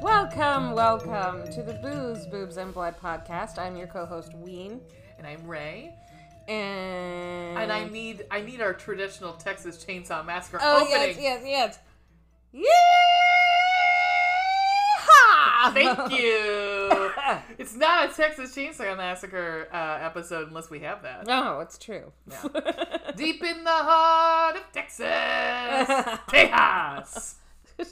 Welcome, welcome to the Booze, Boobs, and Blood podcast. I'm your co-host Ween, And I'm Ray. and And I need I need our traditional Texas Chainsaw Massacre oh opening. yes, yes, yes, Thank you. it's not a Texas Chainsaw Massacre uh, episode unless we have that. No, Oh, it's true. Deep in the heart of Texas, Tejas, Te-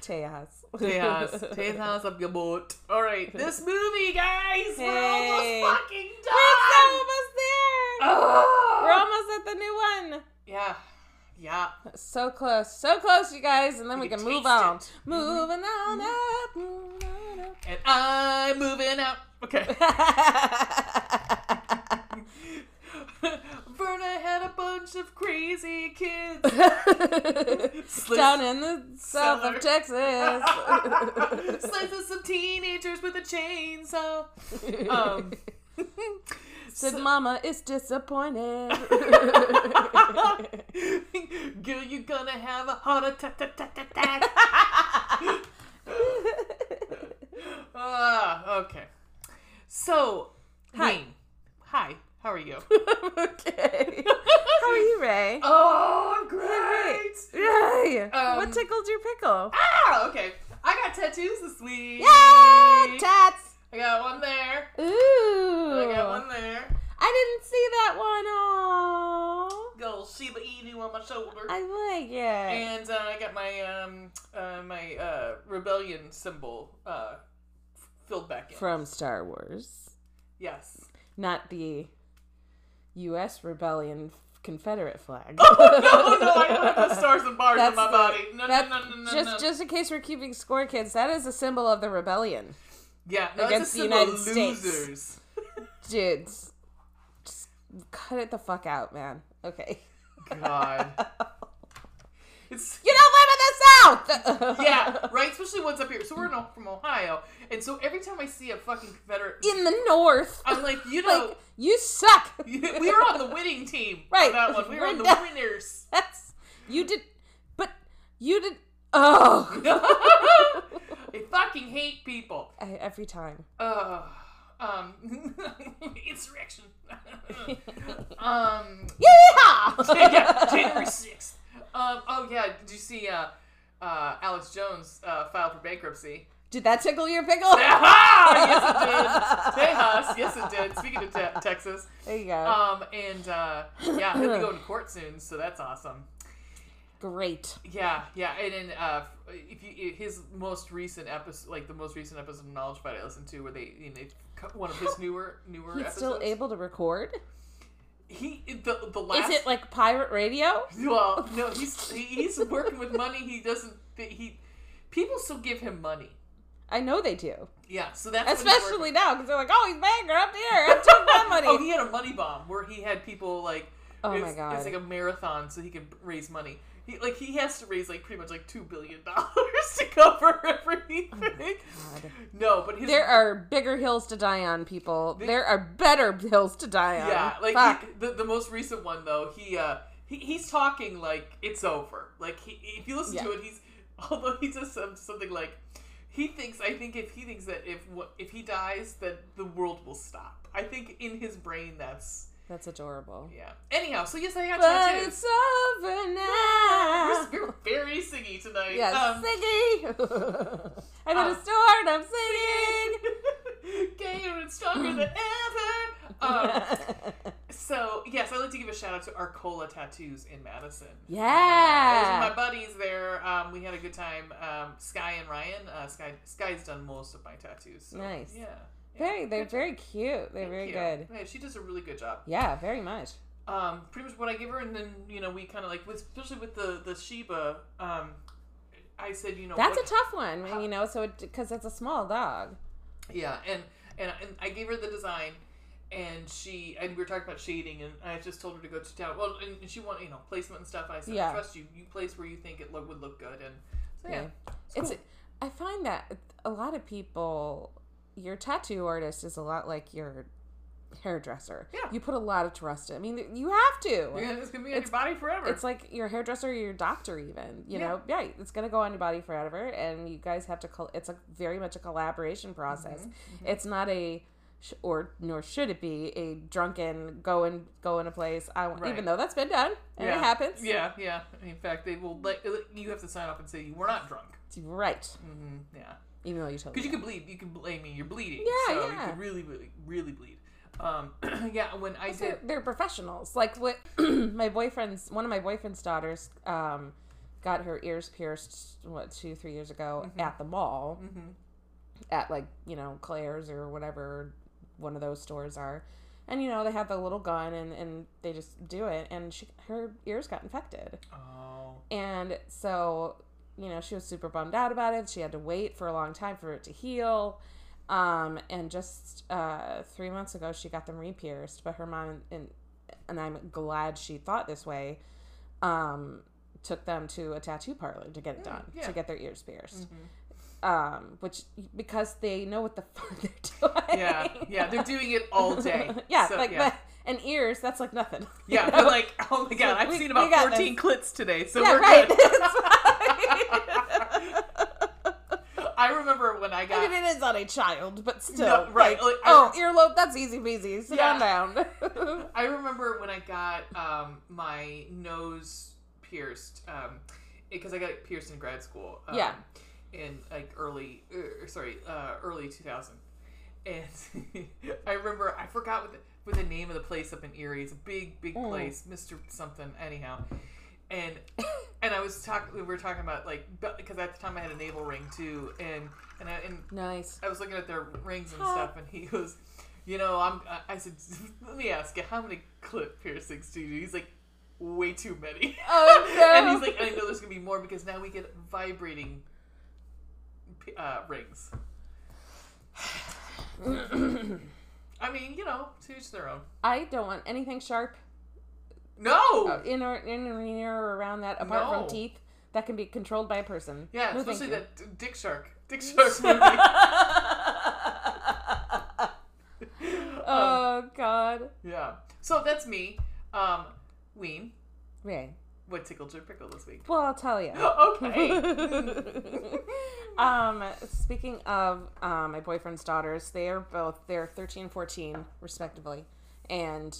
Tejas. Tejas, Tejas up your boat. All right, this movie, guys, we're Hey. almost fucking done. It's almost there. Ugh. We're almost at the new one. yeah, yeah. So close, so close, you guys, and then we, We can can move taste on. it. Moving on up, moving on up. And I'm moving out. Okay. Verna had a bunch of crazy kids. Down in the south of Cellar. Texas. Slices some teenagers with a chainsaw. Um, Said mama is disappointed. Girl, you're gonna have a heart attack. attack, attack, attack. Ah, okay. So, Hi. Wayne. Hi. How are you? okay. How are you, Ray? Oh, I'm great. Ray! what Um, tickled your pickle? Ah, okay. I got tattoos this week. Ah, tats! I got one there. Ooh. I got one there. I didn't see that one. Aww. Go Shiba Inu on my shoulder. I like it. and uh, I got my um uh, my uh, rebellion symbol uh f- filled back in. From Star Wars. yes. Not the U.S. rebellion Confederate flag. Oh, No, no, I put the stars and bars That's on my the- body. No, no, That's- no, no, no, just, no. just in case we're keeping score, kids, that is a symbol of the rebellion, yeah, no, against against the the United United States. losers. dudes. Just cut it the fuck out, man. Okay. God. It's You don't live in the South. yeah, right. Especially ones up here. So we're in, from Ohio, and so every time I see a fucking Confederate, In the North, I'm like, you know, like you suck. we were on the winning team. Right. On that one. We were We're on the done. winners. That's you did, but you did. Oh, I fucking hate people. I, every time. Ugh. um, insurrection. um, Yeah. yeah, January sixth. Um, oh yeah, did you see? Uh, uh, Alex Jones uh, filed for bankruptcy. Did that tickle your pickle? Aha! Yes, it did. Tejas. Yes, it did. Speaking of te- Texas, There you go. um, and uh, yeah, he'll be going to court soon, so that's awesome. Great. Yeah, yeah, and then uh, if you his most recent episode, like the most recent episode of Knowledge Fight I listened to, where they you know, cut one of his newer newer He's episodes, still able to record. he the the Is last it like pirate radio? well no he's he- he's working with money he doesn't he people still give him money I know they do, yeah so that's what he's working- especially now because they're like, "Oh, he's bankrupt here. I took my money." oh he had a money bomb where he had people like Oh it's, my God. it's like a marathon so he could raise money. He, like he has to raise like pretty much like two billion dollars to cover everything. God. No, but his There are bigger hills to die on, people. There are better hills to die on. Yeah, like Fuck. he, the, the most recent one though, he uh he, he's talking like it's over. Like he, if you listen to Yeah. it, he's although he says some, something like he thinks I think if he thinks that if wha- if he dies that the world will stop. I think in his brain that's that's adorable. yeah. Anyhow, so yes, I got But tattoos. it's over now. We're, we're very singy tonight. Yes, Um, singing. I'm in a uh, store and I'm singing. gayer and stronger than ever. Um, So yes, I'd like to give a shout out to Arcola Tattoos in Madison. Yeah. Those are my buddies there. Um, we had a good time. Um, Sky and Ryan. Uh, Sky Sky's done most of my tattoos. so, Nice. Yeah. yeah. very, they're Good- very cute. They're thank very you. good. Yeah, she does a really good job. Yeah, very much. Um, pretty much what I give her, and then you know we kind of like, with, especially with the the Sheba. Um, I said you know That's what- a tough one, you know. So because it's a small dog. Yeah, and, and and I gave her the design, and she and we were talking about shading, and I just told her to go to town. Well, and she wanted you know placement and stuff. And I said, Yeah. I trust you. You place where you think it look, would look good, and so yeah, Yeah. It's, I find that a lot of people, your tattoo artist is a lot like your hairdresser. Yeah. You put a lot of trust in. I mean, you have to. Yeah, it's gonna be on your body forever. It's like your hairdresser, or your doctor, even. You Yeah. know, yeah, it's gonna go on your body forever, and you guys have to. Col- it's a very much a collaboration process. Mm-hmm, It's not a, sh- or nor should it be a drunken go and go in a place. I w- Right. even though that's been done and yeah. it happens. Yeah, yeah. In fact, they will like you have to sign up and say you were not drunk. It's right. hmm Yeah, Even though you told me. because you can bleed. You can blame me. You're bleeding. Yeah, so yeah. You could really, really, really bleed. Um, yeah. When I So did, they're professionals. Like what my boyfriend's one of my boyfriend's daughters um, got her ears pierced what two three years ago Mm-hmm. at the mall Mhm. at like you know Claire's or whatever one of those stores are, and you know they have the little gun and and they just do it and she her ears got infected oh, and so you know she was super bummed out about it. She had to wait for a long time for it to heal. Um, and just uh, three months ago, she got them re-pierced. But her mom and and I'm glad she thought this way. Um, took them to a tattoo parlor to get it done Mm, yeah. Mm-hmm. to get their ears pierced. Um, which because they know what the fuck they're doing. yeah, yeah. They're doing it all day. yeah, So, like yeah. But, and ears. That's like nothing. you Yeah, know? but like, oh my god, I've we- seen we about got 14 clits today, so yeah, we're right. good. I remember when I got. I mean, it is on a child, but still, No, right, Like, like, I- oh, earlobe, that's easy peasy. Sit Yeah. on down. I remember when I got um, my nose pierced um, because I got it pierced in grad school. Um, Yeah. In like early, er, sorry, uh, early two thousand, and I remember I forgot what the, what the name of the place up in Erie. It's a big, big place, Mister Something. Anyhow, and and I was talking. We were talking about like because at the time I had a navel ring too, and and I and nice. I was looking at their rings and Huh. stuff, and he goes, "You know, I'm." I- I said, "Let me ask you, how many clip piercings do you do?" He's like, "Way too many." Oh, no. and he's like, "I know there's gonna be more because now we get vibrating p- uh, rings." I mean, you know, to each their own. I don't want anything sharp No. in or in or near or around that, apart Oh. No. from teeth, that can be controlled by a person. yeah, no, especially thank that d- Dick Shark. Dick Shark movie. you. um, oh God. yeah. So that's me. Um, Ween, Ray. what tickled your pickle this week? Well, I'll tell you. okay. um, speaking of um, my boyfriend's daughters, they are both they're 13 and 14 respectively, and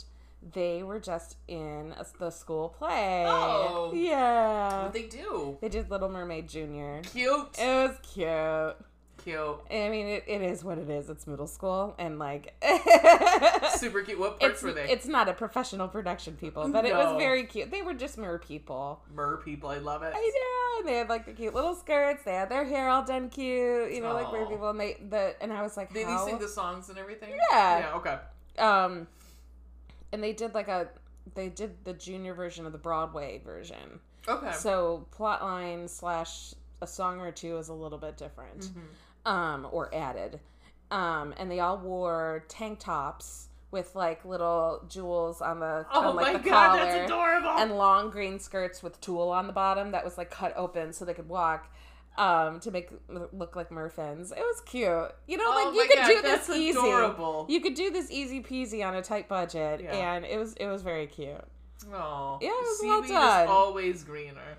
they were just in a- the school play. Oh. yeah, What they do? they did Little Mermaid Junior. Cute. It was cute. Cute. I mean, it, it is what it is. It's middle school, and like, Super cute. What parts it's were they? it's not a professional production, people, but it No. was very cute. They were just mere people. Mer people. I love it. I know. And they had like the cute little skirts. They had their hair all done cute. You know, like weird Aw. people. And they the and I was like, Did they how? sing the songs and everything? Yeah. Yeah. Okay. um, and they did like a they did the junior version of the Broadway version. Okay. So plot line slash a song or two is a little bit different, Mm-hmm. um, or added. Um, and they all wore tank tops with like little jewels on the oh on, like, my the god, collar that's adorable. and long green skirts with tulle on the bottom that was like cut open so they could walk um, to make look like merfins. It was cute. You know, oh like my you could god, do that's this easy. adorable. You could do this easy peasy on a tight budget, Yeah. and it was it was very cute. Aw. Yeah, it was Seaweed well is done. always greener.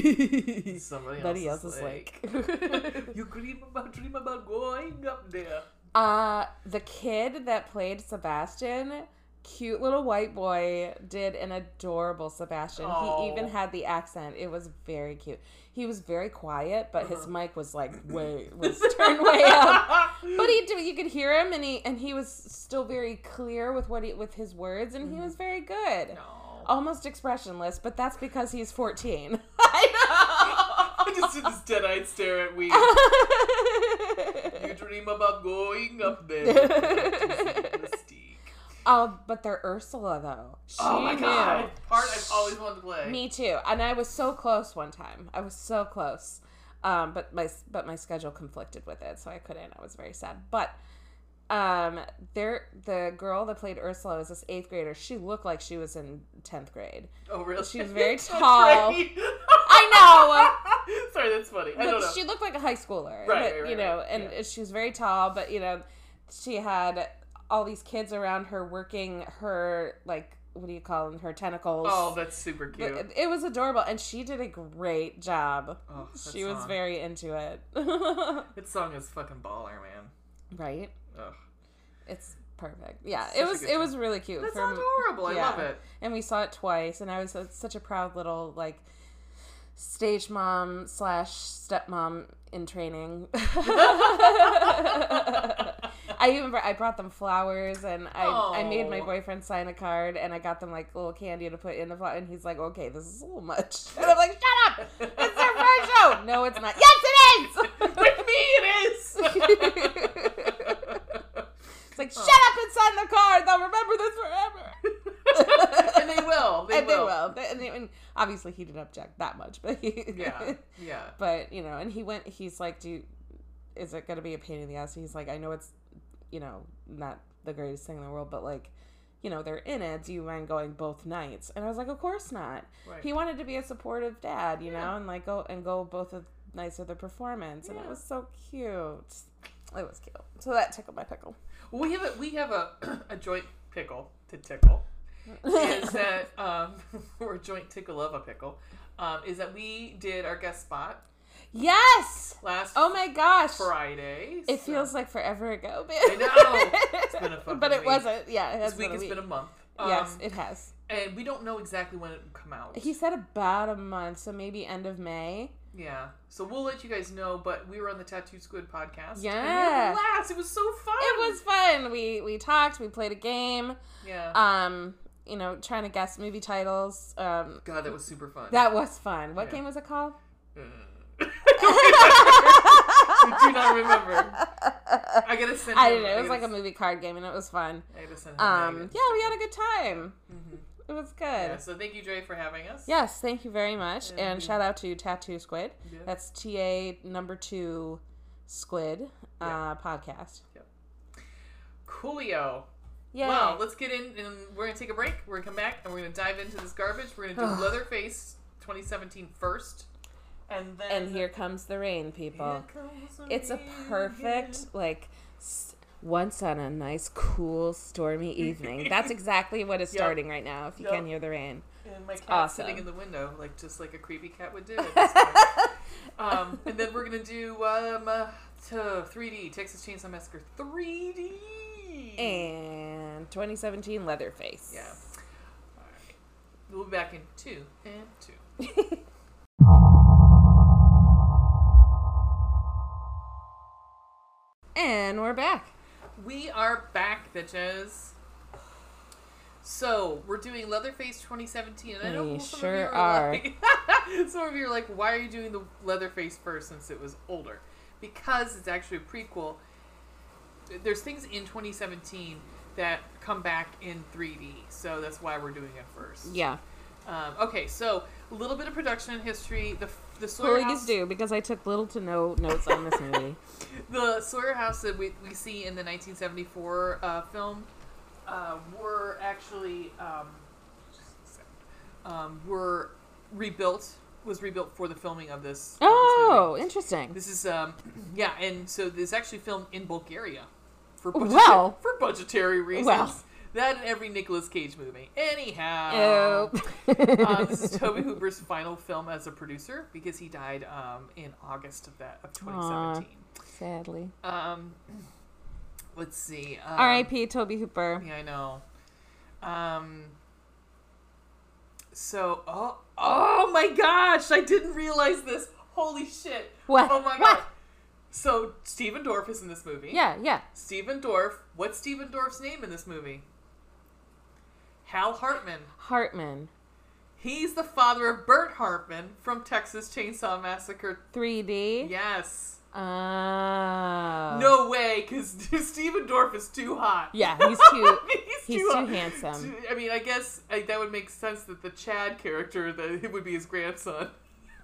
than Somebody Somebody else else's is lake. like, you dream about dream about going up there. uh, the kid that played Sebastian, cute little white boy, did an adorable Sebastian. Aw. He even had the accent. It was very cute. He was very quiet, but Uh-huh. his mic was like way was turned way up. But he did, you could hear him, and he and he was still very clear with what he with his words, and he was very good. Mm-hmm. no. Almost expressionless, but that's because he's fourteen. I I Oh. just did this dead-eyed stare at we. know. You dream about going up there. Mystique. Oh, but they're Ursula though. She Oh my knew. god! Part I've always wanted to play. Me too. And I was so close one time. I was so close. Um, but my but my schedule conflicted with it, so I couldn't. I was very sad. But um, there the girl that played Ursula was this eighth grader. She looked like she was in tenth grade. Oh really? She was very That's tall. great. I Sorry, that's funny. I don't know. But she looked like a high schooler, Right, but right, right, you know, right. and she was very tall. But you know, she had all these kids around her working her like what do you call them her tentacles Oh, that's super But cute. it was adorable and she did a great job Oh, that she was song. very into it That song is fucking baller, man. right Ugh. it's perfect yeah Such it a was good it was really cute That's for- adorable. I yeah. love it. and we saw it twice and i was uh, such a proud little like stage mom slash stepmom in training i even br- i brought them flowers and I, I made my Oh. boyfriend sign a card and i got them like little candy to put in the flower and he's like okay this is a little much and i'm like shut up it's their first show no it's not yes With it me, is it is. it's like shut up and sign the card they'll remember this forever and they will. They and will. they will. And, and obviously, he didn't object that much, but he, Yeah. Yeah. but you know, and he went. He's like, "Do you- is it going to be a pain in the ass?" He's like, "I know it's, you know, not the greatest thing in the world, but like." You know, they're in it. Do you mind going both nights? And I was like, Of course not. Right. He wanted to be a supportive dad, you know, Yeah. and like go and go both of nights of the performance. And it Yeah. was so cute. It was cute. So that tickled my pickle. we have a we have a a joint pickle to tickle. is that um, or joint tickle of a pickle? Um, is that we did our guest spot yes! last Oh my gosh. Friday. It so- feels like forever ago, man. I know. It's been a fucking but it week. wasn't. Yeah, it has this week been a has week. been a month. yes, Um, it has. and we don't know exactly when it will come out. He said about a month, so maybe end of May. Yeah. So we'll let you guys know, but we were on the Tattoo Squid podcast. and we Yeah. had a blast. It was so fun. It was fun. We we talked. We played a game. Yeah. Um, you know, trying to guess movie titles. Um, God, that was super fun. that was fun. What Yeah. game was it called? I do not remember. I gotta send. I him- don't know. It was gotta like a s- movie card game, and it was fun. I gotta send. him a Um, negative. yeah, we had a good time. Mm-hmm. It was good. Yeah, so thank you, Dre, for having us. Yes, thank you very much. Yeah, And we- shout out to Tattoo Squid. Yeah. That's TA number two Squid uh, podcast. Coolio. Yeah. Well, let's get in, and we're gonna take a break. We're gonna come back, and we're gonna dive into this garbage. We're gonna do Leatherface 2017 first, and then and here comes the rain, people. Here comes the It's a rain. perfect, like, s- once on a nice, cool, stormy evening. That's exactly what is Yep. starting right now, if you Yep. can hear the rain. And my cat's awesome. sitting in the window, like just like a creepy cat would do. At this point. um, and then we're gonna do um, uh, t- 3D Texas Chainsaw Massacre 3D. And 2017 Leatherface. Yeah. All right. We'll be back in two and two. And we're back. We are back, bitches. So we're doing Leatherface 2017, and I know We some sure of are. you are. Like, some of you are like, "Why are you doing the Leatherface first since it was older?" Because it's actually a prequel. There's things in 2017 that come back in 3D, so that's why we're doing it first. Yeah. Um, okay, so a little bit of production history. The the Sawyer Please House, do, because I took little to no notes on this movie. the Sawyer House that we, we see in the 1974 uh, film uh, were actually um, um, were rebuilt was rebuilt for the filming of this. of this movie. Oh, interesting. this is um, yeah, and so this actually filmed in Bulgaria for budget- Well. for budgetary reasons. Well. That and every Nicolas Cage movie. Anyhow, Ew. um, this is Toby Hooper's final film as a producer because he died um, in August of that of 2017. Sadly. Um, let's see. Um, R.I.P. Toby Hooper. Yeah, I know. Um, so, oh, oh my gosh, I didn't realize this. Holy shit! What? Oh my What? god. So Stephen Dorff is in this movie. Yeah, yeah. Stephen Dorff. What's Stephen Dorff's name in this movie? Hal Hartman. Hartman. He's the father of Bert Hartman from Texas Chainsaw Massacre. 3D. Yes. Oh. No way, because Stephen Dorff is too hot. Yeah, he's too. he's too hot. handsome. Too- I mean, I guess I, that would make sense that the Chad character that it would be his grandson.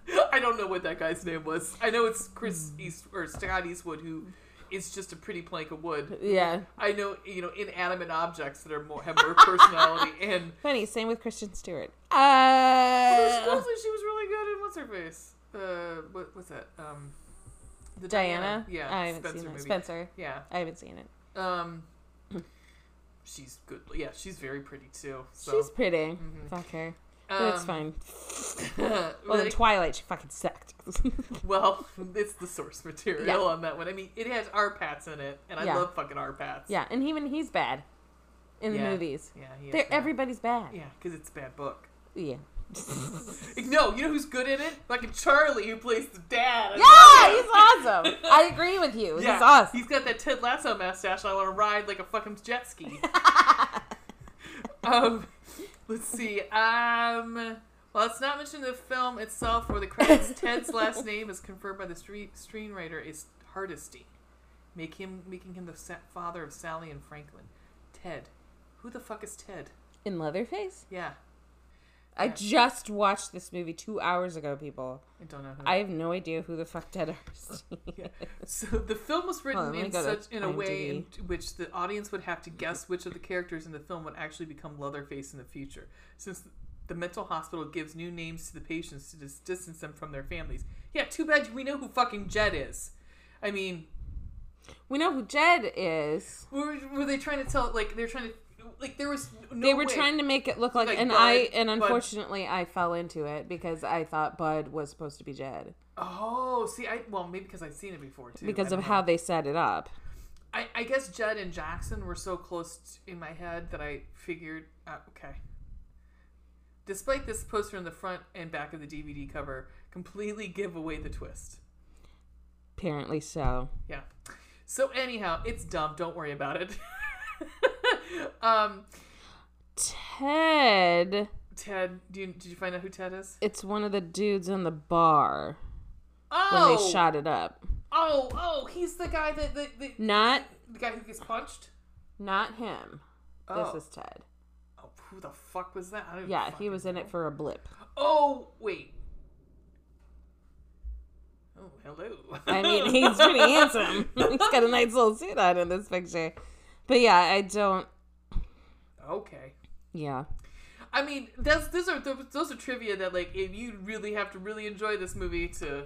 I don't know what that guy's name was. I know it's Chris Hmm. East or Scott Eastwood, who is just a pretty plank of wood. yeah. I know, you know, inanimate objects that are more have more personality. And Funny. Same with Christian Stewart. Elizabeth Uh. Olsen, she was really good in what's her face? Uh, what what's that? Um, the Diana. Yeah, I haven't seen it. Spencer. Yeah. I haven't seen it. Um, she's good. Yeah, she's very pretty too. So. Mm. Mm-hmm. She's pretty. Fuck her. But it's um, fine. Well, but in it- Twilight, she fucking sucked. well, it's the source material Yeah. on that one. I mean, it has R Pats in it, and I Yeah. love fucking R Pats. yeah, and even he's bad in the Yeah. movies. yeah, he is They're, bad. everybody's bad. Yeah, because it's a bad book. Yeah. No, you know who's good in it? Fucking Charlie, who plays the dad. I Yeah, love him. he's awesome. I agree with you. He's awesome. He's got that Ted Lasso mustache. I want to ride like a fucking jet ski. um, let's see. Um, well, it's not mentioned in the film itself or the credits. Ted's last name is confirmed by the street screenwriter is Hardesty, make him making him the sa- father of Sally and Franklin. Ted, who the fuck is Ted? In Leatherface? Yeah, I Yeah. just watched this movie two hours ago, people. I don't know. Who. I have no idea who the fuck Ted Hardesty Yeah. is. So the film was written let me in go to such in a way in IMDb. t- which the audience would have to guess which of the characters in the film would actually become Leatherface in the future, since the mental hospital gives new names to the patients to dis- distance them from their families. Yeah, too bad we know who fucking Jed is. I mean, We know who Jed is. were, were they trying to tell like they're trying to like there was no they were way. trying to make it look like, Like and Bud- I and Bud. unfortunately I fell into it because I thought Bud was supposed to be Jed Oh, see, I well maybe because I've seen it before too. I because don't of know. how they set it up. I, I guess Judd and Jackson were so close t- in my head that I figured, uh, okay. Despite this poster in the front and back of the DVD cover, completely give away the twist. Apparently so. Yeah. So anyhow, it's dumb. Don't worry about it. um, Ted, Ted, do you, did you find out who Ted is? it's one of the dudes in the bar when Oh, they shot it up. oh, oh! He's the guy that the, the, Not the guy who gets punched. not him. Oh. This is Ted. oh, who the fuck was that? I don't Yeah, he fucking was in it for a blip. Oh wait. Oh hello. I mean, he's pretty handsome. He's got a nice little suit on in this picture. But yeah, I don't. okay. Yeah. I mean, that's those are those are trivia that like if you really have to really enjoy this movie to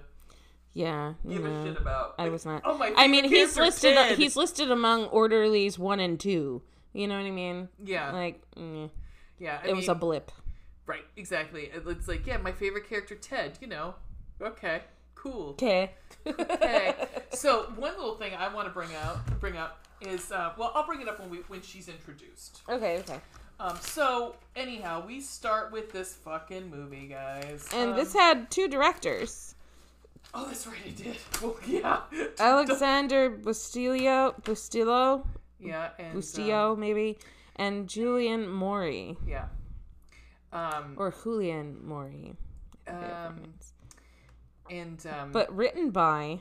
Yeah. give no. a shit about. I Like, was not. Oh my. I mean, favorite he's character, listed. uh, Ted. He's listed among orderlies one and two. You know what I mean? yeah, Like, mm, yeah. I it was a mean, blip. right. Exactly. It's like yeah, my favorite character Ted. You know. Okay. Cool. Okay. Okay. so one little thing I want to bring out bring up is uh, well, I'll bring it up when we when she's introduced. Okay. Okay. Um, so anyhow, we start with this fucking movie, guys. And Um, this had two directors. Oh, that's right, I did. Well, yeah. Alexander Bustillo, Bustillo, yeah, and um, Bustillo, maybe, and Julian Mori yeah. Um, or Julian Mori. I think they're Um, pronounced. and um, But written by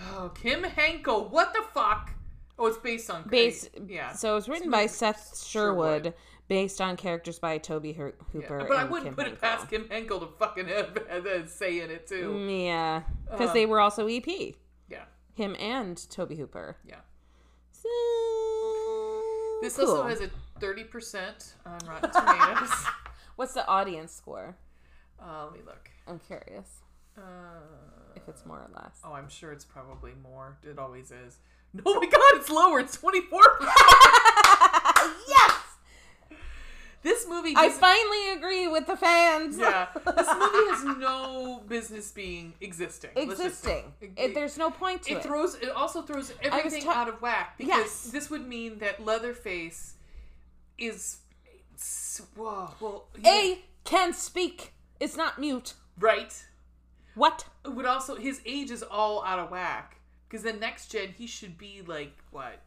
oh, Kim Henkel. What the fuck? Oh, it's based on. Base- Yeah. so it was written by Seth Sherwood, Sherwood. based on characters by Toby Her- yeah. Hooper. But I and Kim wouldn't put it past Kim Henkel to fucking have, have that say in it too. Henkel. Mm, Yeah, Uh. because they were also EP. Yeah. Him and Toby Hooper. Yeah. So, This Oh, cool. also has a thirty percent on Rotten Tomatoes. What's the audience score? uh, let me look. I'm curious Uh, if it's more or less. Oh, I'm sure it's probably more. It always is. Oh my god, it's lower. It's 24. yes, Oh, this movie I does- finally agree with the fans. Yeah. This movie has no business being existing. Let's just say. existing. It, there's no point to It it. throws it also throws everything ta- out of whack because Yes. this would mean that Leatherface is s- whoa, well he- A can speak. It's not mute. right What? It would also his age is all out of whack because the next gen he should be like what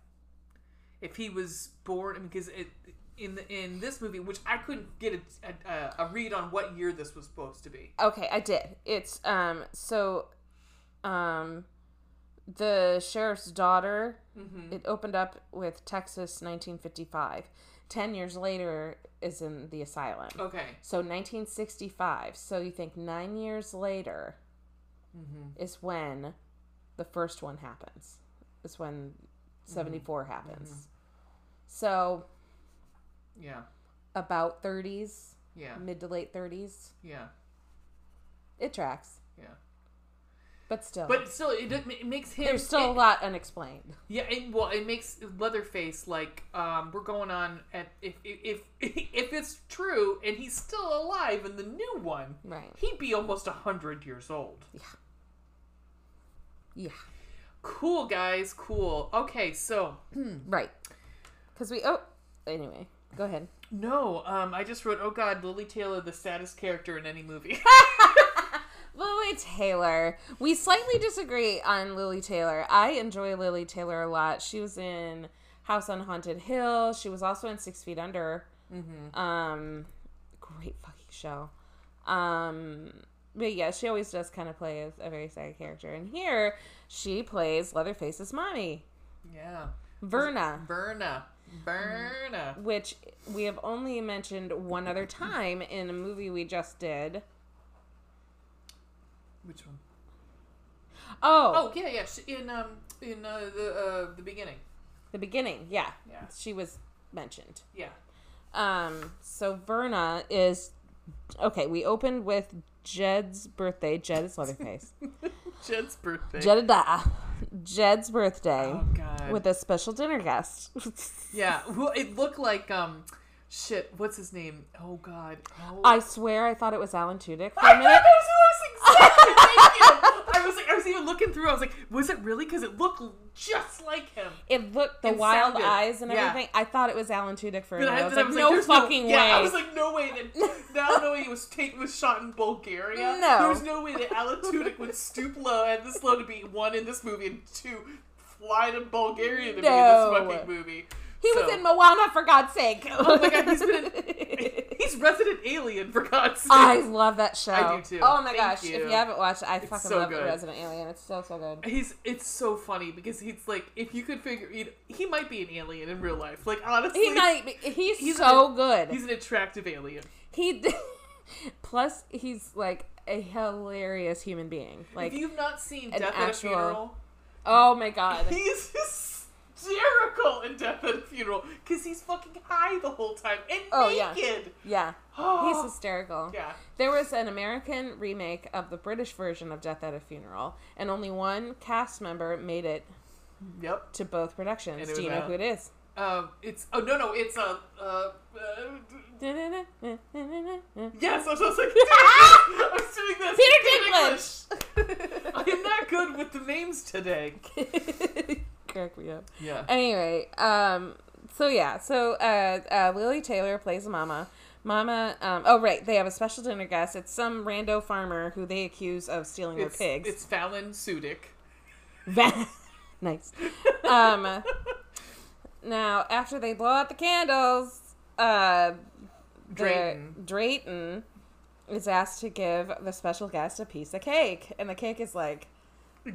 if he was born because it in the, in this movie which i couldn't get a, a, a read on what year this was supposed to be Okay, I did. It's um so um the sheriff's daughter it opened up with Texas 1955. 10 years later is in the asylum. okay So 1965. So you think 9 years later is when the first one happens. Is when 74 happens. So yeah about 30s, yeah mid to late 30s. yeah It tracks. yeah But still, But still, it, does- it makes him. there's still a it- lot unexplained. Yeah, it, well, it makes Leatherface like um, we're going on at if if if if it's true and he's still alive in the new one, Right. he'd be almost a hundred years old. Yeah. Cool guys, cool. Okay, so Right. Because we. Oh. Anyway, go ahead. no, um, I just wrote, oh god, Lily Taylor, the saddest character in any movie. Lily Taylor. We slightly disagree on Lily Taylor. I enjoy Lily Taylor a lot. She was in House on Haunted Hill. She was also in Six Feet Under. Mm-hmm. Um, great fucking show. Um, but yeah, she always does kind of play a, a very sad character. And here, she plays Leatherface's mommy, yeah, Mm-hmm. Verna, Verna, Verna. which we have only mentioned one other time in a movie we just did. Which one? Oh, Oh yeah, yeah. she- In um in uh, the uh, the beginning. the beginning. Yeah. Yeah. She was mentioned. Yeah. Um, so Verna is okay. We opened with Jed's birthday. Jed is Leatherface. Jed's birthday. Jedediah. Jed's birthday Oh god. with a special dinner guest. Yeah, well, it looked like um, shit. What's his name? Oh God. Oh. I swear I thought it was Alan Tudyk for I a thought minute. that was who I was exactly thinking. I was like, I was even looking through. I was like, was it really? Because it looked just like him. It looked the It wild sounded- eyes and yeah. everything. I thought it was Alan Tudyk for a Then minute. I was then like, no there's fucking way. Yeah, I was like, no way that now knowing he was taken was shot in Bulgaria. No. there was no way that Alan Tudyk would stoop low and this low to be one in this movie and two fly to Bulgaria to be in No. this fucking movie. he was So- in Moana for God's sake. Oh my God, he's been- He's resident alien for God's sake. I love that show. I do too. Oh my Thank gosh! you. If you haven't watched, it, I fucking so love good. Resident Alien. It's so so good. He's it's so funny because he's like if you could figure you know, he might be an alien in real life like honestly He might. Be, he's, He's so a- good. he's an attractive alien he. Plus, he's like a hilarious human being. Like, if you've not seen an Death at a actual- Funeral oh my god, he's hysterical in Death at a Funeral because he's fucking high the whole time and Oh, yeah. naked yeah, he's oh, hysterical. yeah There was an American remake of the British version of Death at a Funeral, and only one cast member made it yep to both productions. And Do it was you know out. who it is? um it's oh no no it's a uh, uh Peter yes I was just like I was doing this Dinklage. I am not good with the names today Crack me up. yeah anyway, um, so yeah, so uh, uh, Lily Taylor plays Mama. Mama, um, oh right, they have a special dinner guest. It's some rando farmer who they accuse of stealing it's, their pigs. it's Fallon Sudik nice. Um, now after they blow out the candles, uh, the- Drayton. Drayton is asked to give the special guest a piece of cake, and the cake is like,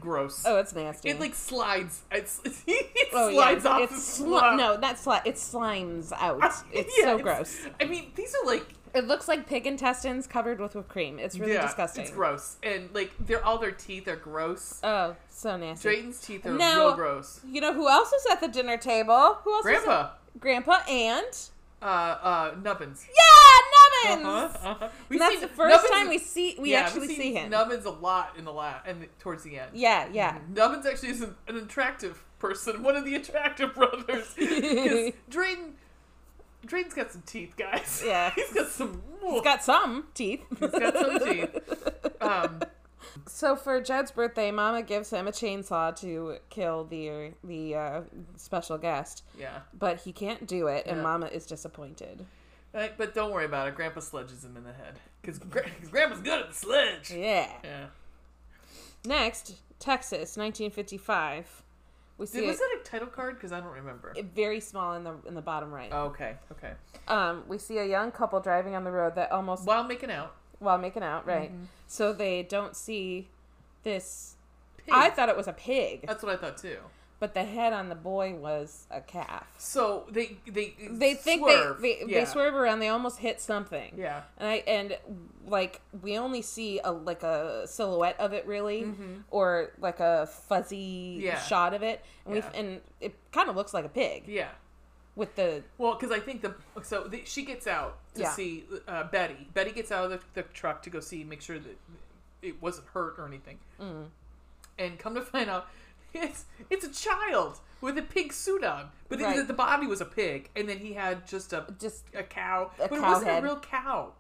Gross. oh, it's nasty. it like slides. It's, it Oh, yeah, slides off it's the sli- slab. No, not slime. It slimes out. It's Yeah, so gross. I mean, these are like It looks like pig intestines covered with whipped cream. It's really yeah, disgusting. It's gross, and like they're all their teeth are gross. Oh, so nasty. Drayton's teeth are Now- real gross. You know who else was at the dinner table? Who else? Was Grandpa, at- Grandpa and uh, uh, Nubbins. yeah, Nubbins. Uh-huh. We And that's see- the first Nubbins- time we see we yeah, actually see, see him. Nubbins a lot in the last and towards the end. yeah, yeah. Nubbins actually is an, an attractive person, one of the attractive brothers. Because Drayton, Drayton's got some teeth, guys. Yeah. he's got some. He's got some teeth. He's got some teeth. Um, So for Jed's birthday, Mama gives him a chainsaw to kill the the uh, special guest, yeah, but he can't do it, and Yeah. Mama is disappointed. Uh, but don't worry about it. Grandpa sledges him in the head because Grandpa's good at the sledge. Yeah. Yeah. Next, Texas, 1955. We see Did, was it, that a title card? Because I don't remember. it very small in the in the bottom right. Oh, okay, okay. Um, we see a young couple driving on the road that almost While making out, while making out, right? Mm-hmm. So they don't see this. pig. Uh, I thought it was a pig, that's what I thought too. but the head on the boy was a calf. So they they They think swerve. they they, yeah. they swerve around. They almost hit something. Yeah, And I and like we only see a like a silhouette of it really, or like a fuzzy Mm-hmm. Yeah. shot of it, and Yeah. we and it kind of looks like a pig yeah. with the Well, because I think the so the, she gets out to Yeah. see uh, Mm. Betty. Betty gets out of the, the truck to go see, make sure that it wasn't hurt or anything. and come to find out, it's it's a child with a pig suit on. But then Right. the body was a pig, and then he had just a Just a cow, A but it cow wasn't head. a real cow.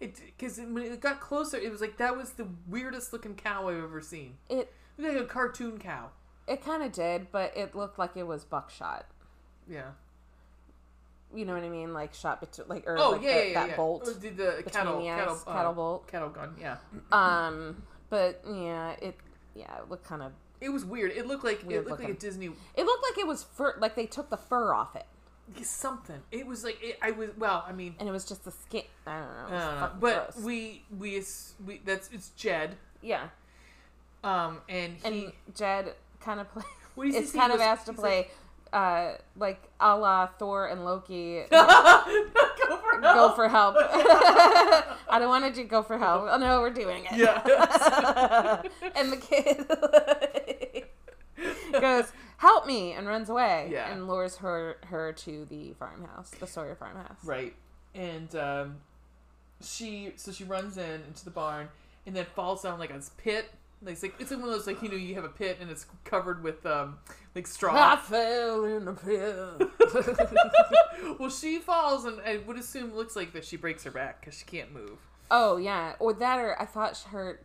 It because when it got closer, it was like that was the weirdest looking cow I've ever seen. it It was like a cartoon cow. it kind of did, but it looked like it was buckshot. Yeah. You know what I mean? Like shot between like or Oh like yeah, the- yeah, that yeah. bolt. Or did the cattle the cattle, eyes, cattle bolt. cattle gun? Yeah. Um, but yeah, it yeah it looked kind of It was weird. It looked like Weird it looked like looking. a Disney it looked like it was fur like they took the fur off it something. It was like it, I was well. I mean, and it was just the skin. I don't know. It I was don't know. fucking Uh, but gross. we we ass- we that's it's Jed. yeah, Um, and he and Jed kind of play. what do you It's say kind he of was- asked to he's play, uh, like a la Thor and Loki. Like, go go for help. for help. I don't want to do go for help. Oh no, we're doing it. Yeah. and the kid goes, "Help me!" and runs away. Yeah. And lures her her to the farmhouse, the Sawyer farmhouse. Right. And um, she so she runs in into the barn and then falls down like a pit. Like it's like it's like one of those like you know you have a pit and it's covered with um like I straw. fell in the pit. Ah! well, she falls and I would assume looks like that she breaks her back because she can't move. oh yeah, or that, or I thought she hurt.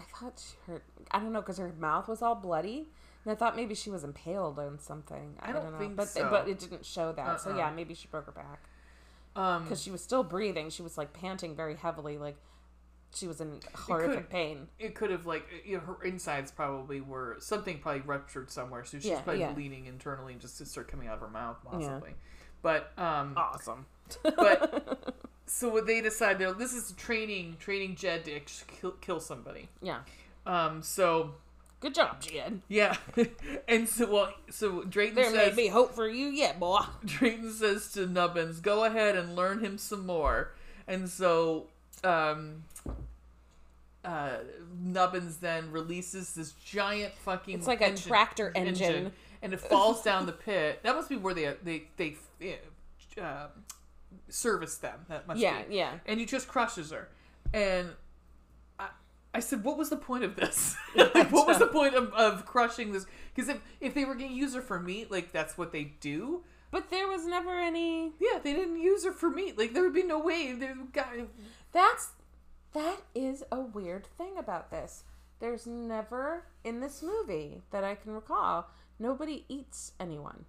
I thought she hurt. I don't know because her mouth was all bloody. And I thought maybe she was impaled on something. I, I don't know. think but so. but it didn't show that. So Uh-uh. yeah, maybe she broke her back. Um, because she was still breathing. She was like panting very heavily, like she was in horrific could- pain. it could have like you know her insides probably were something probably ruptured somewhere, so she's Yeah, probably yeah. bleeding internally and just to start coming out of her mouth possibly. Yeah. But um, Awesome. But- so what they decide they're this is training training Jed to ex- kill, kill somebody. yeah, Um, so good job, Jed. yeah, and so well, so Drayton There may says be hope for you yet, boy. Drayton says to Nubbins, "Go ahead and learn him some more." And so um, uh, Nubbins then releases this giant fucking It's like a engine- tractor engine. and it falls down the pit. That must be where they they they uh, service them. That must Yeah, be. yeah. and he just crushes her. And I, I said, what was the point of this? like, what was the point of, of crushing this? Because if, if they were going to use her for meat, like, that's what they do. But there was never any. Yeah, they didn't use her for meat. Like, there would be no way. There, God, That's that is a weird thing about this. There's never in this movie that I can recall nobody eats anyone.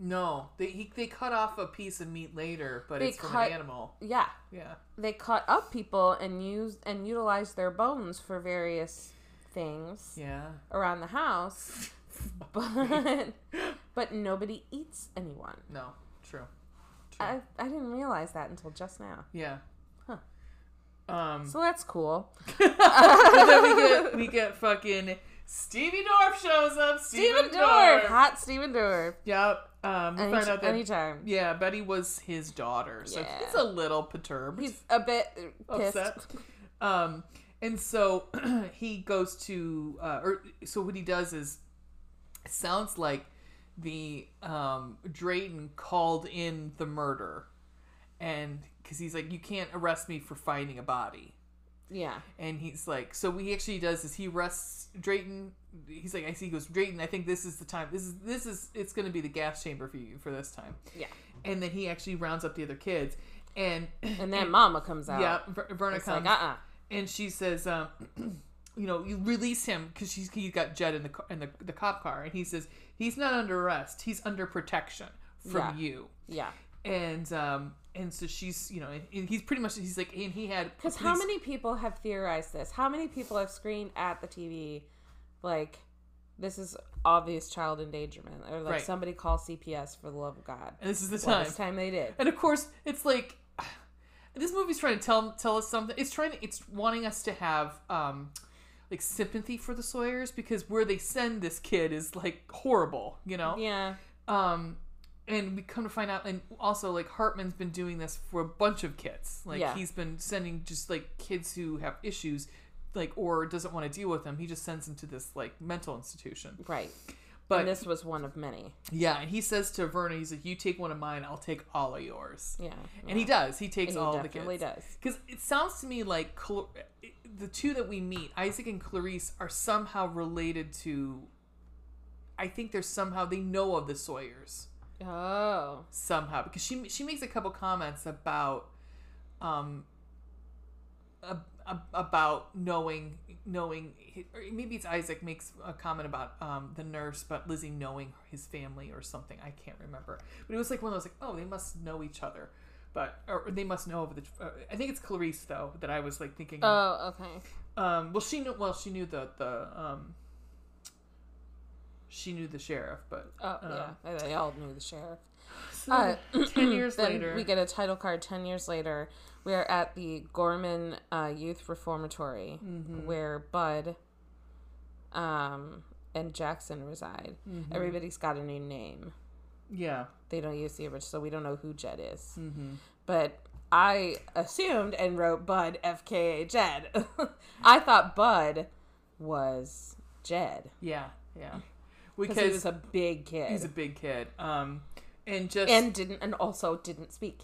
no, they he, they cut off a piece of meat later, but They it's from cut- an animal. Yeah, Yeah, they caught up people and used and utilized their bones for various things. yeah. around the house, but but nobody eats anyone. No, true. I, I didn't realize that until just now. Yeah. Huh. Um, So that's cool. but then we get we get fucking Stevie Dorff shows up. Steven Dorff, hot Steven Dorff. Yep. Um, we Any, find out that anytime. yeah, Betty was his daughter, so Yeah. he's a little perturbed, He's a bit pissed. upset. Um, and so he goes to, uh, or so what he does is, it sounds like the um, Drayton called in the murder, and because he's like, you can't arrest me for finding a body. Yeah, And he's like, so what he actually does is he arrests Drayton. He's like, I see. He goes, Drayton. I think this is the time. This is this is it's going to be the gas chamber for you for this time. yeah. And then he actually rounds up the other kids, and And then Mama comes out. yeah, Ver- Verna It's comes like, uh, uh and she says, um, you know, you release him because she's he's got Jed in the ca- in the, the cop car, and he says he's not under arrest. He's under protection Yeah. from you. yeah. And um and so she's you know and, and he's pretty much he's like and he had Because how police- many people have theorized this? How many people have screened at the TV, like, this is obvious child endangerment, or like Right. somebody call CPS for the love of God. and this is the Well, time this time they did. And of course, it's like this movie's trying to tell tell us something. It's trying to it's wanting us to have um like sympathy for the Sawyers because where they send this kid is like horrible, you know. Yeah. Um and we come to find out and also like Hartman's been doing this for a bunch of kids. Like Yeah. he's been sending just like kids who have issues like or doesn't want to deal with them. He just sends them to this like mental institution. Right. But and this was one of many. yeah, and he says to Verna, he's like, "You take one of mine, I'll take all of yours." Yeah. And he does. He takes He all the kids. definitely does. Because it sounds to me like col- the two that we meet, Isaac and Clarice, are somehow related to. I think they're somehow they know of the Sawyers Oh. somehow because she she makes a couple comments about um ab- ab- about knowing knowing or maybe it's Isaac makes a comment about um the nurse but Lizzie knowing his family or something I can't remember but it was like one of those like oh they must know each other but or they must know of the uh, I think it's Clarice though that I was like thinking Oh, okay. um well she knew well she knew the the um she knew the sheriff but Oh, Uh, yeah. They all knew the sheriff. so Uh, 10 years then later we get a title card 10 years later. We are at the Gorman uh, Youth Reformatory Mm-hmm. where Bud um, and Jackson reside. Mm-hmm. Everybody's got a new name. yeah They don't use the original, so we don't know who Jed is. Mm-hmm. But I assumed and wrote Bud FKA Jed. I thought Bud was Jed Yeah, yeah. because he Because was a big kid. he's a big kid. Um, and just and didn't and also didn't speak.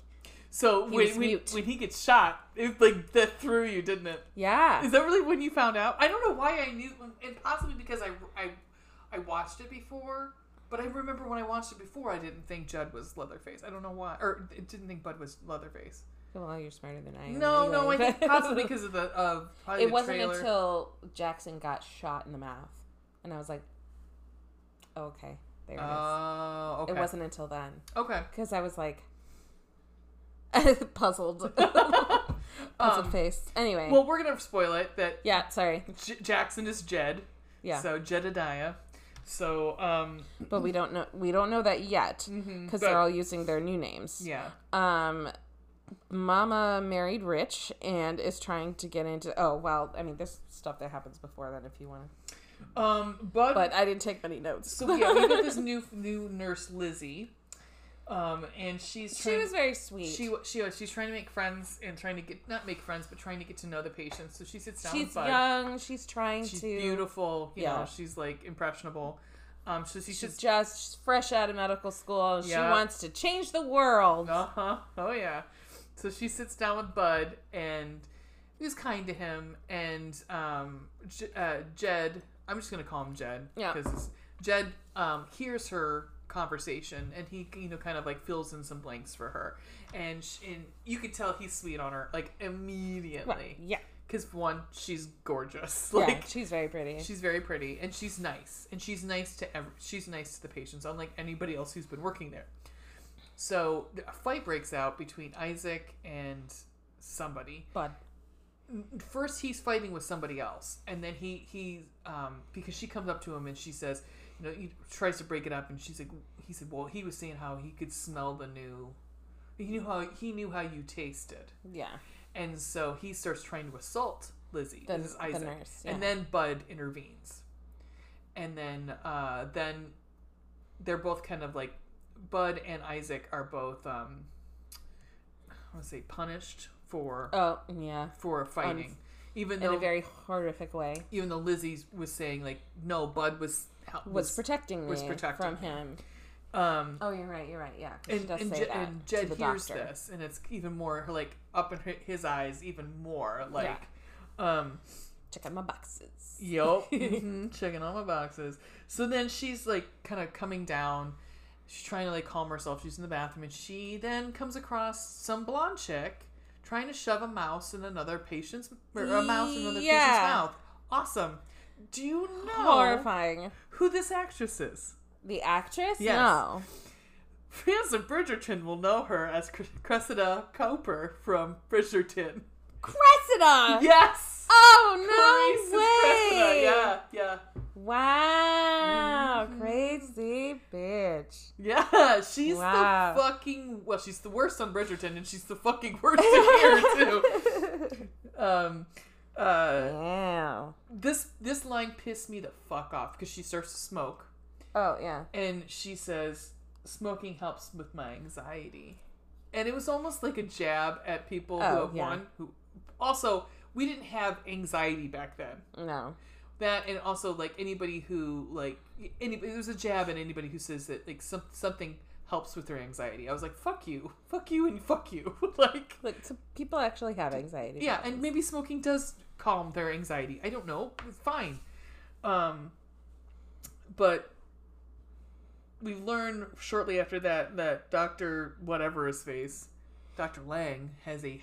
so he was when, when, mute. when he gets shot, it like that threw you, didn't it? Yeah. Is that really when you found out? I don't know why I knew, and possibly because I I, I watched it before. But I remember when I watched it before, I didn't think Judd was Leatherface. I don't know why, or I didn't think Bud was Leatherface. Well, you're smarter than I am. No, no, I anyway. think possibly because of the uh, probably it the wasn't trailer. until Jackson got shot in the mouth, and I was like, oh, okay, there it is. Oh, okay. It wasn't until then okay. because I was like puzzled, puzzled Um, face. Anyway, Well, we're gonna spoil it. That yeah, sorry, J- Jackson is Jed. yeah, So Jedediah. So um but we don't know we don't know that yet because they're Mm-hmm, but- all using their new names. yeah. Um, Mama married rich and is trying to get into. Oh well, I mean, there's stuff that happens before then if you want to. Um Bud But I didn't take many notes. so yeah, we got this new new nurse Lizzie. Um and she's she trying was very sweet. she wa- she was she's trying to make friends and trying to get not make friends but trying to get to know the patients. So she sits down She's with Bud. young. She's trying She's to. beautiful, you Yeah. know, she's like impressionable. Um so she She's sits just she's fresh out of medical school. and She Yeah. wants to change the world. Uh-huh. Oh yeah. So she sits down with Bud and is kind to him and um, J- uh, Jed. I'm just gonna call him Jed. Yeah. Because Jed um, hears her conversation and he you know kind of like fills in some blanks for her and sh and you could tell he's sweet on her like immediately Yeah, because one she's gorgeous yeah. like she's very pretty. She's very pretty and she's nice and she's nice to every, she's nice to the patients unlike anybody else who's been working there. So a fight breaks out between Isaac and somebody. Bud. First he's fighting with somebody else and then he he um because she comes up to him and she says, you know, he tries to break it up and she's like he said, "Well, he was saying how he could smell the new he knew how he knew how you tasted." Yeah, And so he starts trying to assault Lizzie. the, this is the Isaac. nurse. And yeah. then Bud intervenes. And then uh then they're both kind of like Bud and Isaac are both um I want to say punished for oh yeah, for fighting. even in though a very horrific way, even though Lizzie was saying like no Bud was hel- was, protecting me was protecting from me. him. um Oh, you're right. You're right. Yeah, 'cause she and, does and, say Je- that and Jed to the hears doctor. this and it's even more like up in hi- his eyes even more like um Check out my boxes. Yup. hmm Checking all my boxes. So then she's like kind of coming down. She's trying to like calm herself. She's in the bathroom and she then comes across some blonde chick trying to shove a mouse in another patient's or a mouse in another patient's Yeah. mouth. Awesome. Do you know Horrifying. who this actress is? The actress? Yes. No. Frances Bridgerton will know her as Cres- Cressida Cowper from Bridgerton. Cressida. Yes. Oh no Clarice is way! Cressida. Yeah. Yeah. Wow, crazy bitch. Yeah, she's Wow. the fucking well, she's the worst on Bridgerton and she's the fucking worst in here too. Um uh Wow. this this line pissed me the fuck off because she starts to smoke Oh yeah. and she says smoking helps with my anxiety. And it was almost like a jab at people who Oh, have yeah. won who also we didn't have anxiety back then. No. That and also like anybody who like anybody there's a jab at anybody who says that like some something helps with their anxiety. I was like, fuck you, fuck you, and fuck you. like Like so people actually have anxiety. yeah, and maybe smoking does calm their anxiety. I don't know. It's fine. Um, but we learn shortly after that that Doctor whatever his face, Doctor Lang has a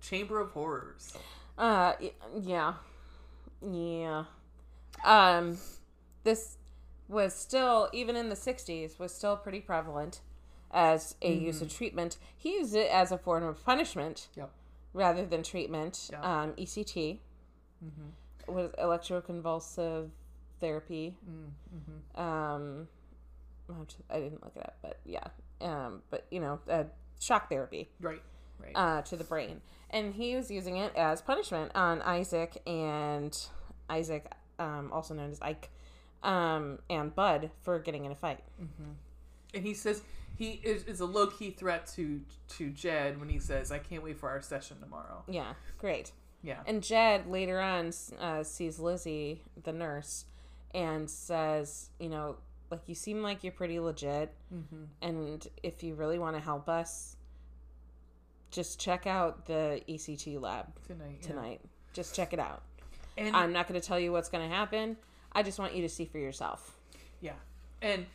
chamber of horrors. Uh, y- yeah, yeah. Um, this was still even in the '60s was still pretty prevalent as a Mm-hmm. use of treatment. He used it as a form of punishment Yep. rather than treatment. Yeah. Um, ECT Mhm. was electroconvulsive therapy. Mm-hmm. Um, I'm just- I didn't look it up, but yeah. Um, but you know, uh, shock therapy Right. Right. uh, to the brain. And he was using it as punishment on Isaac and Isaac, um, also known as Ike, um, and Bud for getting in a fight. and he says he is, is a low key threat to to Jed when he says, "I can't wait for our session tomorrow." Yeah, great. Yeah. And Jed later on uh, sees Lizzie, the nurse, and says, you know, like you seem like you're pretty legit. Mm-hmm. And if you really want to help us, just check out the ECT lab Tonight. yeah. tonight. Just check it out. And I'm not going to tell you what's going to happen. I just want you to see for yourself. yeah, and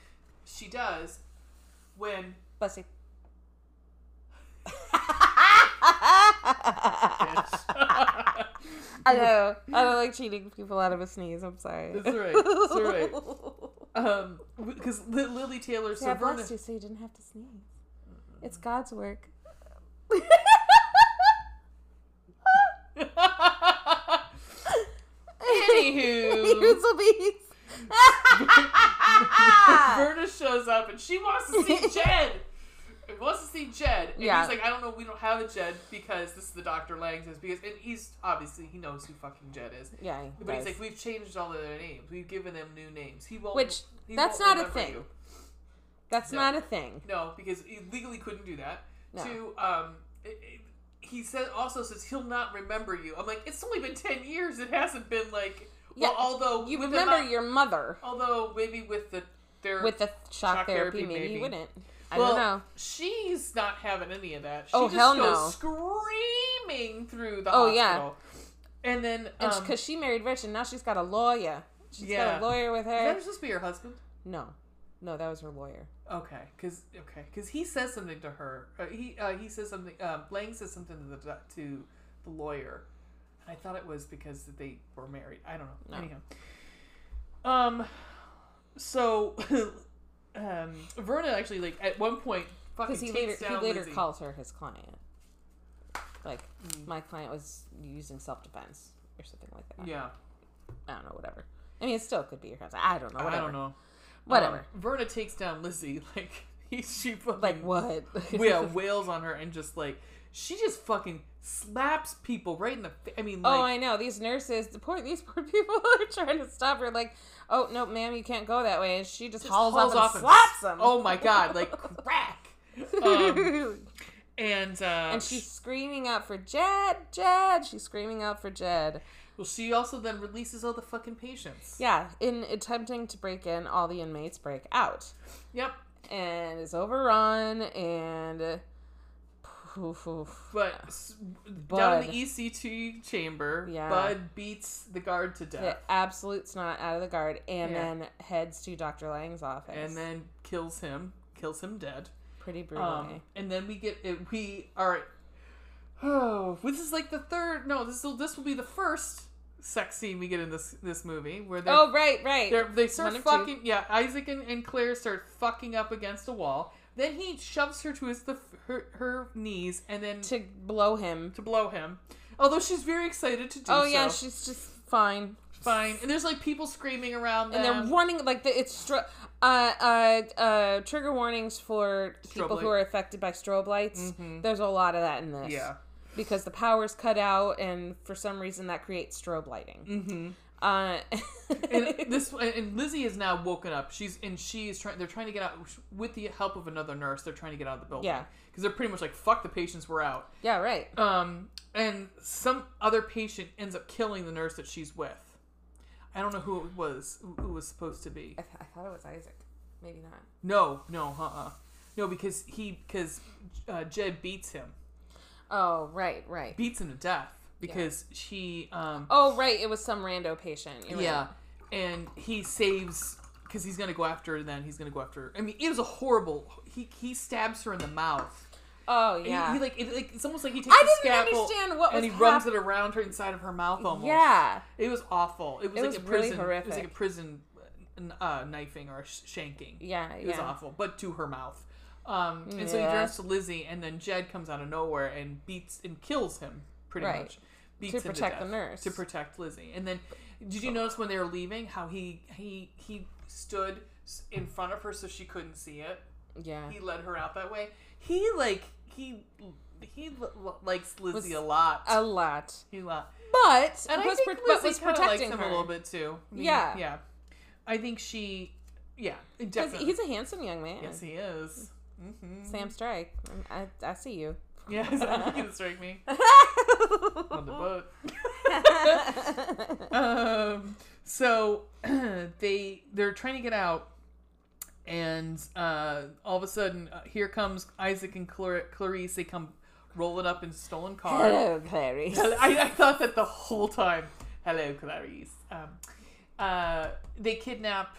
she does when Bless you. I know. I don't like cheating people out of a sneeze. I'm sorry. That's all right. That's all right. um because Li- Lily Taylor See, I so Verna blessed you so you didn't have to sneeze. It's God's work. Anywho. Here's a piece. Verna shows up and she wants to see Jed. It wants to see Jed. And Yeah. he's like, I don't know, we don't have a Jed because this is the Dr. Lang says because and he's obviously he knows who fucking Jed is. yeah, he But does. he's like, We've changed all of their names. We've given them new names. He won't Which, he that's won't not a remember thing. you." that's no. not a thing. No, because he legally couldn't do that. No. To um it- it- he said also says he'll not remember you. I'm like, it's only been ten years. It hasn't been like Yeah, well, although You with the remember amount- your mother although maybe with the their with the shock, Shock therapy, therapy, maybe, maybe. you wouldn't. I Well, don't know. She's not having any of that. She Oh, just hell goes screaming through the Oh, yeah. hospital. And then um, Because she married rich and now she's got a lawyer. She's Yeah. got a lawyer with is her. that supposed to be her husband? No. No, that was her lawyer. Okay, because okay, 'cause he says something to her. Uh, he uh, he says something. Uh, Lang says something to the doc- to the lawyer, and I thought it was because they were married. I don't know. No. Anyhow, um, so um, Verna actually like at one point fucking Because he later, takes he down later Lizzie. Mm. calls her his client. Like, my client was using self defense or something like that. Yeah, I don't know, whatever. I mean, it still could be your husband. I don't know, whatever. I don't know. Whatever. Um, Verna takes down Lizzie. Like he, she fucking like, what? yeah, wails on her and just like she just fucking slaps people right in the. Fa- I mean, like, Oh, I know. These nurses, the poor these poor people are trying to stop her. Like, oh no, ma'am, you can't go that way. And she just, just hauls, hauls off, and- and slaps them. Oh my god, like crack. Um, and uh, and she's screaming out for Jed, Jed. She's screaming out for Jed. well, she also then releases all the fucking patients. Yeah, in attempting to break in, all the inmates break out Yep. and is overrun and. uh, poof, poof. But s- down Bud. in the ECT chamber, Yeah. Bud beats the guard to The death absolute snot out of the guard, and Yeah. then heads to Dr. Lang's office. and then kills him, kills him dead. pretty brutally. Um, and then we get it, we are. Oh, this is like the third. No, this will this will be the first sex scene we get in this this movie where they're, oh right, right. they're they start One of two. fucking. Yeah, Isaac and, and Claire start fucking up against a wall. Then he shoves her to his the her, her knees and then to, to blow him. blow him. Although she's very excited to do Oh so. yeah, she's just fine. fine. And there's like people screaming around And them. they're running like the, it's stro- uh, uh, uh, trigger warnings for people Strobe who light. Mm-hmm. are affected by strobe lights. There's a lot of that in this. yeah. Because the power's cut out, and for some reason that creates strobe lighting. Mm-hmm. Uh, and this and Lizzie is now woken up. She's and she's trying. They're trying to get out with the help of another nurse. They're trying to get out of the building. Yeah. because they're pretty much like fuck the patients. We're out. yeah, right. Um, and some other patient ends up killing the nurse that she's with. I don't know who it was. Who who it was supposed to be? I, th- I thought it was Isaac. Maybe not. No, no, uh, uh no, because he because uh, Jed beats him, Oh right, right. beats him to death. because she um Oh, right. It was some rando patient. You're right. yeah, and he saves because he's gonna go after her. Then he's gonna go after. Her. I mean, it was a horrible. He he stabs her in the mouth. Oh, He- yeah. He, like it, like it's almost like he takes I a didn't scalpel understand what and was he rubs hap- it around her inside of her mouth almost. Yeah. it was awful. It was It like was a really prison. It was like a horrific. prison uh, uh, knifing or sh- shanking. Yeah. It was yeah. awful, but to her mouth. Um, and so he Yeah. turns to Lizzie, and then Jed comes out of nowhere and beats and kills him pretty Right. much. Beats To him protect the death, nurse. To protect Lizzie, and then did you notice when they were leaving how he he he stood s- in front of her so she couldn't see it. Yeah. He led her out that way. He like he he l- l- likes Lizzie Was- a lot. A lot. he lot. But, And was, I pro- think but Lizzie was kinda likes protecting him her. a little bit too. I mean, Yeah. yeah. I think she, yeah, Because definitely. he's a handsome young man. yes, he is. Mm-hmm. Sam Strike. Mm, I, I see you. Yes, I think you can strike me on the boat. Um, so they they're trying to get out, and uh, all of a sudden, uh, here comes Isaac and Clar- Clarice. They come rolling up in stolen cars. Hello, Clarice. I, I thought that the whole time. Hello, Clarice. Um, uh, they kidnap.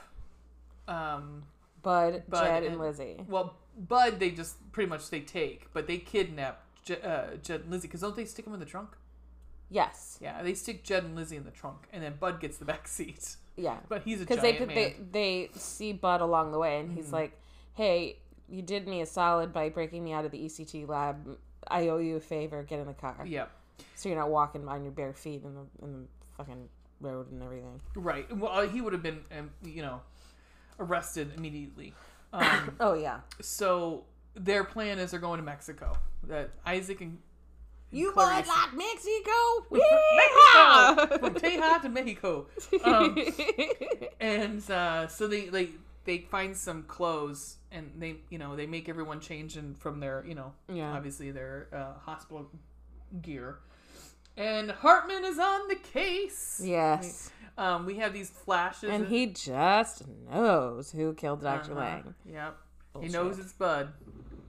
Um, Bud, Bud Jed, and- and Lizzie. well, Bud. They just pretty much they take, but they kidnap J- uh, Jed and Lizzie because don't they stick them in the trunk? Yes. Yeah, they stick Jed and Lizzie in the trunk, and then Bud gets the back seat. Yeah. But he's a Because giant they, put- man. Mm-hmm. they they see Bud along the way, and he's like, "Hey, you did me a solid by breaking me out of the ECT lab. I owe you a favor. Get in the car, yeah, so you're not walking on your bare feet in the in the fucking road and everything." right. Well, uh, he would have been, um, you know, arrested immediately. Um, Oh yeah, so their plan is they're going to Mexico. That Isaac and you boys Clarice- like Mexico? Yeehaw! Mexico from Teja to Mexico, Um, and uh, so they they they find some clothes and they you know they make everyone change in from their you know Yeah. obviously their uh, hospital gear. And Hartman is on the case. yes, Um, we have these flashes. and he just knows who killed Doctor Uh-huh. Lang. Yep. Bullshit. He knows it's Bud.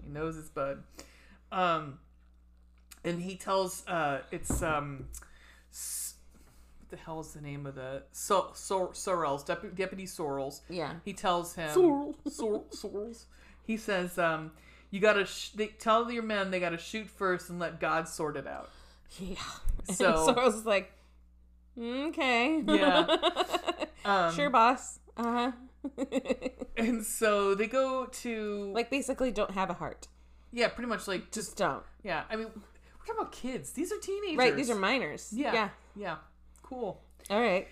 He knows it's Bud. Um, and he tells uh, it's um, S- what the hell is the name of the so, so Sorrells Dep- Deputy Sorrells. Yeah, He tells him Sorrel. Sor- Sorrells. He says, um, "You gotta sh- they, tell your men they gotta shoot first and let God sort it out." yeah. So- So, I was like, "Mm, "Okay, Yeah. Um, sure, boss." Uh huh. And so they go to Like basically don't have a heart. yeah, pretty much like just Just don't. yeah. I mean, we're talking about kids. These are teenagers, Right, these are minors. Yeah. Yeah. Yeah. Cool. All right.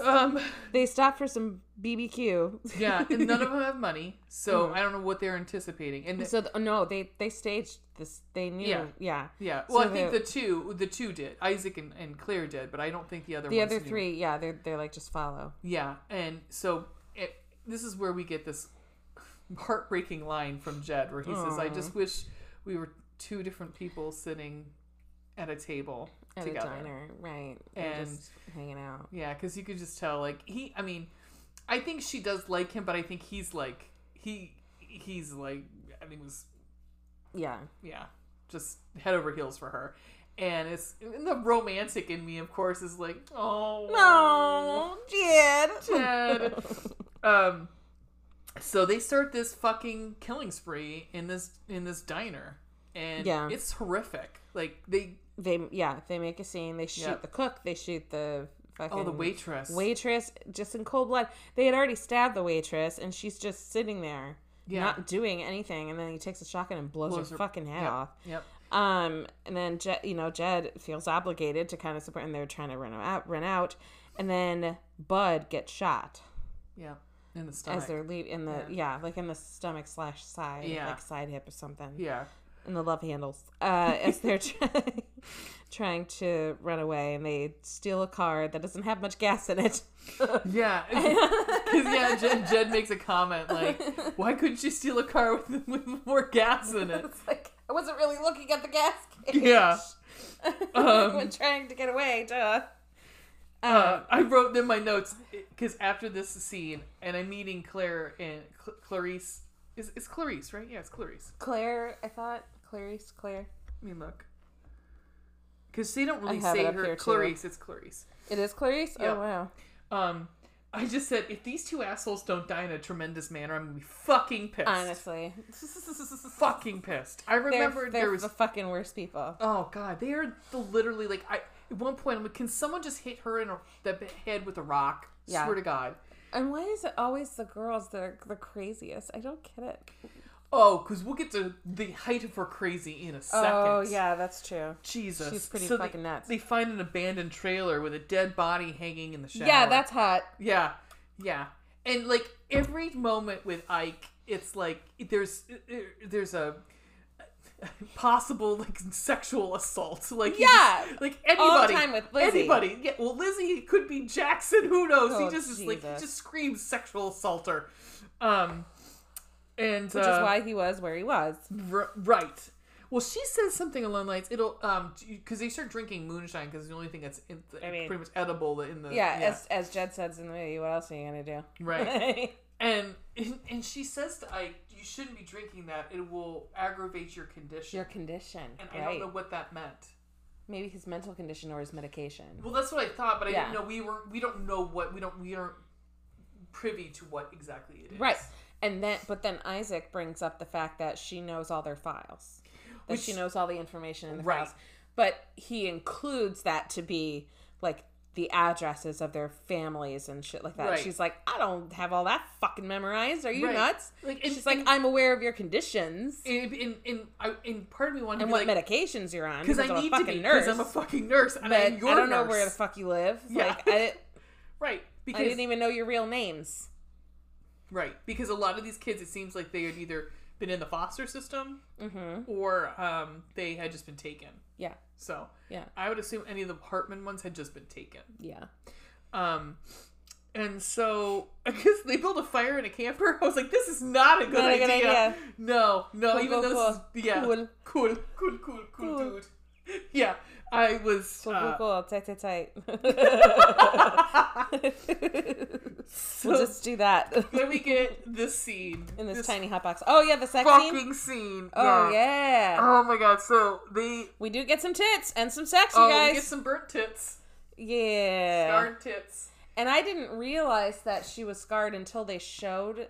Um, They stopped for some BBQ. yeah, and none of them have money, so I don't know what they're anticipating. And Mm-hmm. So th- no, they they staged this. They knew. Yeah. Yeah. yeah, well, so I think the- the two, the two did. Isaac and, and Claire did, but I don't think the other The ones other knew. three, yeah, they're they're like just follow. Yeah, and so it, this is where we get this heartbreaking line from Jed, where he says, "I just wish we were two different people sitting at a table At together." a diner, right? And- just hanging out. Yeah, because you could just tell, like he. I mean, I think she does like him, but I think he's like he he's like I think was Yeah. yeah just head over heels for her, and it's and the romantic in me, of course, is like oh No, Jed. Ted. um, so they start this fucking killing spree in this in this diner, and Yeah. it's horrific. Like they They yeah, they make a scene. They shoot Yep. the cook. They shoot the fucking oh the waitress waitress just in cold blood. They had already stabbed the waitress, and she's just sitting there, Yeah. not doing anything. And then he takes a shotgun and blows, Blows her, her- fucking head Yep. off. Yep. Um, and then Jed, you know, Jed feels obligated to kind of support, and they're trying to run out, run out, and then Bud gets shot Yeah. In the stomach. as they're lead in the yeah. like in the stomach slash side, Yeah. like side hip or something, yeah. in the love handles. Uh, as they're trying trying to run away, and they steal a car that doesn't have much gas in it. Yeah, because yeah, Jed, Jed makes a comment like, "Why couldn't you steal a car with, with more gas in it?" It's like I wasn't really looking at the gas cage. Yeah, Um, when trying to get away, duh. uh, I wrote in my notes because after this scene, and I'm meeting Claire and Cl- Clarice. Is it's Clarice, right? Yeah, it's Clarice. Claire, I thought Clarice, Claire. Let me look. because they don't really have say it up her here, too. Clarice. It's Clarice. It is Clarice? Yeah. Oh, wow. Um, I just said if these two assholes don't die in a tremendous manner, I'm gonna be fucking pissed. Honestly. Fucking pissed. I remembered They're, they're there was the fucking worst people. Oh god, they are the literally like I at one point I'm like, can someone just hit her in her, the head with a rock? Yeah. Swear to God. And why is it always the girls that are the craziest? I don't get it. Oh, because we'll get to the height of her crazy in a second. Oh, yeah, that's true. Jesus, She's pretty So fucking they, nuts. They find an abandoned trailer with a dead body hanging in the shower. Yeah, that's hot. yeah, yeah. And like every moment with Ike, it's like there's uh, there's a possible like sexual assault. Like he Yeah. just- like All the anybody, time with Lizzie. anybody. Yeah, well, Lizzie it could be Jackson. Who knows? Oh, he just is like he Jesus. just screams sexual assaulter. Um, and uh, Which is why he was where he was. R- right. Well, she says something along the lines it'll um because they start drinking moonshine because the only thing that's in, I mean- pretty much edible in the Yeah, as as Jed says in the movie, what else are you gonna do? right and and she says to Ike you shouldn't be drinking that it will aggravate your condition Your condition, and I don't right? know what that meant. Maybe his mental condition or his medication. Well, that's what I thought, but I Yeah. didn't know we were we don't know what we don't we aren't privy to what exactly it is Right. And then, but then Isaac brings up the fact that she knows all their files, that she Which- knows all the information in the Right. files. But he includes that to be like the addresses of their families and shit like that. Right. She's like, I don't have all that fucking memorized. Are you Right. nuts? Like, and- She's like, and- I'm aware of your conditions and, and and and, I, and part of me wanted to be what like medications you're on because I'm I a need to fucking be nurse. because I'm a fucking nurse and but I I'm don't your know nurse. where the fuck you live. Yeah. Like I, right because I didn't even know your real names. Right, because a lot of these kids, it seems like they had either been in the foster system Mm-hmm. or um, they had just been taken. Yeah, So yeah, I would assume any of the Hartman ones had just been taken. yeah. Um, and so I guess they built a fire in a camper. I was like, this is not a good, Not a idea. good idea. No, no, Cool, even cool, though this is, yeah, Cool. cool, cool, cool, cool, Cool. dude. Yeah, I was. Cool, uh, cool, cool. Tight, tight, tight. we'll just do that Then we get this scene in this, this tiny hot box. Oh yeah, the sex scene. fucking scene. Oh yeah. Oh my god! So they We do get some tits and some sex, you Oh, guys. we get some burnt tits. yeah. Darn tits. And I didn't realize that she was scarred until they showed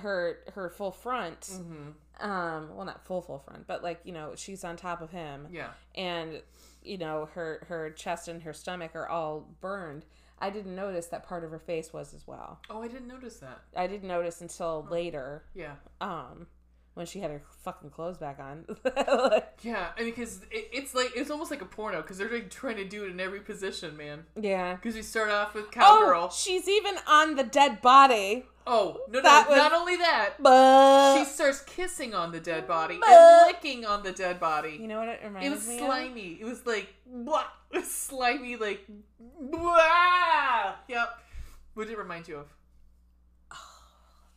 her her full front. Mm-hmm. Um, well, not full full front, but like you know, she's on top of him. Yeah. and you know her her chest and her stomach are all burned i didn't notice that part of her face was as well Oh, I didn't notice that. i didn't notice Hmm. until later Yeah. um when she had her fucking clothes back on Yeah, I mean, because it, it's like it's almost like a porno because they're like, trying to do it in every position, man. yeah Because we start off with oh cowgirl. she's even on the dead body Oh, no, no! That was- Not only that, but she starts kissing on the dead body But- and licking on the dead you body. know what it It reminds was me of slimy. It was like blah, it was slimy, like blah. Yep. What did it remind you of?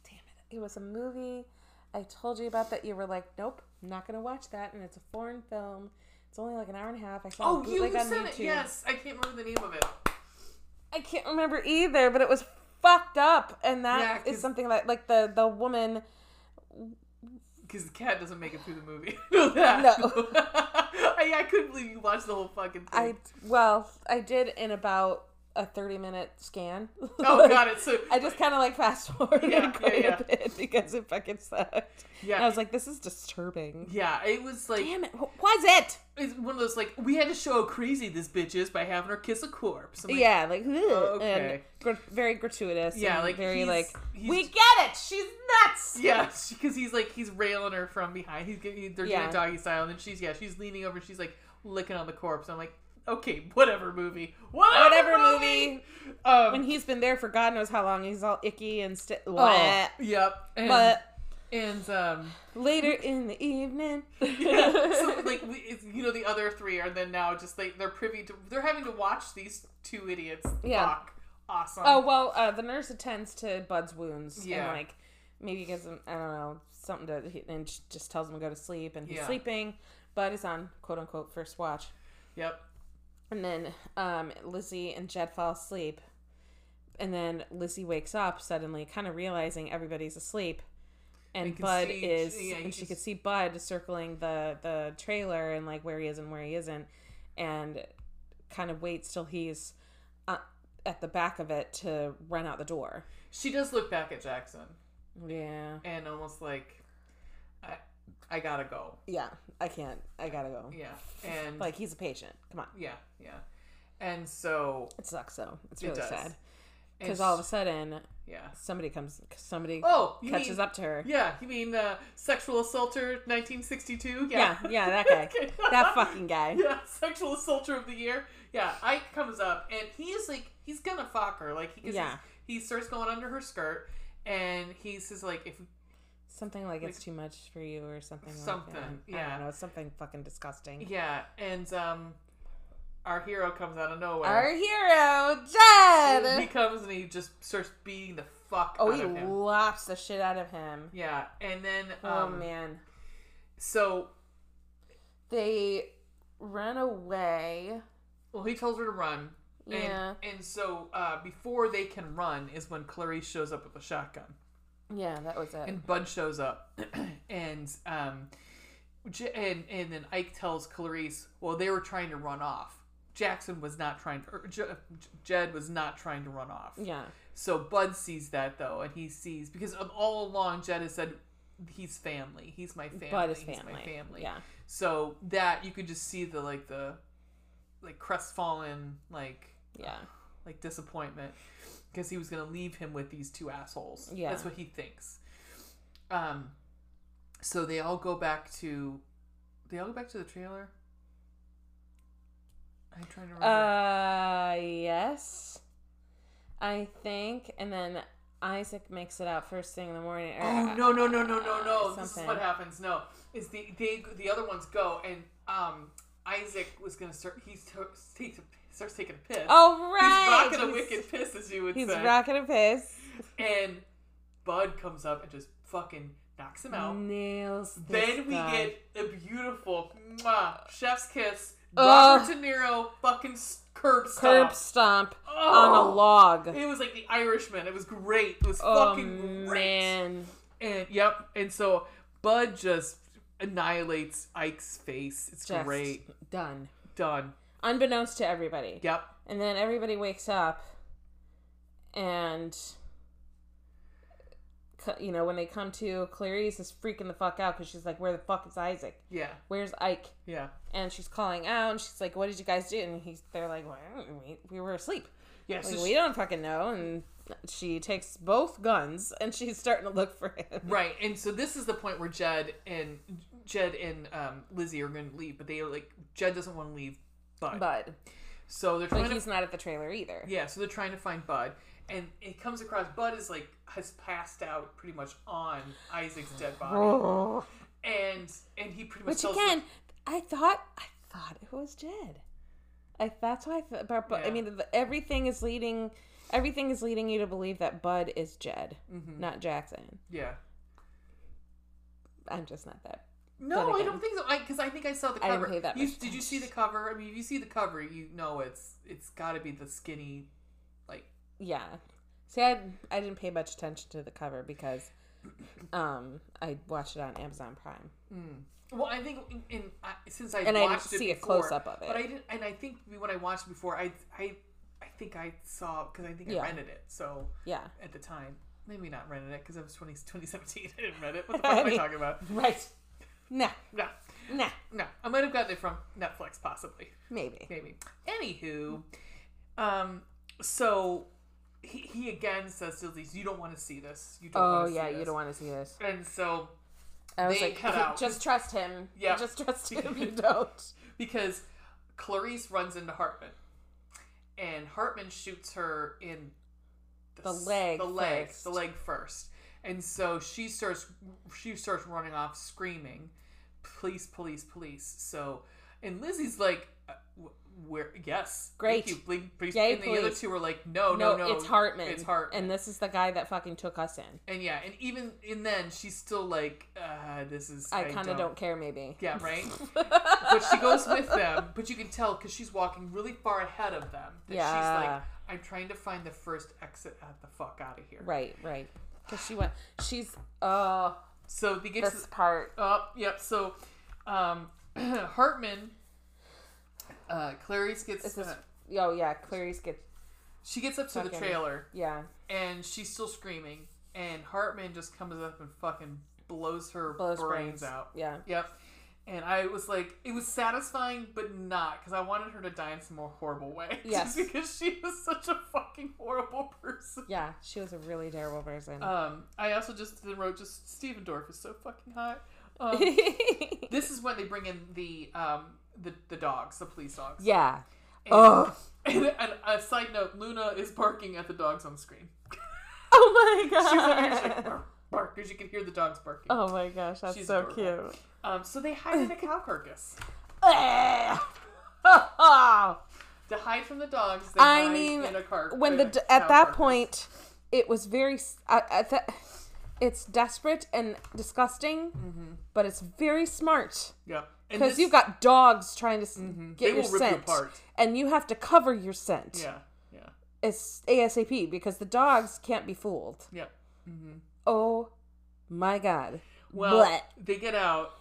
damn it it was a movie i told you about that you were like nope not gonna watch that and it's a foreign film it's only like an hour and a half i saw Oh, it you, bootleg you on said YouTube. it. Yes, I can't remember the name of it. I can't remember either, but it was fucked up, and that is Yeah, 'cause- something that like the the woman. Because the cat doesn't make it through the movie. no, that. No. I, I couldn't believe you watched the whole fucking thing. I well, I did in about a thirty minute scan. oh, got it. So, I just kind of like fast forwarded Yeah, yeah, quite yeah. a bit because it fucking sucked. And I yeah. was like, this is disturbing. Yeah, it was like, Damn it! What was it? it's one of those, like, we had to show how crazy this bitch is by having her kiss a corpse. I'm like, yeah, like ugh, and okay. gr- very gratuitous. Yeah, and like, very he's- like he's- we get it. She's nuts. Yeah, because he's like, he's railing her from behind. He's getting, they're Yeah. doing doggy style, and then she's, yeah, she's leaning over, she's like, licking on the corpse. I'm like, okay, whatever movie. Whatever, Whatever movie. movie. Um, When he's been there for God knows how long, he's all icky and sti- oh, yep. And, But and, um, Later in the evening. Yeah, so like we, it's, you know, the other three are then now just like they're privy to they're having to watch these two idiots Yeah. talk. Awesome. oh well, uh, the nurse attends to Bud's wounds Yeah. and like maybe gives him I don't know something to he- and sh- just tells him to go to sleep and he's Yeah. sleeping. Bud is on quote unquote first watch, Yep. and then um, Lizzie and Jed fall asleep, and then Lizzie wakes up suddenly, kind of realizing everybody's asleep. You And can Bud see- is, yeah, you and she can could s- see Bud circling the the trailer and like where he is and where he isn't, and kind of waits till he's uh, at the back of it to run out the door. She does look back at Jackson Yeah. and almost like, I, I gotta go. Yeah. I can't. I gotta go. Yeah. And Like he's a patient. Come on. yeah, yeah. And so It sucks though. It's It really does. sad and because all of sh- a sudden yeah. somebody comes. Somebody Oh, you catches mean, up to her. Yeah, you mean uh, sexual assaulter 1962? Yeah. Yeah. that guy. Okay. that fucking guy. yeah, sexual assaulter of the year. Yeah, Ike comes up and he is like, he's gonna fuck her. Like, he, 'cause Yeah. he starts going under her skirt and he says, like, if Something like it's too much for you or something. Something, Like that. I yeah. don't know. Something fucking disgusting. yeah, and um, our hero comes out of Our nowhere. hero, He Jed. comes and he just starts beating the fuck Oh, out he of him. lops the shit out of him. yeah, and then Oh um, man. so They run away. well, he tells her to run. And, Yeah. and so uh, before they can run is when Clarice shows up with a shotgun. yeah, that was it. And Bud shows up, and um, J- and and then Ike tells Clarice, "Well, they were trying to run off. Jackson was not trying to. Or J- Jed was not trying to run off. yeah. So Bud sees that though, and he sees because of all along Jed has said." He's family. He's my family. Bud is He's family. my family. Yeah. So that you could just see the like the like crestfallen like Yeah. like disappointment because he was going to leave him with these two assholes. Yeah. that's what he thinks. Um, so they all go back to they all go back to the trailer. I'm trying to remember. Uh, yes. I think. And then Isaac makes it out first thing in the morning. or, oh uh, no no no no no no! This is something. what happens. No, is the they the other ones go and um Isaac was going to start. He starts takes a, starts taking a piss. Oh, He's right. rocking a wicked piss, as you would He's say. rocking a piss. and Bud comes up and just fucking knocks him out. Nails. Mm, This Then we guy. get a beautiful mwah, chef's kiss. Ugh. Robert De Niro fucking s- curb curb stomp. stomp on a Oh. log. It was like the Irishman. It was great. It was Oh fucking great. man. And yep. And so Bud just annihilates Ike's face. It's Just great. done. Done. Unbeknownst to everybody. Yep. And then everybody wakes up, and cu- you know when they come to, Clarice is freaking the fuck out because she's like, "Where the fuck is Isaac? Yeah. Where's Ike?" Yeah. And she's calling out, and she's like, "What did you guys do?" And he's, they're like, well, "We we were asleep. Yeah. So Like, she- we don't fucking know." And she takes both guns, and she's starting to look for him. Right, and so this is the point where Jed and Jed and um, Lizzie are going to leave, but they like Jed doesn't want to leave Bud, Bud, so they're trying but to he's not at the trailer either. yeah, so they're trying to find Bud, and it comes across Bud is like has passed out pretty much on Isaac's dead body, Oh. and and he pretty much Which tells again, I thought I thought it was Jed. I that's why I thought, but, but I Yeah. mean the, everything is leading everything is leading you to believe that Bud is Jed, Mm-hmm. not Jackson. yeah. I'm just not that. No, I again. don't think so. Because I, think I saw the I didn't cover. pay that You- much did you see the cover? I mean, if you see the cover, you know it's it's got to be the skinny, like Yeah. See, I I didn't pay much attention to the cover because um I watched it on Amazon Prime. Well, I think in, in I, since I And I didn't watched see a it before, close-up of it. but I didn't, and I think when I watched it before, I I I think I saw because I think Yeah. I rented it. So Yeah. at the time, maybe not rented it because I was 20, 2017. I didn't rent it. What the fuck am I talking about? Right. Nah. No, Nah. no, I might have gotten it from Netflix, possibly, Maybe. maybe. Anywho, um, so he, he again says to Elise, "You don't want to see this. You don't. Oh want to yeah, see you this." don't want to see this. And so I was They like, cut out. just trust him. Yeah. Just trust him. You don't. because Clarice runs into Hartman, and Hartman shoots her in The s- leg the leg, first. the leg first, and so she starts she starts running off screaming, "Police! Police! Police!" So, and Lizzie's like, uh, wh- "Where? Yes, Great. thank you, ble- please." Yay, and the other police. two are like, "No, No, Oh, no, no, it's Hartman. it's Hartman." And this is the guy that fucking took us in. And yeah, and even in then, she's still like, uh, "This is I kind of don't care, maybe. Yeah, right? but she goes with them, but you can tell because she's walking really far ahead of them. That She's like, Yeah. I'm trying to find the first exit out the fuck out of here. Right, right. Because she went, she's, uh, So they get oh, this part. to, up. yep. So um, Hartman Uh, Clarice gets This is uh, oh yeah, Clarice gets she gets up to the fucking- trailer yeah and she's still screaming, and Hartman just comes up and fucking blows her blows brains out. Yeah, Yep. And I was like, it was satisfying, but not because I wanted her to die in some more horrible way. Yes. Just because she was such a fucking horrible person. yeah, she was a really terrible person. Um, I also just then wrote just Stevendorf is so fucking hot. Um, this is when they bring in the um the, the dogs, the police dogs. yeah. And- Oh, And, and a side note, Luna is barking at the dogs on screen. oh my She's over here, she's like, god. bark, bark, because you can hear the dogs barking. Oh my gosh, that's She's so adorable. cute. Um, so they hide in a cow carcass to hide from the dogs. They I hide mean, in a car- when in the a d- cow at that carcass. point it was very s- I- I th- it's desperate and disgusting but it's very smart yeah, And because Mm-hmm. this- Mm-hmm. you've got dogs trying to s get They your will rip you scent apart. and you have to cover your scent yeah, yeah, it's asap because the dogs can't be fooled yeah. oh my god Well, Blah. they get out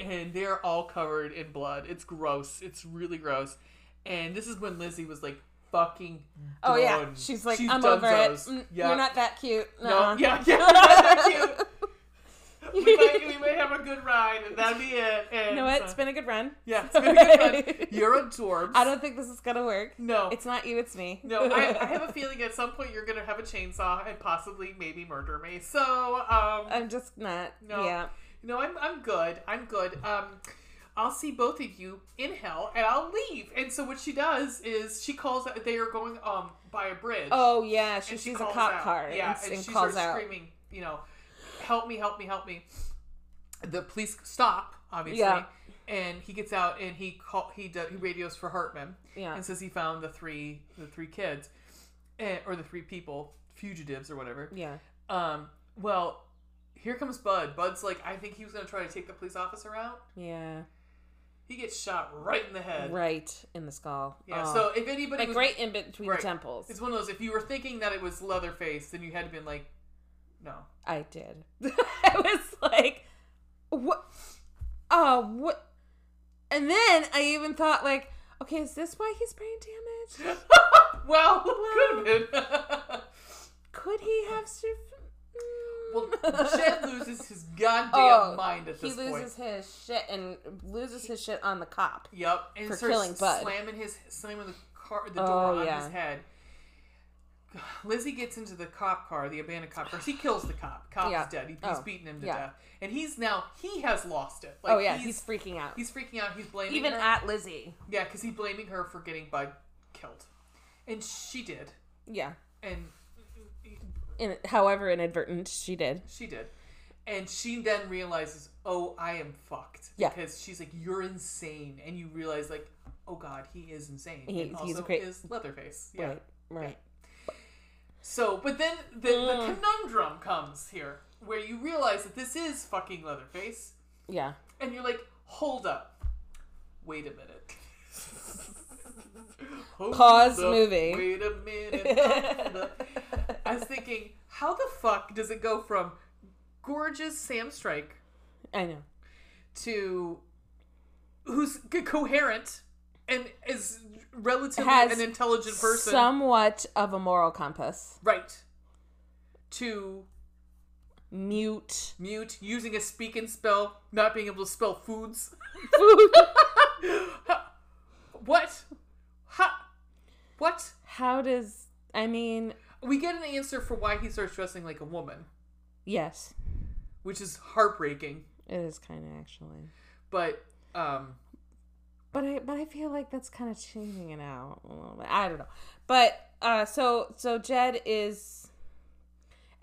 and they're all covered in blood. It's gross. It's really gross. And this is when Lizzie was like fucking. oh yeah done. she's like i'm over donezo's. it Mm, Yeah. you're not that cute No, no yeah, yeah. you're not that cute. we, might, we might have a good ride, and that'll be it. And you know what so- it's been a good run yeah, it's been a good ride. You're a dorm. i don't think this is gonna work No, it's not you it's me no. I, I have a feeling at some point you're gonna have a chainsaw and possibly maybe murder me. So, um, I'm just not. No. Yeah. No, I'm I'm good. I'm good. Um, I'll see both of you in hell, and I'll leave. And so what she does is she calls. out They are going um by a bridge. Oh yeah, she and sees a calls cop out. car Yeah, and, and, and she calls starts out. screaming. You know, help me, help me, help me. The police stop, obviously. Yeah. And he gets out and he call he do, he radios for Hartman Yeah. and says he found the three the three kids, eh, or the three people fugitives or whatever. Yeah. Um, well, here comes Bud. Bud's like, I think he was gonna try to take the police officer out. Yeah. He gets shot right in the head. Right in the skull. Yeah. Oh. So if anybody like was, right in between Right. the temples. it's one of those. If you were thinking that it was Leatherface, then you had to been like, no. I did. I was like, what? Oh, what? And then I even thought like, okay, is this why he's brain damaged? Well, could have been. Could he have survived? well, Jed loses his goddamn Oh, mind at He this point. loses his shit and loses his shit on the cop. Yep, and for starts killing Bud. slamming his slamming the car the Oh, door on yeah. his head. Lizzie gets into the cop car, the abandoned cop car. He kills the cop. Cop's Yeah. dead. He, he's Oh, beaten him to yeah. death, and he's now he has lost it. Like, Oh yeah, he's, he's freaking out. he's freaking out. He's blaming even her. at Lizzie. yeah, because he's blaming her for getting Bud killed, and she did, Yeah. and in, however inadvertent she did. she did, and she then realizes, oh, I am fucked. Yeah. because she's like, you're insane, and you realize like, oh God, he is insane, He- and he's also great- is Leatherface. Yeah. Right, right. So, but then the, Mm. the conundrum comes here where you realize that this is fucking Leatherface, Yeah. and you're like, hold up, wait a minute. Hold Pause up, movie. Wait a minute. hold up. I was thinking, how the fuck does it go from gorgeous Sam Strike I know. to who's co- coherent and is relatively Has an intelligent person? Somewhat of a moral compass. right. To Mute. mute, using a speak and spell, not being able to spell foods. What? Ha! What? How does I mean? We get an answer for why he starts dressing like a woman, Yes, which is heartbreaking, it is kind of actually. but um But I but I feel like that's kind of changing it out a little bit. I don't know. But uh, so so Jed is.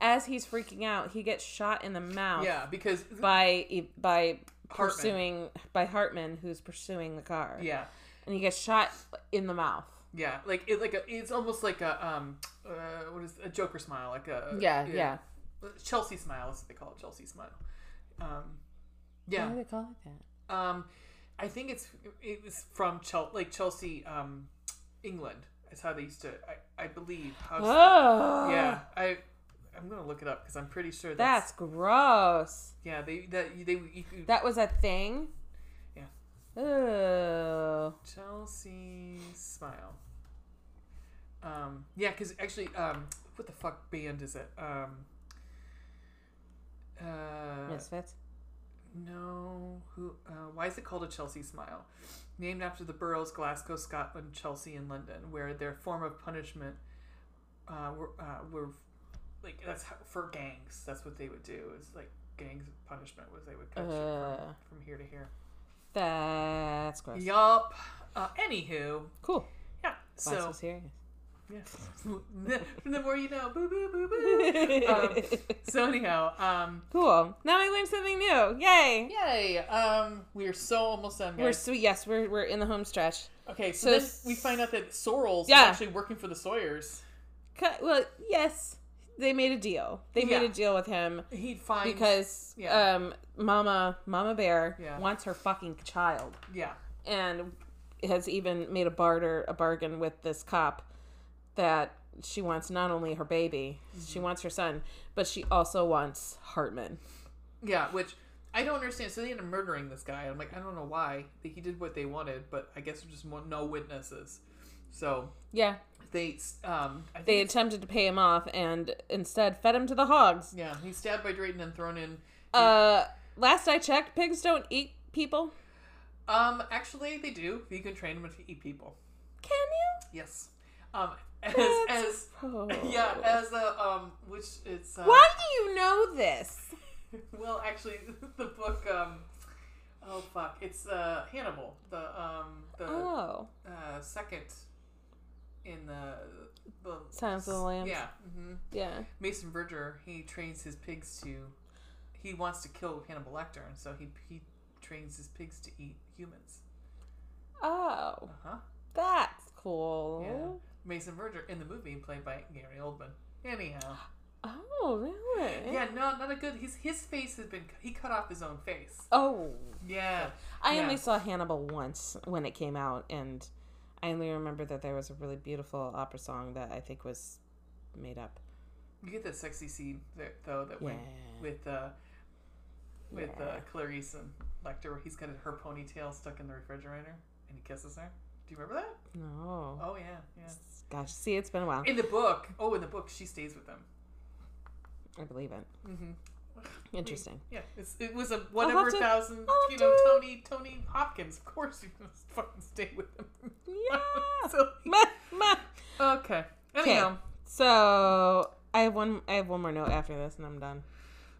As he's freaking out, he gets shot in the mouth yeah, because by e, by Hartman. pursuing by Hartman, who's pursuing the car. yeah, and he gets shot in the mouth. yeah, like it like a, it's almost like a um uh, what is a Joker smile, like a Yeah, yeah. Chelsea smile, that's what they call it, Chelsea smile. Um Why yeah. do they call it that? Um, I think it's it was from Chel- like Chelsea, um, England. Is how they used to, I, I believe. How, Oh, Yeah, I I'm gonna look it up because I'm pretty sure That's that's, gross. yeah they that they, you, you- That was a thing. Yeah. Ooh. Chelsea Smile. Um, yeah, because actually, um, what the fuck band is it? Um, uh, Misfits. No, who? Uh, why is it called a Chelsea Smile? Named after the boroughs Glasgow, Scotland, Chelsea, and London, where their form of punishment uh, were, uh, were like that's how, for gangs. That's what they would do. Is like gangs punishment was they would cut you Uh. from, from here to here. That's gross. Yup. Uh, anywho, Cool. yeah. Why so So serious? yeah. the more you know. Boo boo boo boo. um, so anyhow, um, cool. Now I learned something new. Yay. yay. Um, we are so almost done, guys. We're sweet. Yes, we're we're in the home stretch. Okay, So so, then s- we find out that Sorrels Yeah. is actually working for the Sawyers. Cu- Well, yes, they made a deal. They made Yeah. a deal with him He finds because yeah. um, Mama Mama Bear Yeah. wants her fucking child yeah, and has even made a barter a bargain with this cop that she wants not only her baby, she wants her son, but she also wants Hartman. yeah, which I don't understand. So they end up murdering this guy. I'm like, I don't know why he did what they wanted, but I guess there's just mo- no witnesses. So Yeah, they, um, I think they it's- attempted to pay him off and instead fed him to the hogs. yeah, he's stabbed by Drayton and thrown in. Uh, last I checked, pigs don't eat people. Um, actually, they do. You can train them to eat people. Can you? Yes. Um, as That's- as Oh. yeah, as a um, which it's uh, Why do you know this? Well, actually, the book. Um, oh fuck! It's uh, Hannibal, the um, the Oh, uh, second in the the Silence of the Lambs. Yeah, hmm yeah. Mason Verger. He trains his pigs to. He wants to kill Hannibal Lecter, and so he he trains his pigs to eat humans. Oh, Uh huh. that's cool. Yeah. Mason Verger in the movie, played by Gary Oldman. Anyhow, Oh, really? yeah, no, not a good. His his face has been. He cut off his own face. Oh, Yeah. I Yeah. only saw Hannibal once when it came out, and I only remember that there was a really beautiful opera song that I think was made up. You get that sexy scene there, though that Yeah. when with uh with uh Yeah. Clarice and Lecter where he's got her ponytail stuck in the refrigerator and he kisses her. Do you remember that? No. Oh yeah, yeah. Gosh, see, it's been a while. In the book, oh, in the book, she stays with him. I believe it. Mhm. Interesting. Yeah, it's, it was a have whatever to- thousand, I'll you do know, it. Tony Tony Hopkins. Of course, you must fucking stay with him. Yeah. so, Ma- ma- okay. Anyhow, So I have one. I have one more note after this, and I'm done.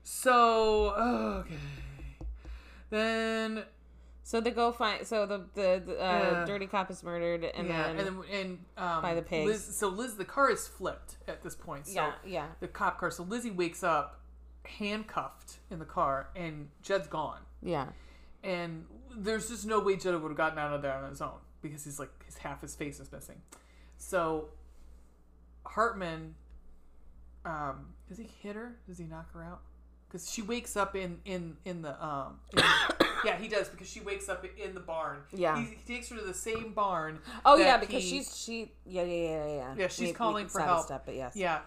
so okay, then So they go find. So the the, the uh, Yeah. dirty cop is murdered, and yeah, then, and then and um, By the pigs. Liz, so Liz, the car is flipped at this point. So yeah, yeah, the cop car. So Lizzie wakes up handcuffed in the car, and Jed's gone. yeah, And there's just no way Jed would have gotten out of there on his own because he's like his half his face is missing. So Hartman, um, does he hit her? Does he knock her out? Because she wakes up in in in the um, in- yeah, he does because she wakes up in the barn. Yeah. he, he takes her to the same barn. Oh that yeah, because he- she's she yeah yeah yeah yeah yeah. Yeah, she's can calling for side help. Step, but yes. Yeah.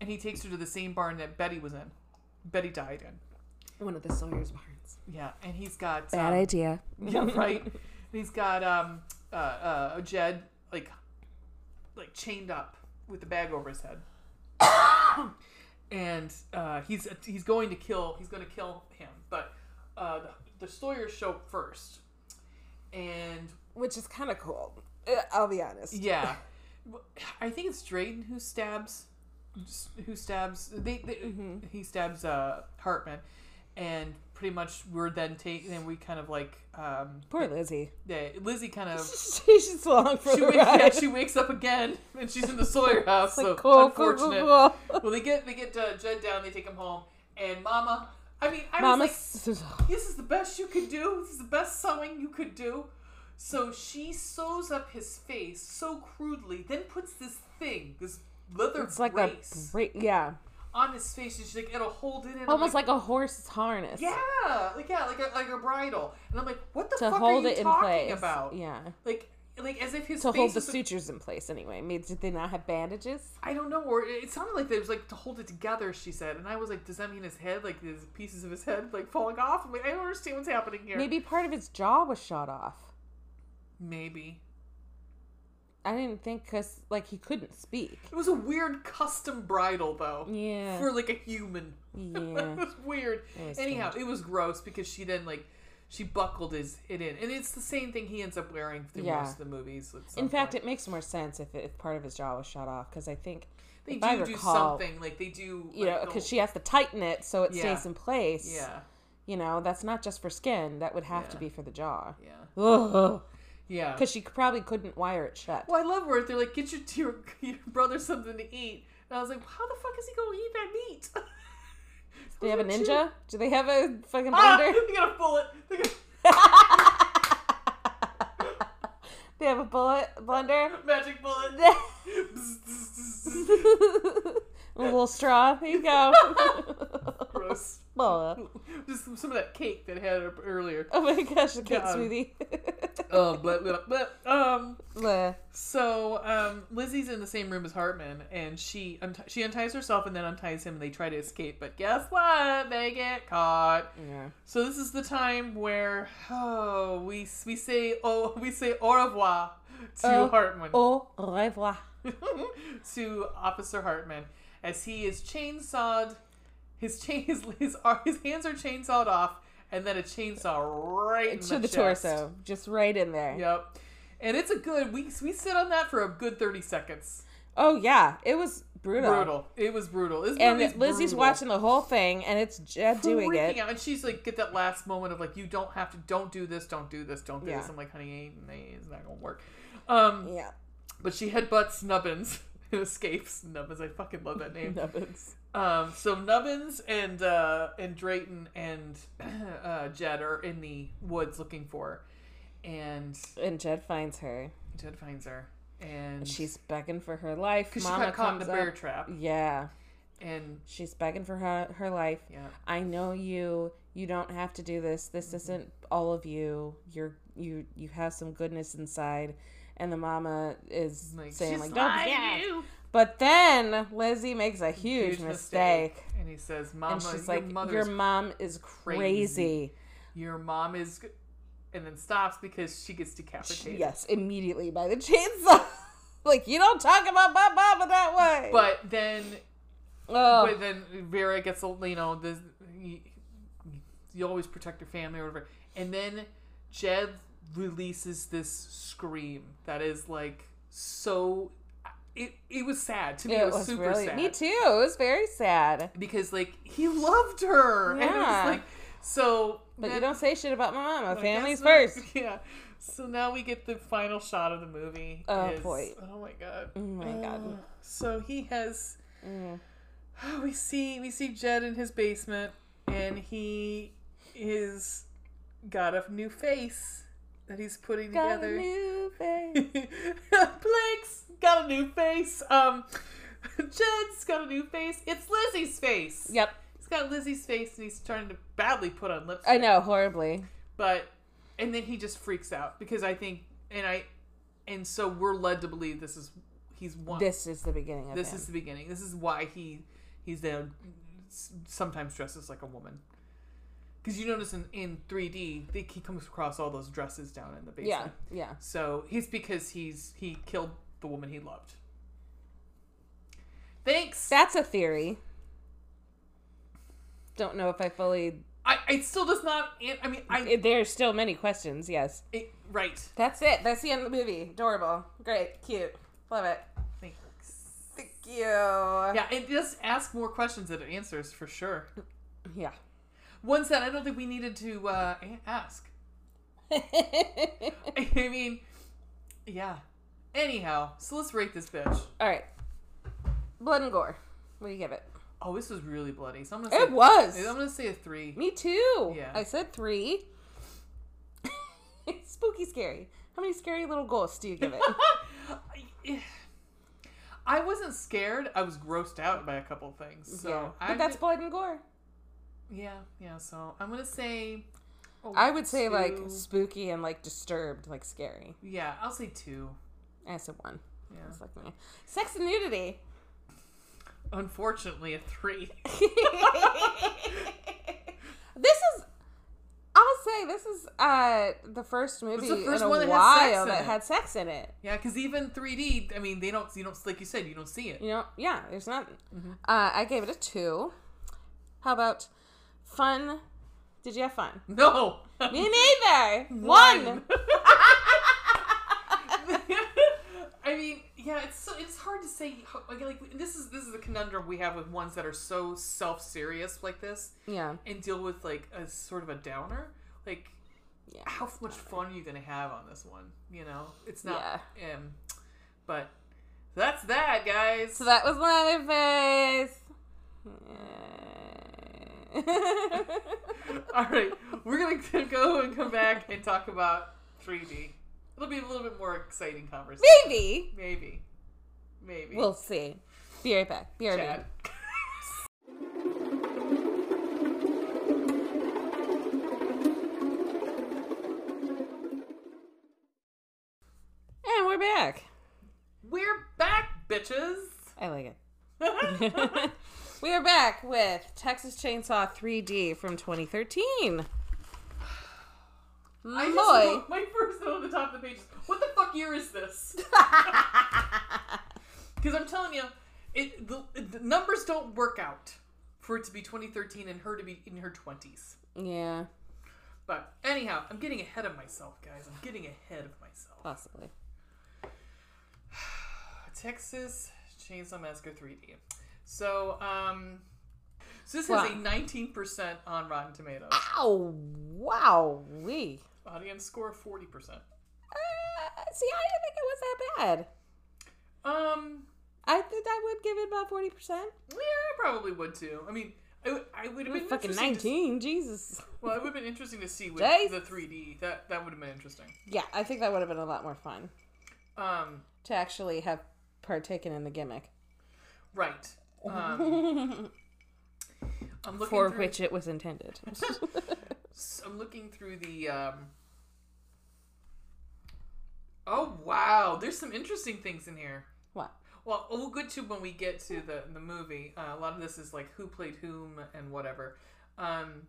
And he takes her to the same barn that Betty was in. Betty died in. One of the Sawyer's barns. Yeah, and he's got um, Bad idea. yeah, right. And he's got um uh, uh Jed like like chained up with a bag over his head. and uh, he's he's going to kill he's going to kill him, but uh, the, the Sawyers show up first. And Which is kind of cool. Uh, I'll be honest. Yeah, W- I think it's Drayton who stabs, who stabs. They, they Mm-hmm. he stabs uh, Hartman, and pretty much we're then take. Then we kind of like um, Poor Lizzie. yeah, Lizzie kind of. she's just along for She the wakes, ride. yeah, she wakes up again, and she's in the Sawyer house. Like, so cool, cool, cool, unfortunate. cool. Well, they get they get uh, Jed down. They take him home, and Mama. I mean, I was Mama. like, this is the best you could do. This is the best sewing you could do. So she sews up his face so crudely, then puts this thing, this leather It's like brace, a bra- yeah, on his face, and she's like, "It'll hold it in." I'm almost like a horse harness. yeah, like yeah, like a, like a bridle. And I'm like, "What the To fuck hold are you it in talking place. about?" Yeah. Like, like as if his to face hold the was sutures in place anyway. Maybe did they not have bandages? I don't know, or it sounded like they was like to hold it together. She said, and I was like, does that mean his head, like his pieces of his head, like falling off? I'm like, I don't understand what's happening here. Maybe part of his jaw was shot off. Maybe. I didn't think because like he couldn't speak. it was a weird custom bridle though. Yeah. for like a human. it Yeah. was weird. It was Anyhow, it was gross because she then like she buckled his it in, and it's the same thing he ends up wearing through Yeah. most of the movies. at some In fact, point. it makes more sense if, if part of his jaw was shot off because I think they if I do do recall, something like they do. you like, know the- because she has to tighten it so it Yeah. stays in place. yeah, You know that's not just for skin; that would have to Yeah. be for the jaw. yeah, Ugh. yeah. Because she probably couldn't wire it shut. Well, I love where they're like, get your, your your brother something to eat, and I was like, how the fuck is he gonna eat that meat? Do they have a Chew- ninja? Do they have a fucking Ah, blender? they got a bullet. They got they have a bullet blender? a magic bullet. a little straw. There you go. Gross. Bullet. Just some some of that cake that I had up earlier. Oh my gosh, a cake God. smoothie. Oh, but but but um. Bleh. So um, Lizzie's in the same room as Hartman, and she unt- she unties herself and then unties him, and they try to escape. But guess what? They get caught. Yeah. So this is the time where oh we we say oh we say au revoir to Oh. Hartman Au revoir. to Officer Hartman as he is chainsawed. His chain his his, ar- his hands are chainsawed off, and then a chainsaw right in To the, chest. torso, just right in there. Yep. And it's a good we we sit on that for a good thirty seconds. Oh yeah, it was brutal. brutal. It was brutal. This And movie's Lizzie's brutal. watching the whole thing, and it's Jed doing Freaking it. out. and she's like, get that last moment of like, you don't have to, don't do this, don't do this, don't do Yeah. this. I'm like, honey, ain't, ain't- it's not gonna work. Um, Yeah. but she headbutts Nubbins and escapes. Nubbins, I fucking love that name. Nubbins. Um, so Nubbins and uh, and Drayton and uh, Jed are in the woods looking for her, and And Jed finds her. Jed finds her, and She's begging for her life. because she Mama got caught in comes the bear up. trap, Yeah. and She's begging for her, her life. yeah, Mm-hmm. I know you. You don't have to do this. This isn't all of you. You're you you have some goodness inside. And the mama is like, saying she's like, "Don't lying yeah." to you. But then Lizzie makes a huge, mistake. And he says, "Mama, and she's your like, mother's, "Your mom is crazy." crazy." your mom is," g-" and then stops because she gets decapitated. Yes, immediately by the chainsaw. like you don't talk about my mama that way. But then, oh, but then Vera gets, a- you know, this, you, you always protect your family or whatever. And then Jed releases this scream that is like so. It it was sad to me. It, was, super sad. Me too. It was very sad. Because like he loved her, and it Yeah. was like so. But you then- don't say shit about my mama. Like, Families that's first. not- Yeah. So now we get the final shot of the movie. Oh, boy. Oh my god. Oh my god. Uh, so he has. Mm. We see we see Jed in his basement, and he is got a new face that he's putting Got a together. new face. Blake's got a new face. Um, Jed's got a new face. It's Lizzie's face. Yep. He's got Lizzie's face, and he's trying to badly put on lipstick. I know, horribly. but and then he just freaks out because I think and I and so we're led to believe this is he's one this, This is the beginning of him. is the beginning this is why he he's now s- sometimes dresses like a woman because you notice in, in 3D they, he comes across all those dresses down in the basement yeah, yeah. so he's because he's he killed the woman he loved thanks That's a theory. Don't know if I fully. I it still does not I mean I It, there are still many questions. Yes. it, right That's it. That's the end of the movie. Adorable. Great. Cute. Love it. thanks Thank you. Yeah. yeah and just ask more questions than it answers for sure Yeah. ones that I don't think we needed to uh, a- ask. I mean, yeah. Anyhow, so let's rate this bitch. All right. Blood and gore. What do you give it? Oh, this was really bloody. So I'm gonna say It was. I'm gonna say a three. Me too. Yeah. I said three. it's spooky scary. How many scary little ghosts do you give it? I- I wasn't scared. I was grossed out by a couple things. So yeah. I But that's did- blood and gore. yeah, yeah. So I'm gonna say, Oh, I would say like two. spooky and like disturbed, like scary. yeah, I'll say two. I said one. Yeah. That's like me. Sex and nudity. Unfortunately, a three. this is. I'll say this is uh, the first movie first in a one that had sex while in that it. had sex in it. yeah, because even 3D, I mean, they don't, you don't, like you said, you don't see it. You know, yeah, there's nothing. Mm-hmm. Uh, I gave it a two. How about fun? Did you have fun? No. Me neither. One. One. I mean, yeah, it's so, it's hard to say. how- Like, like this is this is a conundrum we have with ones that are so self serious like this Yeah. and deal with like a sort of a downer. Like, Yeah, how much fun are you gonna have on this one? You know, it's not. Um, but that's that, guys. So that was Leatherface. All right, we're gonna go and come back and talk about 3D. It'll be a little bit more exciting conversation. Maybe. Maybe. Maybe. We'll see. Be right back. Be right back. Chad. And we're back. We're back, bitches. I like it. we are back with Texas Chainsaw 3D from 2013. I just Loy. wrote- my first note on the top of the page is, what the fuck year is this? Because I'm telling you, it the, the numbers don't work out for it to be 2013 and her to be in her 20s. yeah, But anyhow, I'm getting ahead of myself, guys. I'm getting ahead of myself. Uh, possibly. Texas Chainsaw Massacre 3D. So, um, so this has Wow. a 19% on Rotten Tomatoes. Oh, wow. We. Audience score 40%. Uh, see, I didn't think it was that bad. Um, I think I would give it about 40%. yeah, I probably would too. I mean, I, w- I would have been Fucking interesting to- 19, Jesus. well, it would have been interesting to see with Jeez. the 3D. That that would have been interesting. Yeah, I think that would have been a lot more fun Um, to actually have partaken in the gimmick. right. Um, I'm looking For through, which it was intended. I'm looking through the. Um, oh wow, there's some interesting things in here. what? Well, oh, we'll get to when we get to the the movie. Uh, a lot of this is like who played whom and whatever. Um,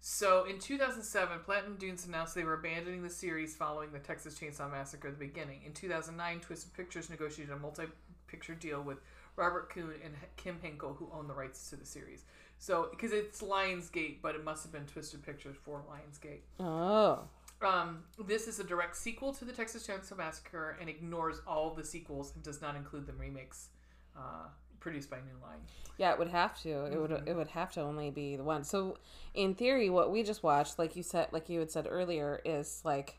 so in 2007, Platinum Dunes announced they were abandoning the series following the Texas Chainsaw Massacre at the beginning. In 2009, Twisted Pictures negotiated a multi-picture deal with Robert Kuhn and H- Kim Henkel, who own the rights to the series. So because it's Lionsgate, but it must have been Twisted Pictures for Lionsgate. Oh. Um, this is a direct sequel to the Texas Chainsaw Massacre and ignores all the sequels and does not include the remakes uh, produced by New Line. Yeah, it would have to. It would it would have to only be the one. So in theory, what we just watched, like you said like you had said earlier, is like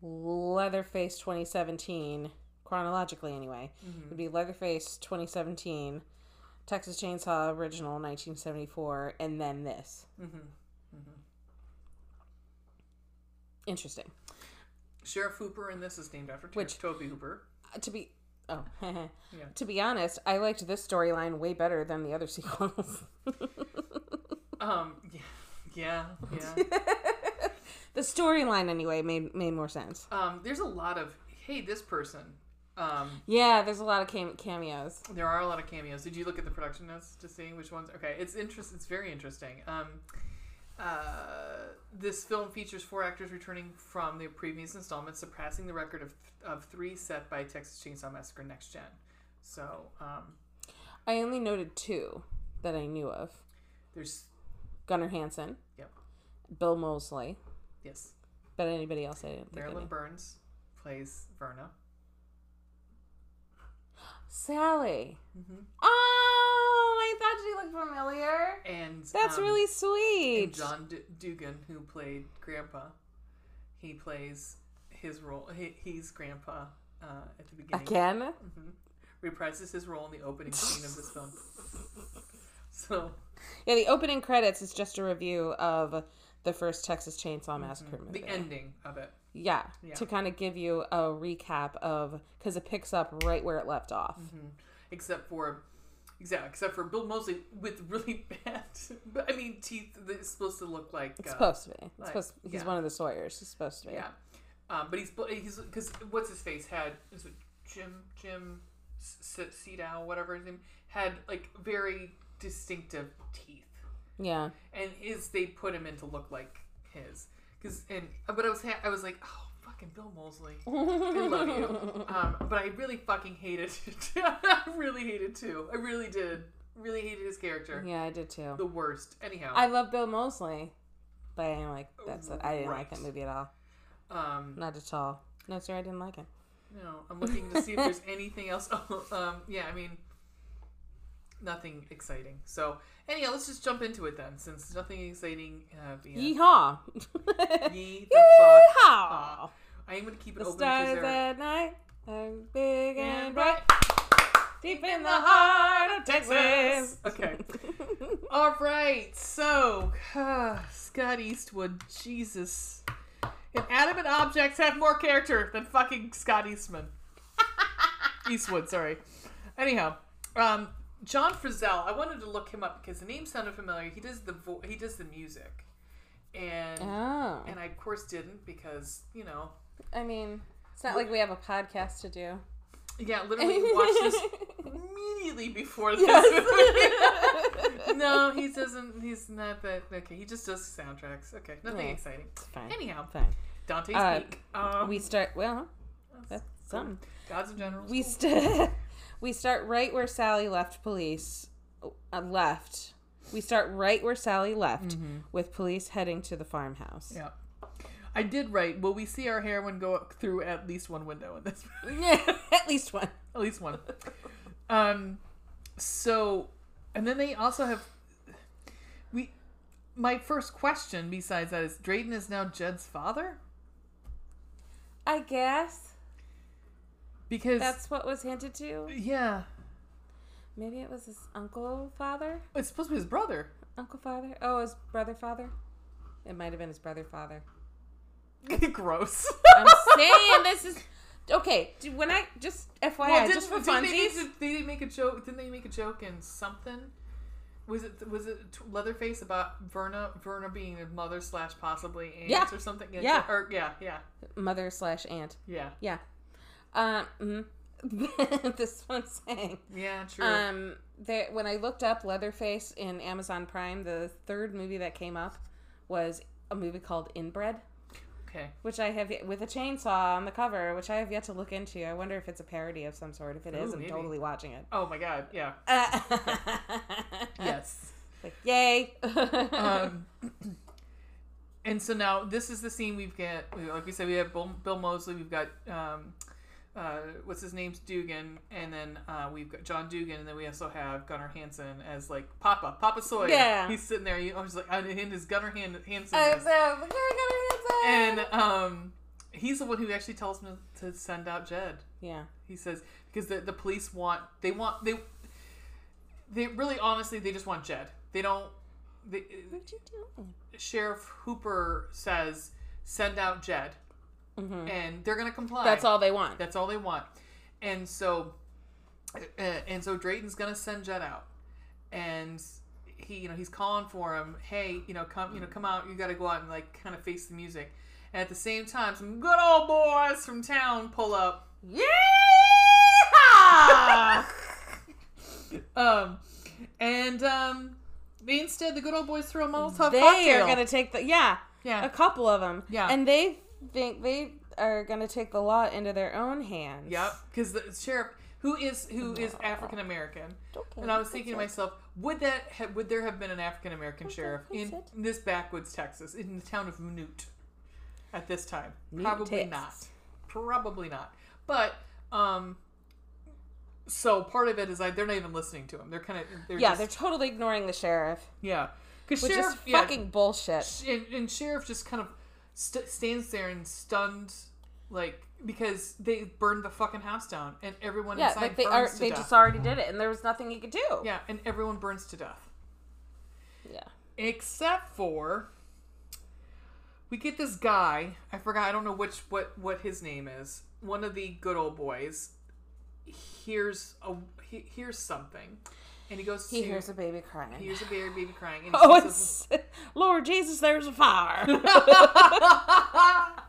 Leatherface twenty seventeen, chronologically anyway. It would be Leatherface twenty seventeen, Texas Chainsaw Original nineteen seventy four, and then this. Interesting. Sheriff Hooper in this is named after Which- Toby Hooper. Uh, To be oh to be honest, I liked this storyline way better than the other sequels. Um, yeah, yeah, yeah. the storyline anyway made made more sense. um, there's a lot of hey, this person. Um, Yeah, there's a lot of cam- cameos. there are a lot of cameos. Did you look at the production notes to see which ones? Okay, it's interest. It's very interesting. Um, uh, this film features four actors returning from their previous installments, surpassing the record of of three set by Texas Chainsaw Massacre Next Gen. So um, I only noted two that I knew of: there's Gunnar Hansen, yep, Bill Mosley, yes, but anybody else I didn't think I Marilyn knew. Burns plays Verna. Sally. Mm-hmm. Oh, I thought she looked familiar. And That's um, really and sweet. John D- Dugan, who played Grandpa, he plays his role. He, he's Grandpa uh, at the beginning. Again, reprises his role in the opening scene of this film. So, yeah. The opening credits is just a review of the first Texas Chainsaw Massacre movie. Mm-hmm. the ending of it. yeah, Yeah. to kind of give you Mm-hmm. a recap of because it picks up right where it left off. Except for Exactly, except for Bill Mosley with really bad, but I mean, teeth that's supposed to look like. It's uh, supposed to be. It's like, supposed he's yeah. one of the Sawyers. He's supposed to be. Yeah. Um, but he's he's because what's his face had is it Jim Jim Cedow whatever his name had like very distinctive teeth, Yeah. and his they put him in to look like his because and uh, but I was ha- I was like oh fucking Bill Mosley I love you um, but I really fucking hated I really hated too I really did really hated his character Yeah, I did too. the worst anyhow I love Bill Mosley, but I didn't like that's it. I didn't like Right. that movie at all. um Not at all. No, sir, I didn't like it. No, I'm looking to see if there's anything else. Oh, um, yeah, I mean, nothing exciting. So, anyhow, let's just jump into it then, since nothing exciting. Uh, yeah. Yeehaw! Yee the fuck. Yeehaw! I am going to keep it The open because stars they're at night are big and and bright, bright deep in the heart of Texas. Okay. All right. So, ah, Scott Eastwood, Jesus. Inanimate objects have more character than fucking Scott Eastman. Eastwood, sorry. Anyhow, um, John Frizzell. I wanted to look him up because the name sounded familiar. He does the vo- he does the music, and Oh, and I of course didn't because you know I mean, it's not like we have a podcast to do. yeah literally watched this immediately before this. Yes. no, he doesn't. He's not that. Okay, he just does soundtracks. Okay, nothing Yeah. exciting. Fine. Anyhow, Fine. Dante's Uh, Peak. Um, We start. Well, that's that's something. Gods in General. We st- we start right where Sally left police uh, left. We start right where Sally left with police heading to the farmhouse. yeah. I did write. Will we see our heroine go up through at least one window in this? At least one. at least one. Um, so, and then they also have. We, my first question besides that is Drayden is now Jed's father I guess because that's what was hinted to. yeah, Maybe it was his uncle father. it's supposed to be his brother. Uncle father? Oh, his brother father? It might have been his brother father. Gross. I'm saying this is Okay, do- when I just FYI, didn't- just for didn't They, funsies. make a- they didn't make a joke. Didn't they make a joke in something? Was it was it t- Leatherface about Verna Verna being their mother slash possibly aunt Yeah. or something? Yeah. Or, yeah. Yeah. Mother slash aunt. Yeah. Yeah. Um, mhm. this one's saying. Yeah. True. Um, there, when I looked up Leatherface in Amazon Prime, the third movie that came up was a movie called Inbred, okay. which I have with a chainsaw on the cover, which I have yet to look into. I wonder if it's a parody of some sort. If it is, Ooh, I'm maybe. totally watching it. Oh my God. Yeah. Uh, Yes. like, yay! um, and so now this is the scene we've got. Like we said, we have Bill, Bill Mosley. We've got um, uh, what's his name's Dugan, and then uh, we've got John Dugan, and then we also have Gunnar Hansen as like Papa, Papa Sawyer. Yeah. he's sitting there. I was like, and in his Gunnar Han- Hansen. I is- was, uh, like, I got an answer! and um, he's the one who actually tells him to send out Jed. yeah, He says because the the police want they want they they really honestly they just want Jed. They don't. They, what you doing? Sheriff Hooper says, send out Jed. And they're going to comply. Mm-hmm. That's all they want. That's all they want. And so, uh, and so Drayton's going to send Jed out. And he, you know, he's calling for him. Hey, you know, come, you know, come out. You got to go out and like kind of face the music. And at the same time, some good old boys from town pull up. Yeah! Um, and um, they instead the good old boys throw a Molotov they cocktail. are gonna take the yeah. yeah. a couple of them. Yeah. And they think they are going to take the law into their own hands. Yep, because the sheriff, who is who is African American, Okay. and I was thinking to myself, would that ha- would there have been an African American sheriff in that's this backwoods Texas, in the town of Newt, at this time? Newt, Probably Texas. not. Probably not. But um, so part of it is like they're not even listening to him. They're kind of they're Yeah, just- they're totally ignoring the sheriff, yeah because which sheriff is yeah, fucking bullshit. sh- and, and sheriff just kind of st- stands there and stunned like because they burned the fucking house down and everyone Yeah, inside like they are burns to they death. just already did it and there was nothing you could do. yeah and everyone burns to death Yeah. except for we get this guy i forgot i don't know which what what his name is one of the good old boys hears a he, hears something and he goes He to hears a baby crying. he hears a bear baby crying. And he oh, sees a- it's Lord Jesus, there's a fire. I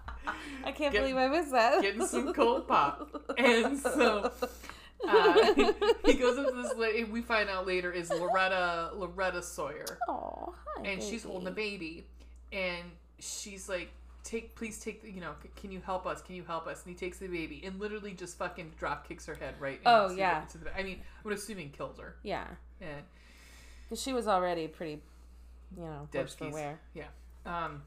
can't Get- believe I missed that. getting some cold pop, and so uh, he goes up to this lady. We find out later is Loretta Loretta Sawyer, Oh, hi. and she's baby. holding a baby, and she's like, "Take, please take, the, you know, c- can you help us? Can you help us?" And he takes the baby and literally just fucking drop kicks her head right. Oh, into the- yeah. into the- I mean, I'm assuming killed her. Yeah, Yeah. because she was already pretty, you know, Dead worse for skis. wear. Um,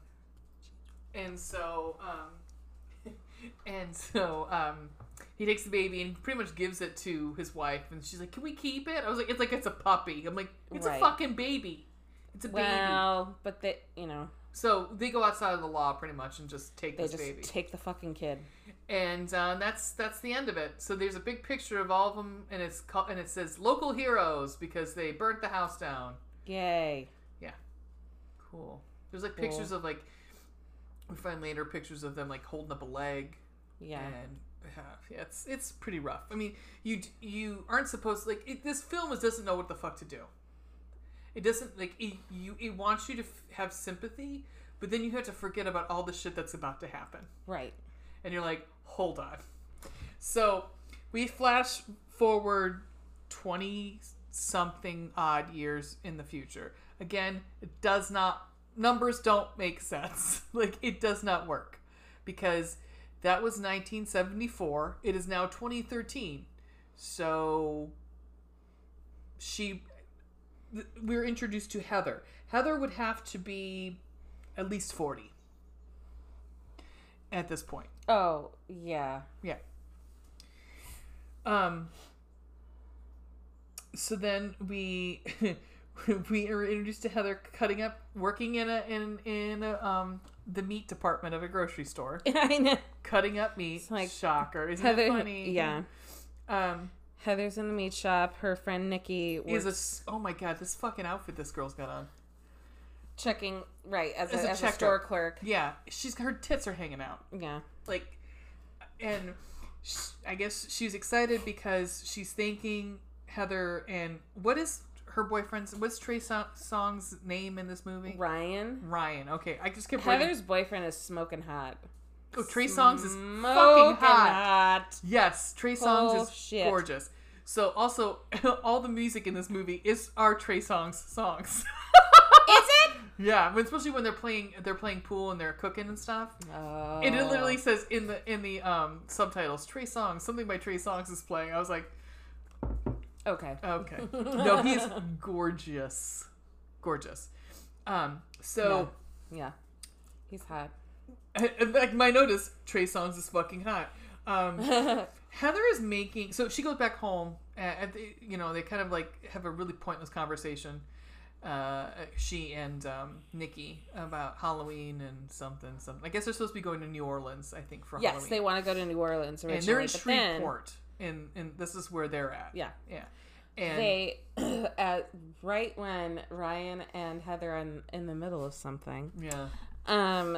and so, um, and so, um, he takes the baby and pretty much gives it to his wife, and she's like, "Can we keep it?" I was like, "It's like it's a puppy." I'm like, "It's Right. a fucking baby. It's a baby." Well, but they, you know, So they go outside of the law pretty much and just take they this just baby, take the fucking kid. and uh, that's that's the end of it. So there's a big picture of all of them, and it's called, and it says "Local Heroes" because they burnt the house down. Yay. Cool. There's like Cool. pictures of like we find later pictures of them like holding up a leg. Yeah. and uh, yeah, it's it's pretty rough. I mean, you d- you aren't supposed like it, this film is doesn't know what the fuck to do. It doesn't like it, you it wants you to f- have sympathy, but then you have to forget about all the shit that's about to happen, Right. and you're like, hold on. So we flash forward twenty something odd years in the future. Again, it does not numbers don't make sense. Like it does not work because that was 1974. It is now 2013. So she th- we were introduced to Heather. Heather would have to be at least 40 at this point. Oh, yeah. Yeah. Um. So then we we are introduced to Heather cutting up, working in a in in a, um the meat department of a grocery store, I know. cutting up meat. like Shocker, isn't Heather. it funny? Yeah. Um. Heather's in the meat shop. Her friend Nikki was Is a s- oh my god, this fucking outfit this girl's got on. checking right as, As a, a as a checker. store clerk. Yeah, she's her tits are hanging out. Yeah. like and sh i guess she's excited because she's thanking heather and what is her boyfriend's what's trey so- song's name in this movie Ryan. ryan okay i just kept writing Heather's boyfriend is smoking hot. oh, trey songs is fucking Smoking hot yes trey songs Oh, is shit. gorgeous so also all the music in this movie is our trey songs songs Is it? yeah but especially when they're playing they're playing pool and they're cooking and stuff Oh. It literally says in the in the um, subtitles, Trey Songs, something by Trey Songs is playing. I was like, Oh. Okay. okay, no, he's gorgeous, gorgeous. Um, so Yeah. He's hot. like my note is Trey Songs is fucking hot. Um, Heather is making so she goes back home. And, and they- you know, they kind of like have a really pointless conversation. Uh, she and um, Nikki about Halloween and something, something. I guess they're supposed to be going to New Orleans, I think, for yes, Halloween. they want to go to New Orleans originally. and they're in but then- Shreveport, and and this is where they're at. Yeah. yeah. And They, at, right when Ryan and Heather are in, in the middle of something, yeah, um,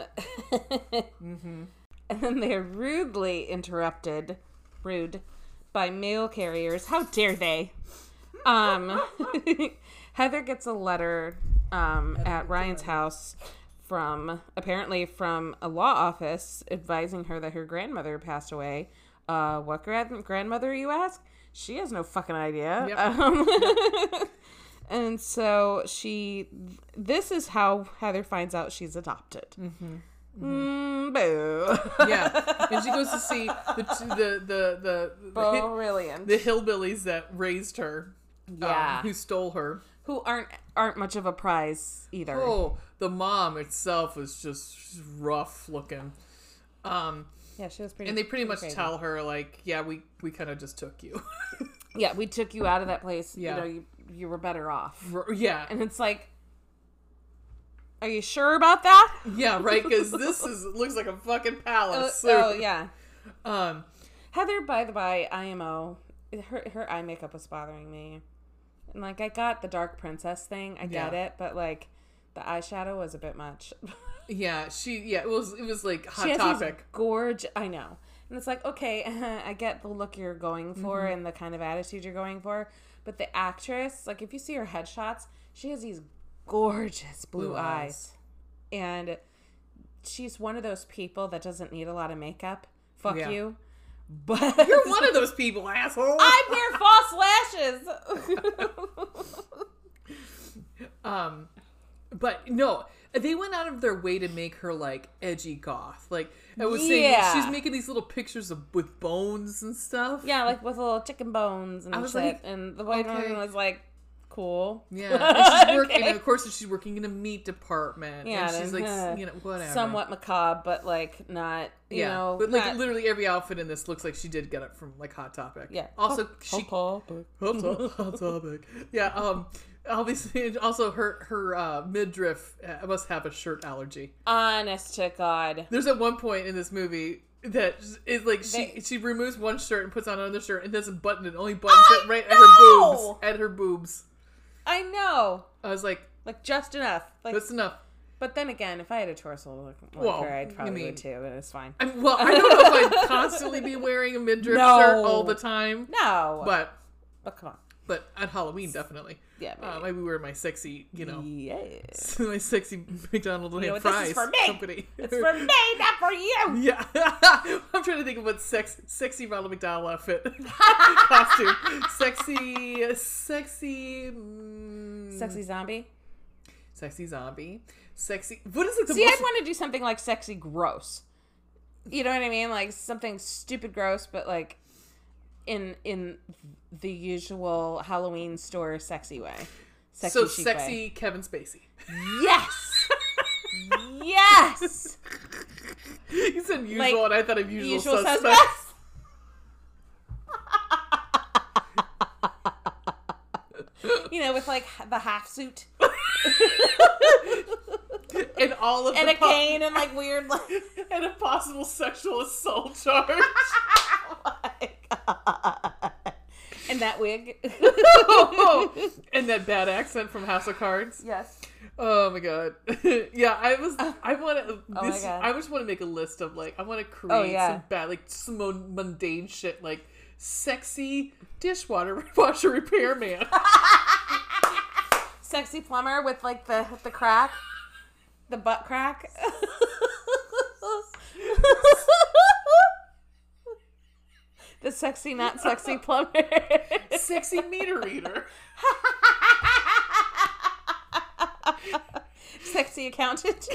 mm-hmm. and then they are rudely interrupted, rude, by mail carriers. How dare they? Um, Heather gets a letter um, at Ryan's house from apparently from a law office advising her that her grandmother passed away. Uh, what grand- grandmother, you ask? She has no fucking idea. Yep. Um, and so she, this is how Heather finds out she's adopted. Mm-hmm. Mm, boo. yeah. And she goes to see the t- the the the the, hi- Brilliant. the hillbillies that raised her. um, Yeah. who stole her? Who aren't aren't much of a prize either. Oh, the mom itself was just she's rough looking. Um, Yeah, she was pretty. and they pretty much crazy. tell her like, yeah, we we kind of just took you. Yeah, we took you out of that place. Yeah. You know, you, you were better off. yeah, And it's like, are you sure about that? yeah, right. Because this is looks like a fucking palace. oh yeah. Um, Heather, by the by, IMO, her her eye makeup was bothering me, and like I got the dark princess thing, I get Yeah. it, but like the eyeshadow was a bit much. Yeah, she yeah, it was it was like hot she has these topic. gorge, I know, And it's like, okay, I get the look you're going for and the kind of attitude you're going for. But the actress, like, if you see her headshots, she has these gorgeous blue, Blue eyes. eyes. And she's one of those people that doesn't need a lot of makeup. Fuck Yeah. you. But You're one of those people, asshole. I wear false lashes. Um, but no, they went out of their way to make her like edgy goth. Like I was Yeah. saying, she's making these little pictures of with bones and stuff. yeah, like with little chicken bones and I was shit. like, and the white okay. woman was like, cool. Yeah, and she's working. Okay. Of course, she's working in a meat department. Yeah, and she's then, like, uh, s- you know, whatever. somewhat macabre, but like not, you yeah, know, but like not- literally every outfit in this looks like she did get it from like Hot Topic. yeah. Also, Hop- she hop- hop. Hot to- hot topic. Yeah. Um. Obviously, and also her her uh, midriff uh, must have a shirt allergy. honest to God, There's at one point in this movie that is like she They- she removes one shirt and puts on another shirt and doesn't button it, only buttons I it right at her know! boobs. At her boobs. I know, I was like, like just enough. Like, that's enough. but then again, if I had a torso look like Well, her, I'd you probably mean- would too, and it's fine. I mean, well, I don't know if I'd constantly be wearing a midriff No. shirt all the time, No, but, but come on, but at Halloween definitely. yeah, Uh, maybe. maybe wear my sexy, you know, yes, my sexy McDonald's and know what, this is fries for me! company. it's for me, not for you. Yeah, I'm trying to think of what sex, sexy Ronald McDowell outfit costume, sexy, sexy, mm, Sexy zombie. sexy zombie, sexy. What is it? The See, I'd most, want to do something like sexy gross. You know what I mean? Like something stupid gross, but like in in the usual Halloween store sexy way. Sexy so chic sexy way. Kevin Spacey. Yes. yes. you said usual, Like, and I thought of usual, Usual suspects. suspects. you know, with like the half suit and all of and the a po- cane and like weird like and a possible sexual assault charge. and that wig. and that bad accent from House of Cards. yes. Oh my god. yeah, I was I want to Oh. my this God. Oh, I just want to make a list of like I want to create yeah. some bad like some mon- mundane shit like sexy dishwater washer repairman. sexy plumber with like the the crack, the butt crack. the sexy not sexy plumber. sexy meter reader. sexy accountant.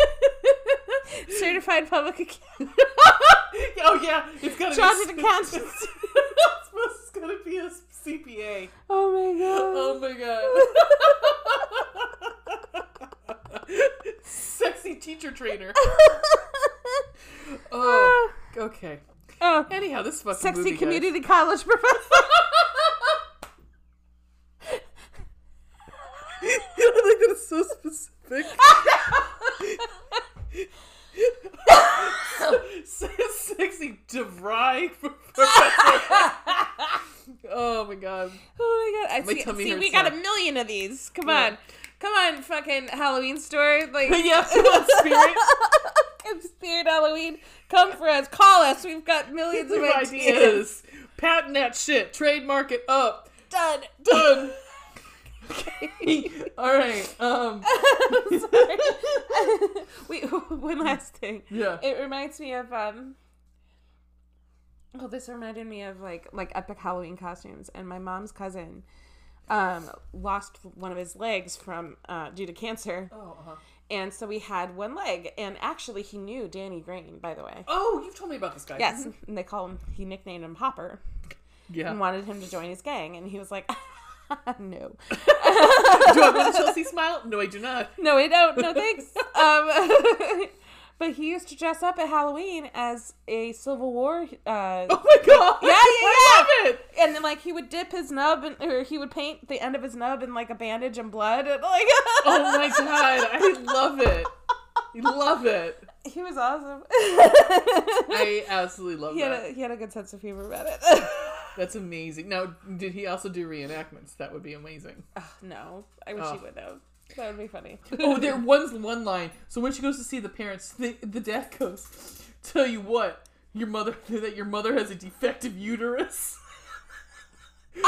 Certified public accountant. oh yeah, it's got to Chartered be accountant. I suppose it's going to be a CPA. Oh my god. Oh my god. sexy teacher trainer. Oh, okay. Oh, Anyhow, this fucking sexy movie, guys. community college professor. I like that it's so specific. Se- Sexy DeVry professor. oh my god. Oh my god! I My see. tummy see hurts we got a now. million of these. Come Yeah. on, come on, fucking Halloween store, like Yeah, spirit. come spirit Halloween. Come for us. Call us. We've got millions of New ideas. ideas. Patent that shit. Trademark it up. Done. Done. All right. Um. Sorry. Wait, one last thing. Yeah. It reminds me of um. Well, this reminded me of like like epic Halloween costumes, and my mom's cousin, um, lost one of his legs from uh, due to cancer. Oh, uh-huh. And so we had one leg. And actually, he knew Danny Green, by the way. oh, you've told me about this guy. Yes. And they call him, he nicknamed him Hopper Yeah. and wanted him to join his gang. And he was like, no. do I want a Chelsea smile? No, I do not. No, I don't. No, thanks. um, but he used to dress up at Halloween as a Civil War. Uh, Oh my god! Yeah, yeah, I love it. and then, like, he would dip his nub, and, or he would paint the end of his nub in, like, a bandage and blood. And, like, Oh my god! I love it. I love it. he was awesome. I absolutely love he, had that. a, he had a good sense of humor about it. That's amazing. Now, did he also do reenactments? That would be amazing. No, I wish Oh. he would have. That would be funny. Oh, there one's one line. So when she goes to see the parents, the the dad goes, "Tell you what, your mother that your mother has a defective uterus.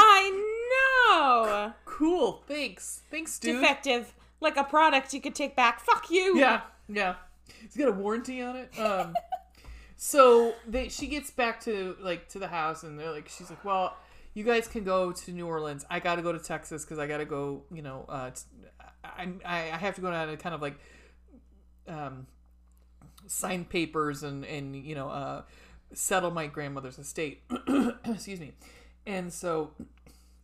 I know. cool. Thanks. Thanks, dude. Defective, like a product you could take back. Fuck you. Yeah, yeah. He's got a warranty on it. Um, so they, she gets back to like to the house, and they're like, she's like, well, you guys can go to New Orleans. I got to go to Texas because I got to go. You know, uh, t- I, I I have to go down and kind of like um, sign papers and and you know uh, settle my grandmother's estate. Excuse me. And so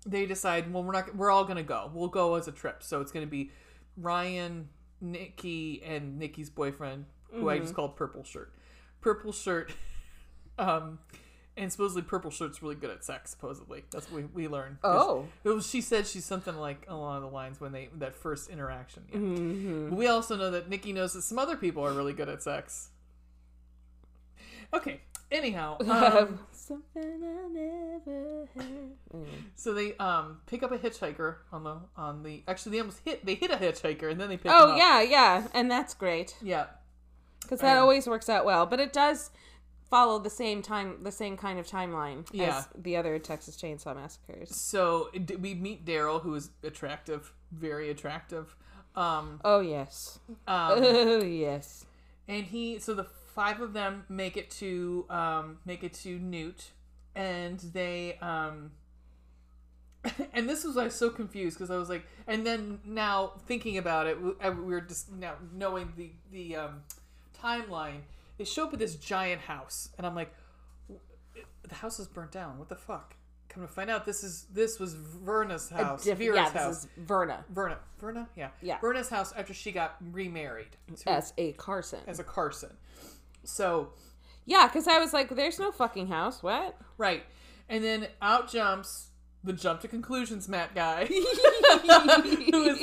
they decide, well, we're not. We're all gonna go. We'll go as a trip. So it's gonna be Ryan, Nikki, and Nikki's boyfriend, who I just called Purple Shirt. Purple Shirt. Um, and supposedly Purple Shirt's really good at sex. Supposedly, that's what we, we learned. 'Cause Oh. it was, she said she's something like along the lines when they that first interaction. Yeah. But We also know that Nikki knows that some other people are really good at sex. Okay. Anyhow, um, Something I never heard. so they um pick up a hitchhiker on the on the actually they almost hit they hit a hitchhiker and then they pick him Oh up. yeah, yeah, and that's great yeah because that Um, always works out well. But it does follow the same time, the same kind of timeline Yeah. as the other Texas Chainsaw Massacres. So d- we meet Daryl who is attractive, very attractive. Um, Oh yes, um oh yes. and he so the five of them make it to um make it to newt and they um and this was i was so confused because i was like and then now thinking about it we- I- we we're just now knowing the the um timeline they show up at this giant house and i'm like w- the house is burnt down what the fuck come to find out this is this was verna's house Diff- vera's yeah, house this is Verna verna verna yeah Yeah. Mm, verna's house after she got remarried to as a Carson. as a Carson. So, Yeah, because I was like, "There's no fucking house." What? right. And then out jumps the jump to conclusions Matt guy. who is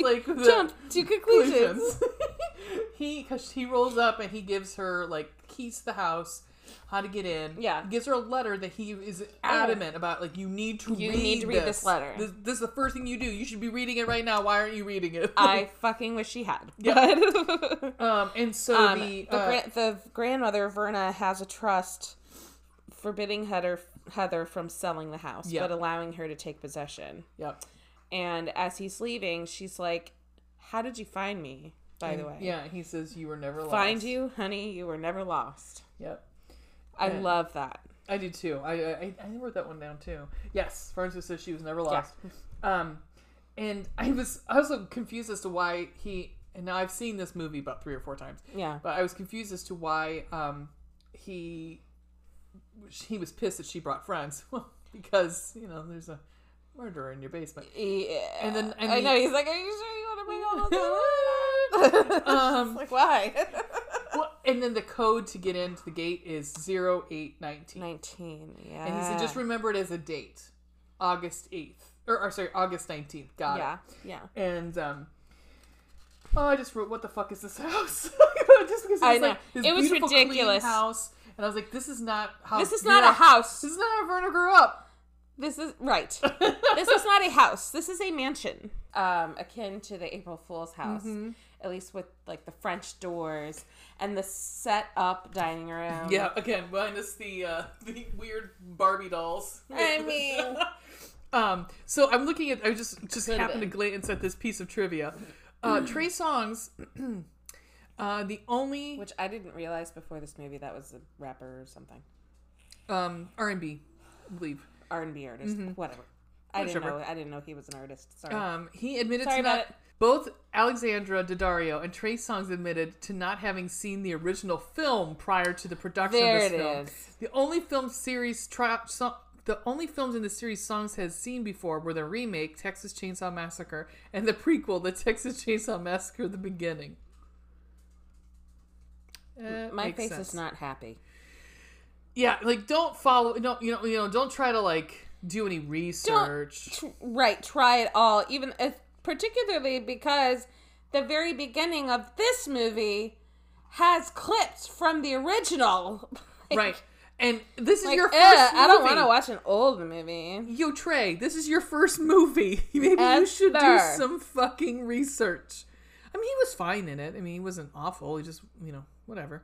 like the Jump to conclusions. conclusions. he cuz he rolls up and he gives her like keys to the house, how to get in. Yeah. Oh. Gives her a letter that he is adamant about like you need to You read need to read this letter. This, this is the first thing you do. You should be reading it right now. Why aren't you reading it? I fucking wish she had. But- um and so Um, the, the, uh, gran- the grandmother Verna has a trust forbidding Heather Heather from selling the house, Yeah. but allowing her to take possession. yep. And as he's leaving, she's like, "How did you find me? By the way, Yeah, he says you were never lost. find you, honey. You were never lost. Yep. I Yeah. love that. I do too. I I, I wrote that one down too. Yes, Francis says she was never lost. Um, and I was I was so confused as to why he. And now I've seen this movie about three or four times, Yeah, but I was confused as to why um he he was pissed that she brought friends. Well, because you know there's a murderer in your basement. yeah. And then- and uh, I the- know he's like, "Are you sure you want to bring all those?" Um, like why? well, and then the code to get into the gate is zero eight nineteen. Nineteen. Yeah. And he said, Uh. just remember it as a date, August eighth, or, or sorry, August nineteenth. Got it. yeah, yeah. and um oh i just wrote what the fuck is this house just because it was, I know. Like, this It was beautiful, clean ridiculous. house and i was like this is not how This is Oh, you're not a house. this is not how verna grew up This is right. this is not a house. This is a mansion, um, akin to the April Fool's house, Mm-hmm. at least with like the French doors and the set up dining room. yeah again minus the uh the weird barbie dolls I mean, um so i'm looking at i just just Could've happened to glance at this piece of trivia uh trey songs uh the only which I didn't realize before this movie that was a rapper or something, um r&b I believe R and B artist, Mm-hmm. whatever. I didn't Whichever. know. I didn't know he was an artist. Sorry. Um, he admitted Sorry to about not. it. Both Alexandra Daddario and Trey Songz admitted to not having seen the original film prior to the production There of this it film. is. The only film series tri- so- the only films in the series Songs has seen before were the remake Texas Chainsaw Massacre and the prequel The Texas Chainsaw Massacre: The Beginning. Eh, My makes face sense. is not happy. Yeah, like don't follow. Don't you know? You know. Don't try to like do any research. tr- right try it all even if particularly because the very beginning of this movie has clips from the original right. And this is Like, your eh, first. i don't want movie. to watch an old movie Yo, Trey, this is your first movie. Maybe you should do Esther. some fucking research. I mean, he was fine in it. I mean, he wasn't awful. He just, you know, whatever.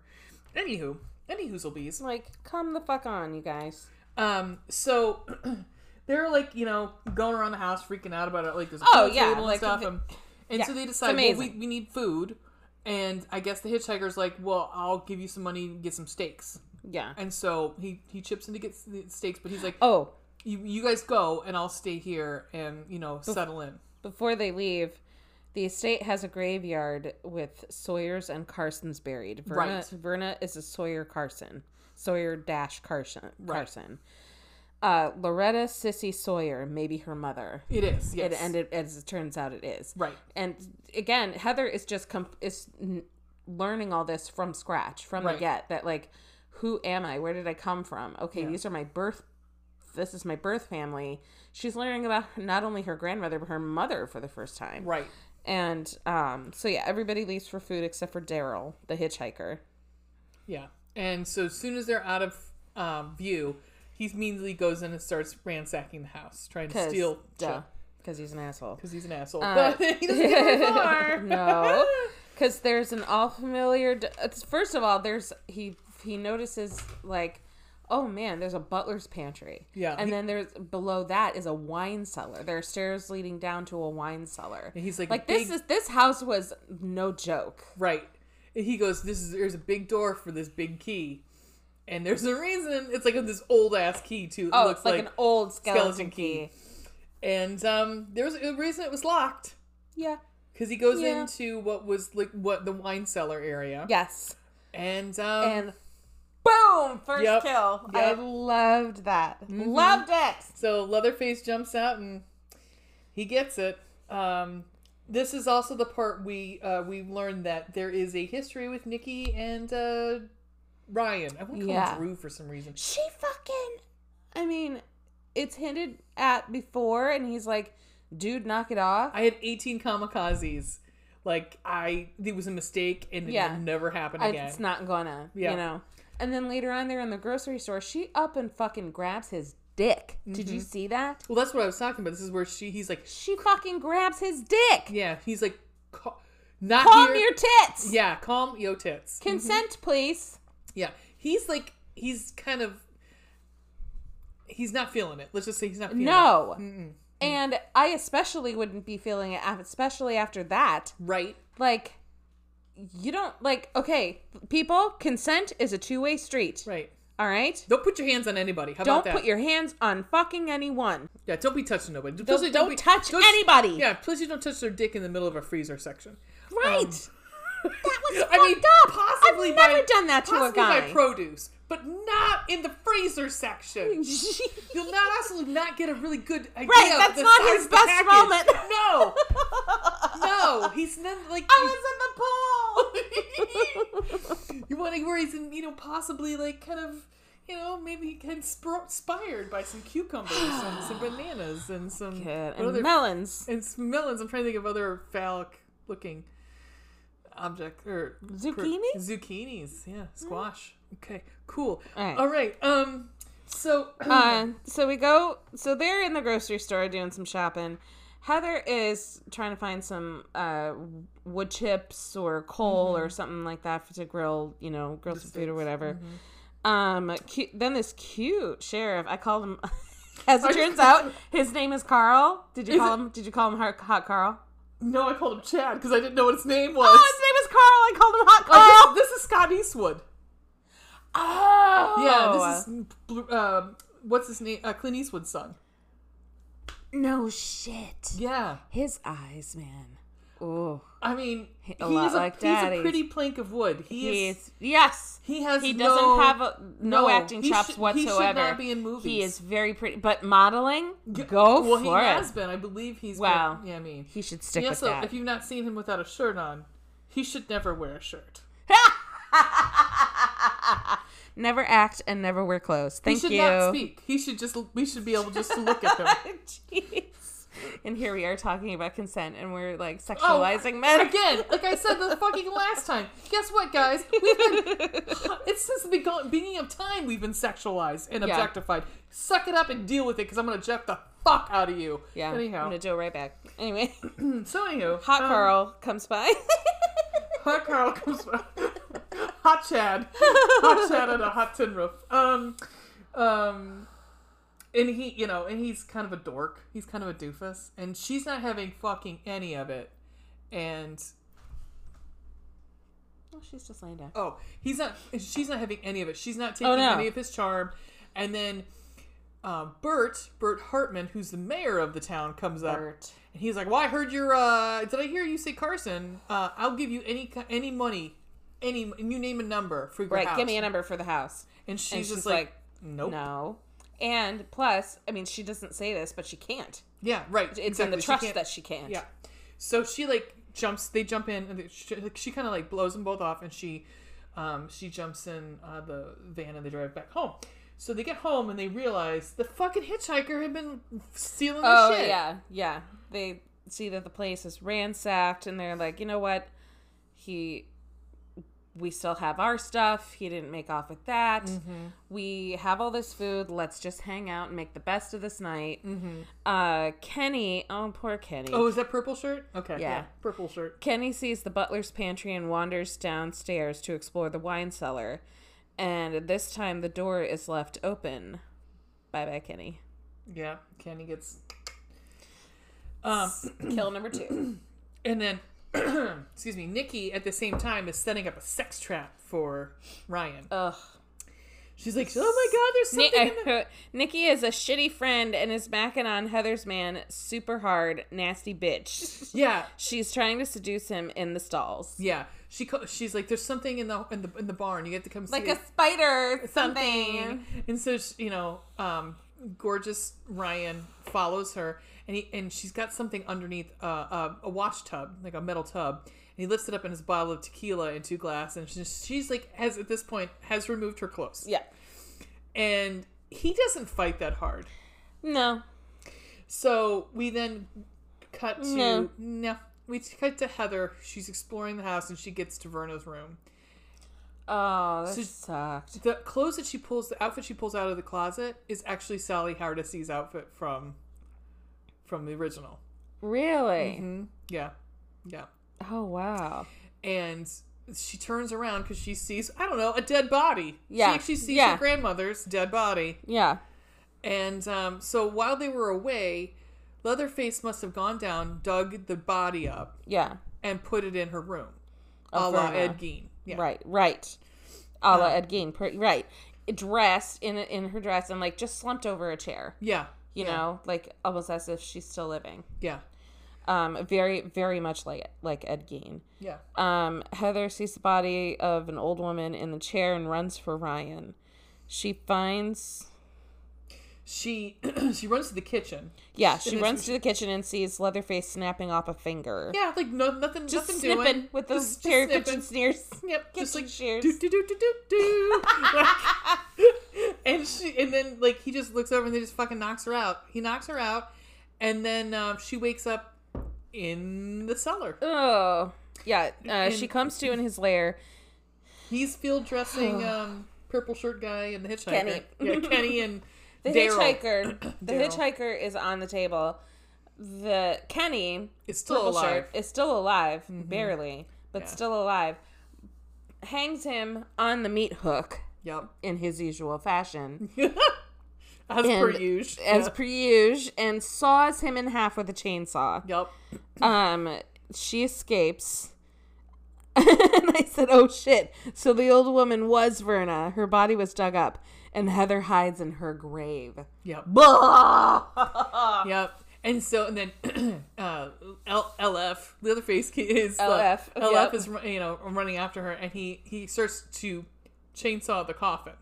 Anywho, Any whoozle bees. Like, come the fuck on, you guys. Um, so they're like, you know, going around the house freaking out about it. Like, there's a Oh, pool yeah, table and like, stuff. the- and and so yeah, they it's decide, well, we, amazing. we need food. And I guess the hitchhiker's like, well, I'll give you some money and get some steaks. Yeah. And so he, he chips in to get s- the steaks, but he's like, Oh, you, you guys go and I'll stay here and, you know, settle in. before they leave, the estate has a graveyard with Sawyer's and Carson's buried. Verna, Right. Verna is a Sawyer Carson. Sawyer dash Carson. Right. Carson. Uh, Loretta Sissy Sawyer, maybe her mother. It is, yes. It ended as it turns out it is. Right. And again, Heather is just comp- is n- learning all this from scratch, from Right. the get. That like, who am I? Where did I come from? Okay, these are my birth. This is my birth family. She's learning about not only her grandmother but her mother for the first time. Right. And um, so yeah, everybody leaves for food except for Daryl, the hitchhiker. Yeah. And so as soon as they're out of um, view, he immediately goes in and starts ransacking the house, trying to steal duh, Uh, because he's an asshole. because he's an asshole. but he doesn't go very far. no, because there's an all familiar. d- it's- First of all, there's he he notices like, oh man, there's a butler's pantry. Yeah, and he- then there's below that is a wine cellar. There are stairs leading down to a wine cellar. And he's like, like big- this is this house was no joke. Right. And he goes, This is there's a big door for this big key. And there's a reason it's like this old ass key too. It Oh, looks it's like, an old skeleton, skeleton key. and um there was a reason it was locked. Yeah. Because he goes Yeah. into what was like what the wine cellar area. Yes. And um And boom, first Yep. kill. Yep. Mm-hmm. I loved that. Loved it. So Leatherface jumps out and he gets it. Um, this is also the part we uh, we learned that there is a history with Nikki and uh, Ryan. I want to call Yeah. him Drew for some reason. she fucking i mean it's hinted at before and he's like dude knock it off I had 18 kamikazes. Like I, it was a mistake, and it Yeah. will never happen I- again. it's not gonna Yeah. you know and then later on they're in the grocery store she up and fucking grabs his dick did Mm-hmm. you see that well, that's what I was talking about. This is where she, he's like, she fucking grabs his dick yeah, he's like, "Ca- not calm here. your tits yeah, Mm-hmm. calm yo tits. consent please Yeah, he's like he's kind of he's not feeling it. Let's just say he's not feeling it. no and i especially wouldn't be feeling it af- especially after that Right? like you don't like okay people consent is a two-way street Right. all right Don't put your hands on anybody. How Don't about that? put your hands on fucking anyone. yeah, don't be touching nobody. Don't, don't touch anybody. Yeah, please you don't touch their dick in the middle of a freezer section. Right. that was I mean, fucked up. possibly I've never by- done that to a Possibly by guy. produce, but not in the freezer section. You'll not absolutely not get a really good idea. Right, of that's the not size his of the best package. moment. No, no, he's not like I was in the pool. you want to where he's in, you know, possibly like kind of, you know, maybe kind of spro- inspired by some cucumbers and some bananas and some Good. what And other- melons. and some melons. I'm trying to think of other phallic looking object or Zucchini? Mm. zucchinis. Yeah, squash. Okay, cool. All right. Alright. Um. So Uh, so we go. So they're in the grocery store doing some shopping. Heather is trying to find some uh, wood chips or coal or something like that for, to grill, you know, grill some food or whatever. Um, cu then this cute sheriff. I called him. As it turns out, his name is Carl. Did you call him? Did you call him Hot, hot Carl? no, I called him Chad because I didn't know what his name was. Oh, his name is Carl. I called him Hot Carl. Oh, this, this is Scott Eastwood. Oh, Yeah, this is bl- uh, what's his name? Uh, Clint Eastwood's son. no shit. Yeah. His eyes, man. Oh, I mean, a he lot is a, like he's Daddy's. a pretty plank of wood. He, he's is. yes. He has. He doesn't no- have a, no, no, acting he chops should- he should whatsoever. not be in movies. He is very pretty, but modeling, go well, for he it. has been. I believe he's. Wow. Been, yeah, I mean, He should stick And with also, that. if you've not seen him without a shirt on, he should never wear a shirt. never act and never wear clothes. He Thank should you. not Oh, speak. He should just. We should be able just to look at him. Jeez. And here we are talking about consent, and we're like Oh, sexualizing men again. Like I said the fucking last time. Guess what, guys? We've been. It's since the begon- beginning of time we've been sexualized and Yeah. objectified. Suck it up and deal with it, because I'm gonna eject the fuck out of you. Yeah, I'm Anyhow. Mm, gonna do it right back. Anyway, So anywho, Hot um, Carl comes by. Hot Carl comes. hot Chad, hot Chad on a hot tin roof. Um, um, and he, you know, and he's kind of a dork. He's kind of a doofus, and she's not having fucking any of it. And Oh, she's just laying down. oh, he's not. She's not having any of it. She's not taking Oh, no. any of his charm. And then um, Bert, Bert Hartman, who's the mayor of the town, comes up. Bert. And he's like, "Well, I heard your. Uh, did I hear you say Carson? Uh, I'll give you any ki- any money, any you name a number for your Right, house." give me a number for the house. And she's and just she's like, like, "Nope." No. And plus, I mean, she doesn't say this, but she can't. Yeah, right. It's in the trust that she can't. Yeah. So she like jumps. They jump in, and they- she, like, she kind of like blows them both off, and she, um, she jumps in uh, the van and they drive back home. So they get home and they realize the fucking hitchhiker had been stealing the Oh shit. yeah, yeah. They see that the place is ransacked, and they're like, you know what? He, we still have our stuff. He didn't make off with that. We have all this food. Let's just hang out and make the best of this night. Uh, Kenny, oh poor Kenny. Oh, is that purple shirt? Okay. Yeah. Purple shirt. Kenny sees the butler's pantry and wanders downstairs to explore the wine cellar. And this time the door is left open. Bye bye, Kenny. Yeah. Candy gets. Um, Kill number two. And then, excuse me, Nikki at the same time is setting up a sex trap for Ryan. Ugh. She's like, "Oh my God, there's Ni- something." in there." Nikki is a shitty friend and is macking on Heather's man super hard, nasty bitch. yeah, She's trying to seduce him in the stalls. yeah. She co- she's like, "There's something in the in the in the barn. You have to come see Like it." a spider, something. something." And so she- you know, um, gorgeous Ryan follows her, and he and she's got something underneath uh, a, a wash tub, like a metal tub. And he lifts it up in his bottle of tequila and two glasses. And she's, she's like, has at this point has removed her clothes, Yeah. and he doesn't fight that hard. No. So we then cut to no. No. we cut to Heather. She's exploring the house and she gets to Verna's room. Oh, that So- sucked. The clothes that she pulls, the outfit she pulls out of the closet, is actually Sally Hardessy's outfit from from the original. Really? Yeah, yeah. Oh, wow. And she turns around because she sees I don't know a dead body. Yeah, she actually sees yeah. her grandmother's dead body. Yeah. And um, so while they were away, Leatherface must have gone down, dug the body up, Yeah. and put it in her room. Oh, a la Verna. Ed Gein. Yeah. Right, right. A la Ed Gein, per, right. Dressed in in her dress and like just slumped over a chair, Yeah. you yeah. know, like almost as if she's still living. Yeah. Um, very, very much like like Ed Gein. Yeah. Um, Heather sees the body of an old woman in the chair and runs for Ryan. She finds, She she runs to the kitchen. yeah, she then runs to the kitchen and sees Leatherface snapping off a finger. Yeah, like no, nothing just nothing snipping doing. with those Just- just cherry snipping. kitchen sneers. Yep, just kitchen like shears. do do do do do do. Like, and she and then like he just looks over and they just fucking knocks her out. He knocks her out, and then um, she wakes up in the cellar. Oh, yeah. Uh, she comes to in his lair. He's field dressing um, purple shirt guy and the hitchhiker. Kenny. yeah, Kenny and The Daryl. hitchhiker, the Daryl. hitchhiker is on the table. The Kenny, It's still purple alive. shirt, is still alive, barely, but still alive. Hangs him on the meat hook Yep, in his usual fashion, as per And usual. as per usual, and saws him in half with a chainsaw. yep. Um, she escapes. and I said, "Oh shit!" So the old woman was Verna. Her body was dug up, and Heather hides in her grave. Yep. Blah! Yep. And so, and then uh, L- LF, the other face kid is uh, LF, LF yep. is you know running after her, and he he starts to chainsaw the coffin,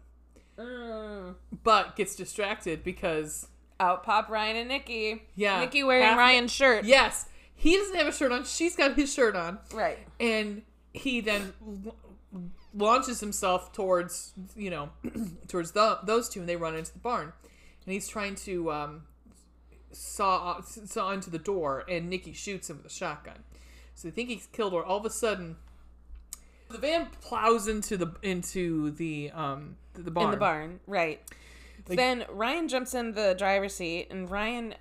but gets distracted because Out pop Ryan and Nikki. Yeah. Nikki wearing Half- Ryan's shirt. yes, he doesn't have a shirt on. She's got his shirt on, Right. and he then l- launches himself towards you know towards the, those two, and they run into the barn, and he's trying to um, saw saw into the door, and Nikki shoots him with a shotgun. So they think he's killed, or all of a sudden, the van plows into the into the um the barn. In the barn. Right. then Ryan jumps in the driver's seat and Ryan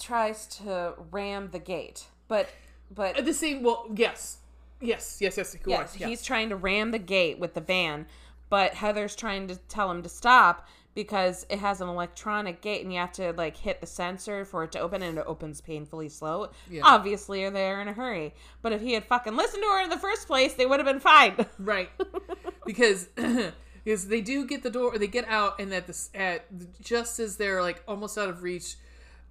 tries to ram the gate. But but At the same, well, yes, Yes, yes, yes. Cool. Yes, he's trying to ram the gate with the van, but Heather's trying to tell him to stop because it has an electronic gate and you have to like hit the sensor for it to open and it opens painfully slow. Yeah. Obviously, they're in a hurry. But if he had fucking listened to her in the first place, they would have been fine. Right. because because they do get the door, they get out, and at this at just as they're like almost out of reach,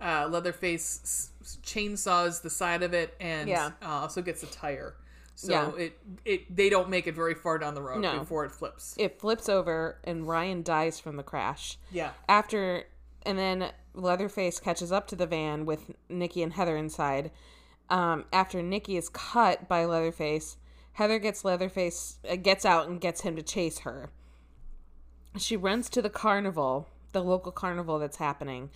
uh, Leatherface s- s- chainsaws the side of it, and Yeah. uh, also gets a tire. So Yeah. it it they don't make it very far down the road No. before it flips. It flips over and Ryan dies from the crash. yeah. after and then leatherface catches up to the van with nikki and heather inside um, after nikki is cut by leatherface heather gets leatherface uh, gets out and gets him to chase her she runs to the carnival the local carnival that's happening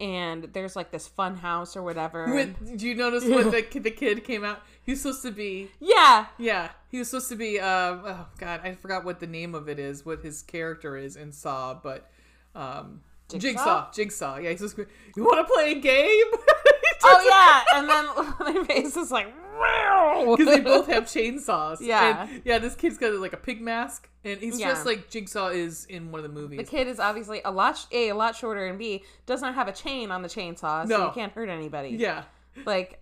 and there's like this fun house or whatever With, do you notice when the, ki- the kid came out? He was supposed to be yeah yeah. He was supposed to be um oh god I forgot what the name of it is, what his character is in Saw, but um Jigsaw? Jigsaw, Jigsaw. Yeah, he's supposed to be, you want to play a game? oh yeah and then leatherface is like "Meow." Because they both have chainsaws. Yeah. And, yeah, this kid's got like a pig mask, and he's Yeah. dressed like Jigsaw is in one of the movies. The kid is obviously a lot sh- a a lot shorter and b does not have a chain on the chainsaw, so No. you can't hurt anybody. yeah. Like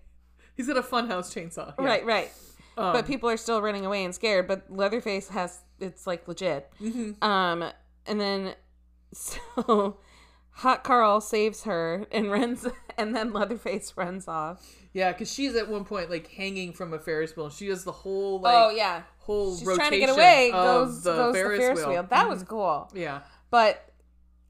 He's got a funhouse chainsaw. Yeah. right, right. Um, but people are still running away and scared. But Leatherface has it's like legit. Mhm. Um, and then so Hot Carl saves her and runs, and then Leatherface runs off. Yeah, because she's at one point like hanging from a Ferris wheel. and She does the whole like oh yeah, whole she's rotation trying to get away. of Goes goes the Ferris wheel. Mm-hmm. That was cool. yeah. but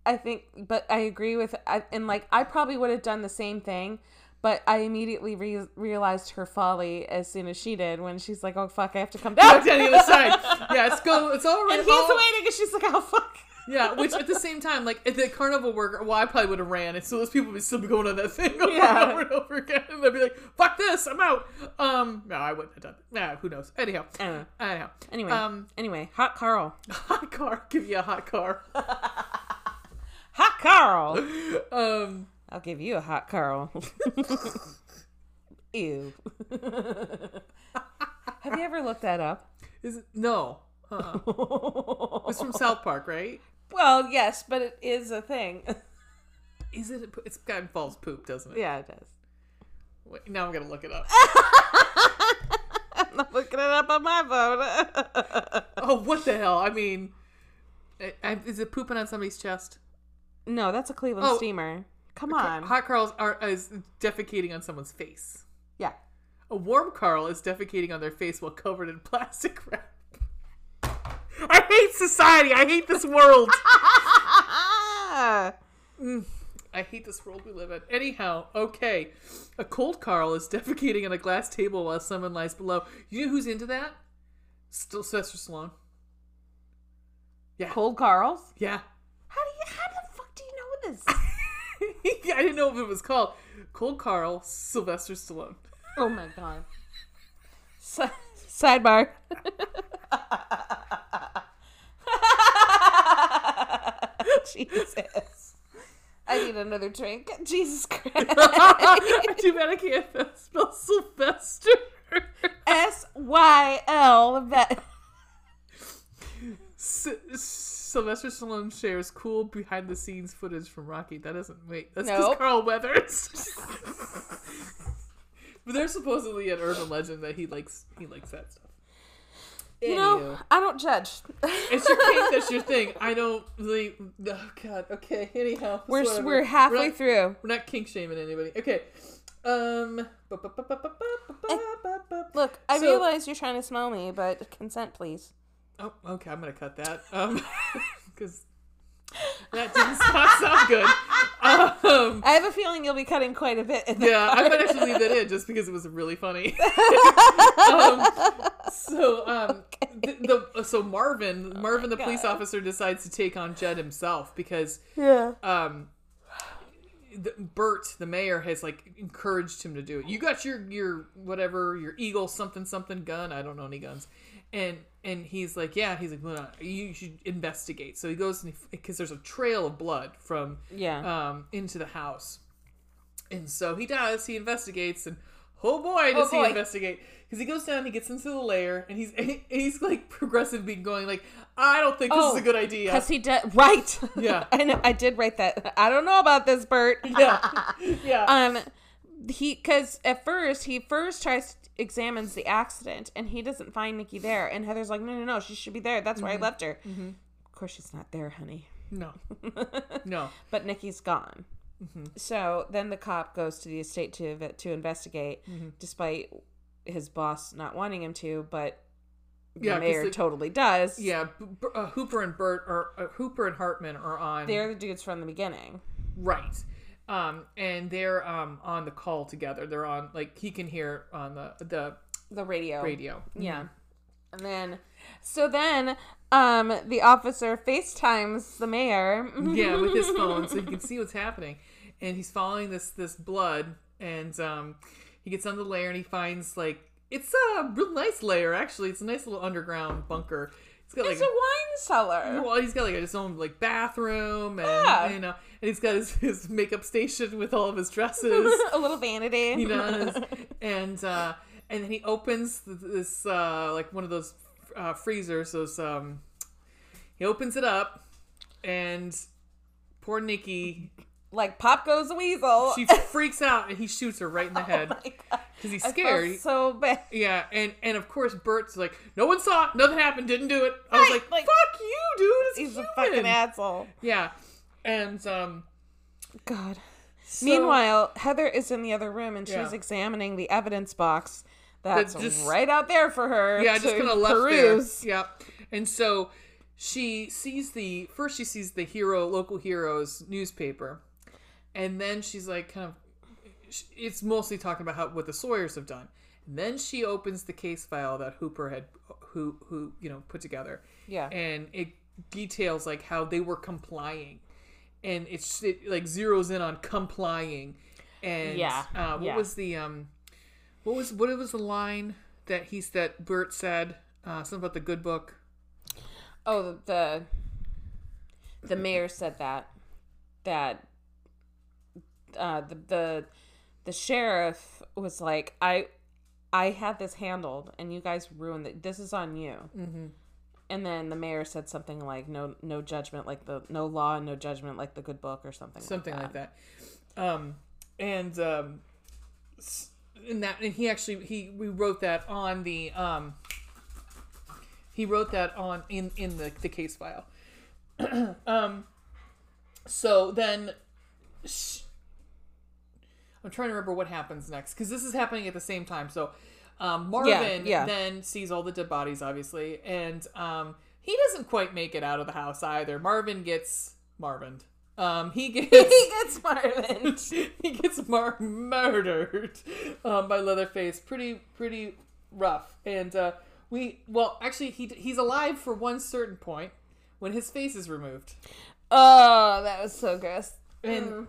I think, but I agree with, I, and like I probably would have done the same thing, but I immediately re- realized her folly as soon as she did when she's like, "Oh fuck, I have to come down." Back down the other side. Yeah, it's go. It's all right. and he's all- waiting, and she's like, "Oh fuck." Yeah, which at the same time, like at the carnival worker, well, I probably would have ran, and so those people would still be going on that thing over Yeah. and over and over again, and they'd be like, "Fuck this, I'm out." Um, no, I wouldn't have done. That. Nah, who knows? Anyhow, I don't know. anyhow, Anyway, um, anyway, hot Carl, hot car, give you a hot car. hot Carl. Um, I'll give you a hot Carl. Ew. have you ever looked that up? is it, no, uh-uh. it's from South Park, right? well, yes, but it is a thing. Is it? It's got involves poop, doesn't it? yeah, it does. Wait, now I'm gonna look it up. I'm not looking it up on my phone. oh, what the hell? I mean, I, I, is it pooping on somebody's chest? no, that's a Cleveland Oh. steamer. Come on. Hot Carl's are is defecating on someone's face. yeah. A warm Carl is defecating on their face while covered in plastic wrap. I hate society. I hate this world. Ah. I hate this world we live in. Anyhow, okay. A cold Carl is defecating on a glass table while someone lies below. You know who's into that? Still Sylvester Stallone. Cold Carl's? Yeah. How do you how the fuck do you know this? I didn't know if it was called Cold Carl Sylvester Stallone. oh my god. Si- sidebar. Jesus. I need another drink. Jesus Christ. Too bad I can't spell Sylvester. S Y L vet. S- Sylvester Stallone shares cool behind the scenes footage from Rocky. That isn't wait. That's Nope. just Carl Weathers. but there's supposedly an urban legend that he likes. He likes that stuff. You know, I don't judge. It's your thing. That's your thing. I don't really. Oh God. Okay. Anyhow, it's We're whatever. we're halfway not, through. We're not kink shaming anybody. Okay. Um. bu- bu- bu- bu- bu- bu- Eh. bu- bu- bu- Look, I So- realize you're trying to smell me, but consent, please. Oh, okay. I'm gonna cut that. Um, because that didn't sound good. Um. I have a feeling you'll be cutting quite a bit. In that Yeah, I part. might actually leave that in just because it was really funny. um, so, um, th- the, so Marvin, Marvin, the police God. officer, decides to take on Jed himself because yeah. um, the, Bert, the mayor, has like encouraged him to do it. You got your your whatever your eagle something something gun. I don't know any guns, and and he's like, yeah, he's like, well, you should investigate. So he goes and because there's a trail of blood from Yeah. um, into the house. And so he does. He investigates, and Oh boy, does boy. he investigate? Because he goes down, he gets into the lair, and he's and he's like progressive, being going like, I don't think this Oh, is a good idea. Because he did right. Yeah. I know. I did write that. I don't know about this, Bert. yeah, yeah. um, he because at first he first tries examines the accident and he doesn't find Nikki there. And Heather's like, no, no, no, she should be there. That's where Mm-hmm. I left her. Of course, she's not there, honey. no, no. but Nikki's gone. Mm-hmm. So then the cop goes to the estate to to investigate, Mm-hmm. despite his boss not wanting him to, but the Yeah, 'cause mayor the- totally does. Yeah, B- B- uh, Hooper and Bert are uh, Hooper and Hartman are on They're the dudes from the beginning. right, um, and they're um on the call together. They're on like he can hear on the the The radio. radio. Yeah. And then so then um the officer FaceTimes the mayor. Mm-hmm. yeah, with his phone, so he can see what's happening. And he's following this this blood, and um, he gets on the layer and he finds like it's a real nice layer actually. It's a nice little underground bunker. It's got like It's a wine cellar. well, he's got like his own like bathroom, and Yeah. you know, and he's got his, his makeup station with all of his dresses. a little vanity. he does, and uh, and then he opens th- this uh, like one of those uh, freezers. Those um, he opens it up, and poor Nikki like pop goes the weasel. she freaks out and he shoots her right in the head Like, Oh I because he's felt scared. so bad. yeah, and and of course Bert's like, no one saw, it. nothing happened, didn't do it. I was Right, like, like, fuck you, dude. It's He's human. a fucking asshole. Yeah, and um. God. so- Meanwhile, Heather is in the other room and she's Yeah. examining the evidence box that's just- right out there for her. yeah, to just kind of left peruse. there. Yeah, and so she sees the first she sees the hero local heroes newspaper, and then she's like kind of it's mostly talking about how what the Sawyer's have done. And then she opens the case file that Hooper had who who you know put together. Yeah. and it details like how they were complying, and it's it like zeroes in on complying. And Yeah, uh, what yeah. was the um what was what was the line that he's that Bert said uh, something about the good book? Oh, the the mayor said that that uh, the the the sheriff was like, I I had this handled, and you guys ruined it. This is on you. Mm-hmm. And then the mayor said something like, "No, no judgment, like the no law and no judgment, like the good book, or something." something like like that. Um, and um, s- and that and he actually he we wrote that on the um, he wrote that on in in the the case file. um, so then. Sh- I'm trying to remember what happens next because this is happening at the same time. So, um, Marvin yeah. then sees all the dead bodies, obviously, and um, he doesn't quite make it out of the house either. Marvin gets Marvined. Um, he that. gets He gets Marvin. he gets mar- murdered um, by Leatherface. Pretty pretty rough. And uh, we well actually he he's alive for one certain point when his face is removed. oh, that was so gross. Mm. And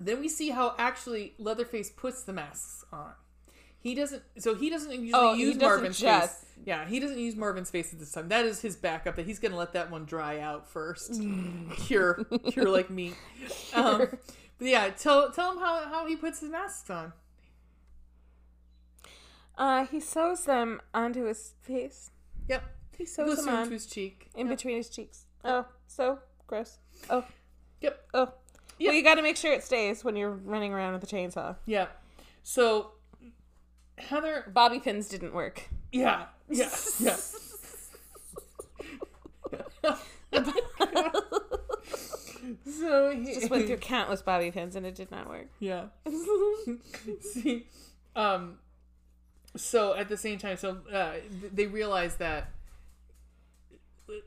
then we see how actually Leatherface puts the masks on. He doesn't. So he doesn't usually Oh, he use doesn't Marvin's just- face. Yeah, he doesn't use Marvin's face at this time. That is his backup. That he's going to let that one dry out first. Mm. cure, cure like me. Um, but yeah, tell tell him how how he puts his masks on. Uh, he sews them onto his face. Yep. He He sews goes them through on. to his cheek. in between his cheeks. Oh, so gross. Oh, Yep. oh. Yeah. Well, you got to make sure it stays when you're running around with a chainsaw. Yeah. So Heather. Bobby pins didn't work. Yeah. Yeah. Yeah. so he Just went through countless bobby pins and it did not work. Yeah. See, um, so at the same time, so uh, th- they realize that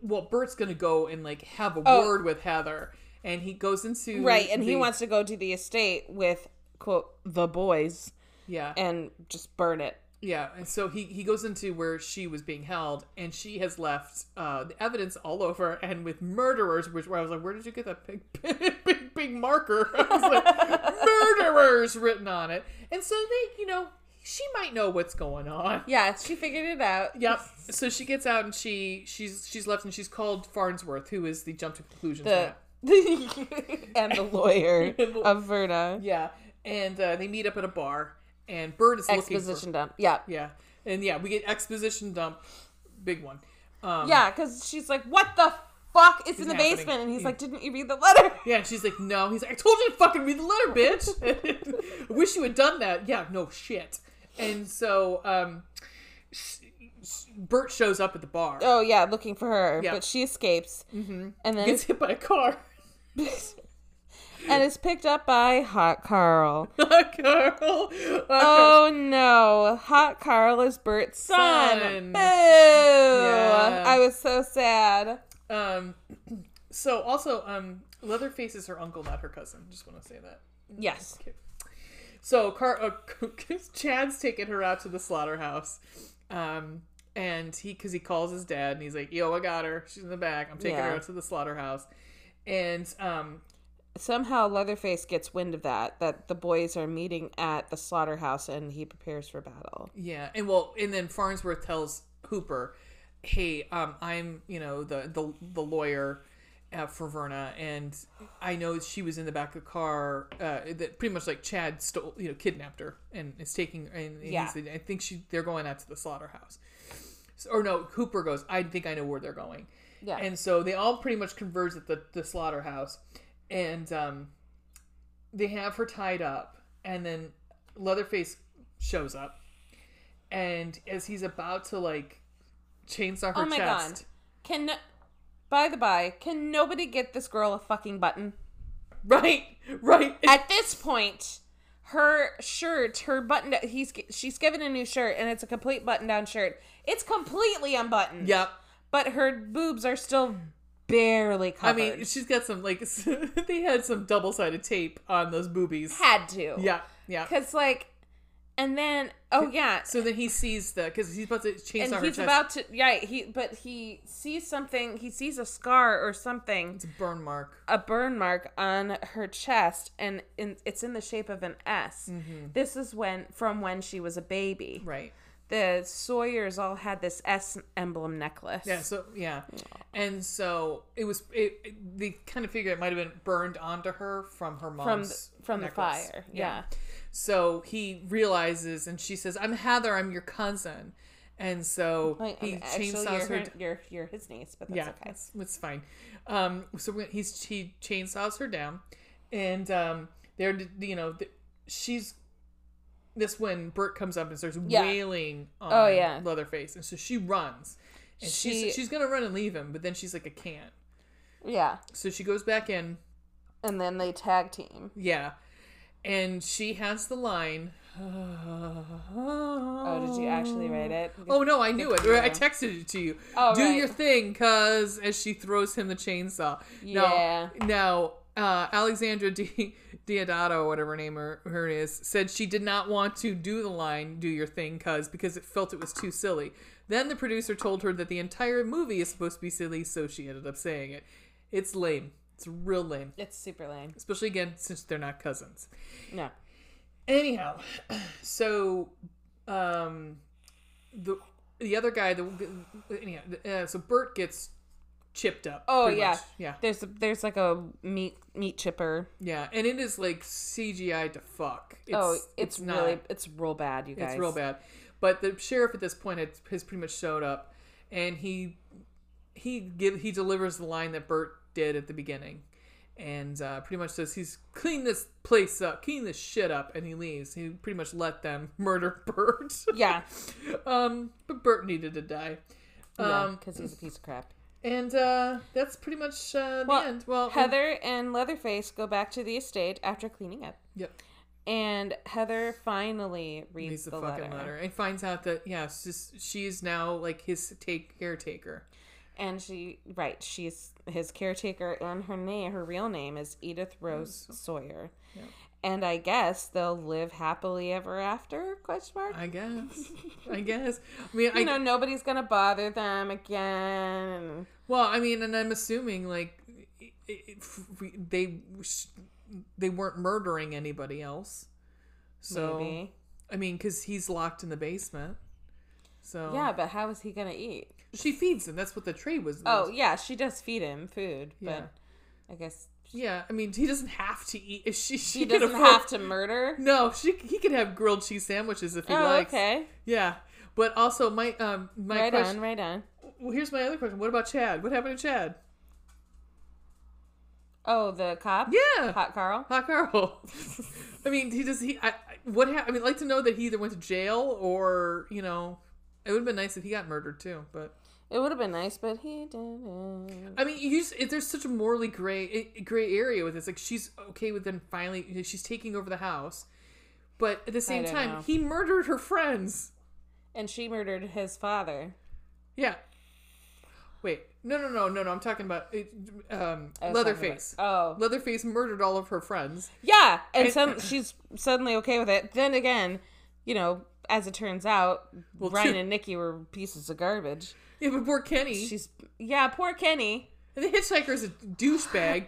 well, Bert's gonna go and like have a Oh. word with Heather, and he goes into Right, and he the- wants to go to the estate with quote the boys yeah and just burn it. yeah, and so he he goes into where she was being held, and she has left uh, the evidence all over and with murderers, which where I was like, where did you get that big big big, big marker? I was like, murderers written on it, and so they you know she might know what's going on. Yeah, she figured it out. Yep. So she gets out and she she's she's left and she's called Farnsworth, who is the jump to conclusions. The man. and the lawyer of Verna. yeah, and uh, they meet up at a bar, and Bird is looking exposition dump. Yeah. for yeah, and yeah, we get exposition dump, big one. Um, Yeah, because she's like, what the fuck? It's in the happening? basement. And he's Yeah. like, didn't you read the letter? Yeah, and she's like, no. He's like, I told you to fucking read the letter, bitch. I wish you had done that. Yeah, no shit. And so, um, s- s- Bert shows up at the bar, Oh, yeah, looking for her. Yeah. But she escapes. Mm-hmm. And then gets hit by a car. is- and is picked up by Hot Carl. Carl. Oh, Oh no, Hot Carl is Bert's son. Son. Boo! Yeah. I was so sad. Um, so also, um, Leatherface is her uncle, not her cousin. Just want to say that. Yes. So Car- uh, Chad's taking her out to the slaughterhouse, um, and he because he calls his dad and he's like, "Yo, I got her. She's in the back. I'm taking her Yeah. out to the slaughterhouse." And um, Somehow Leatherface gets wind of that, that the boys are meeting at the slaughterhouse and he prepares for battle. yeah, and well, and then Farnsworth tells Hooper, "Hey, um, I'm you know the the the lawyer." Uh, for Verna, and I know she was in the back of the car. Uh, that pretty much like Chad stole, you know, kidnapped her, and is taking. And, and Yeah. he's, I think she they're going out to the slaughterhouse, So- or no, Cooper goes. I think I know where they're going. Yeah. And so they all pretty much converge at the, the slaughterhouse. And um, they have her tied up. And then Leatherface shows up. And as he's about to, like, chainsaw her oh my chest. god. Can no- by the by, can nobody get this girl a fucking button? Right, right. At this point, her shirt, her button he's she's given a new shirt and it's a complete button-down shirt. It's completely unbuttoned. yep. But her boobs are still barely I covered. mean, she's got some, like, they had some double sided tape on those boobies. had to. Yeah, yeah. Because, like, and then, oh, yeah. So then he sees the, because he's about to chainsaw and her he's chest. about to, yeah, he, but he sees something, he sees a scar or something, it's a burn mark. a burn mark on her chest, and in, it's in the shape of an S. Mm-hmm. This is when, from when she was a baby. Right. The Sawyers all had this S emblem necklace. Yeah, so yeah. And so it was it, it- they kind of figured it might have been burned onto her from her From, mom's the, from the necklace. fire. Yeah. So he realizes and she says, "I'm Heather, I'm your cousin." And so Like, he actually, chainsaws you're, her her, you're, you're his niece, but that's yeah, okay. it's, it's fine. Um, so we he's he chainsaws her down, and um, they're you know th- she's. This when Bert comes up and starts Yeah. wailing on Oh, yeah. Leatherface, and so she runs, and She- she's she's gonna run and leave him, but then she's like, I can't. Yeah. So she goes back in, And then they tag team. yeah, and she has the line. Oh, Oh, did you actually write it? Oh no, I knew it. Or I texted it to you. Oh, Do right. your thing, cuz as she throws him the chainsaw. Yeah. No, no. Uh, Alexandra D- Diodato, whatever her name her, her is, said she did not want to do the line "Do your thing" cuz because it felt it was too silly. Then the producer told her that the entire movie is supposed to be silly, so she ended up saying it. It's lame. It's real lame, It's super lame. especially again since they're not cousins. No. Anyhow, so um, the the other guy, the anyhow, uh, so Bert gets chipped up. Oh, pretty yeah. much. yeah, There's a, there's like a meat meat chipper. yeah, and it is like CGI to fuck. It's, oh, it's, not- really it's real bad, you guys. it's real bad. But the sheriff at this point had, has pretty much showed up, and he he give he delivers the line that Bert did at the beginning, and uh, pretty much says he's clean this place up, clean this shit up, and he leaves. He pretty much let them murder Bert. Yeah. Um, but Bert needed to die. Um, Um, because he's a piece of crap. and uh, that's pretty much uh, the Well, end. Well, Heather and Leatherface go back to the estate after cleaning up, yep, and Heather finally reads reads the, the, fucking letter. letter. and finds out that yeah, it's just she is now like his take caretaker. and she right she's his caretaker and her name her real name is edith rose Mm-hmm. sawyer and i guess they'll live happily ever after question mark I guess. I guess. I mean, I you know nobody's gonna bother them again well, I mean, and I'm assuming like it, it, f- we- they sh- they weren't murdering anybody else. So maybe I mean, because he's locked in the basement. So yeah but how is he gonna eat she feeds him. That's what the tray was. oh yeah she does feed him food Yeah. but i guess Yeah, I mean, he doesn't have to eat. If she she She can doesn't afford- have to murder. No, she he could have grilled cheese sandwiches if he Oh, likes. okay. Yeah, but also my um my right question. on, right on. Well, here's my other question. What about Chad? What happened to Chad? Oh, the cop? Yeah, Hot Carl? Hot Carl. I mean, he does. He I, I- what? hap I mean, I'd like to know that he either went to jail or you know, it would have been nice if he got murdered too. But It would have been nice, but he didn't. I mean, you just, it, there's such a morally gray i- gray area with this. Like she's okay with them finally. you know, She's taking over the house, but at the same don't time, know. he murdered her friends. And she murdered his father. Yeah. Wait. No, no, no, no, no. I'm talking about it, um, I was Leatherface. talking about- Oh. Leatherface murdered all of her friends. Yeah. And some she's suddenly okay with it. Then again, you know, as it turns out, Ryan two- and Nikki were pieces of garbage. Yeah, but poor Kenny. She's yeah, poor Kenny. And the hitchhiker's a douchebag,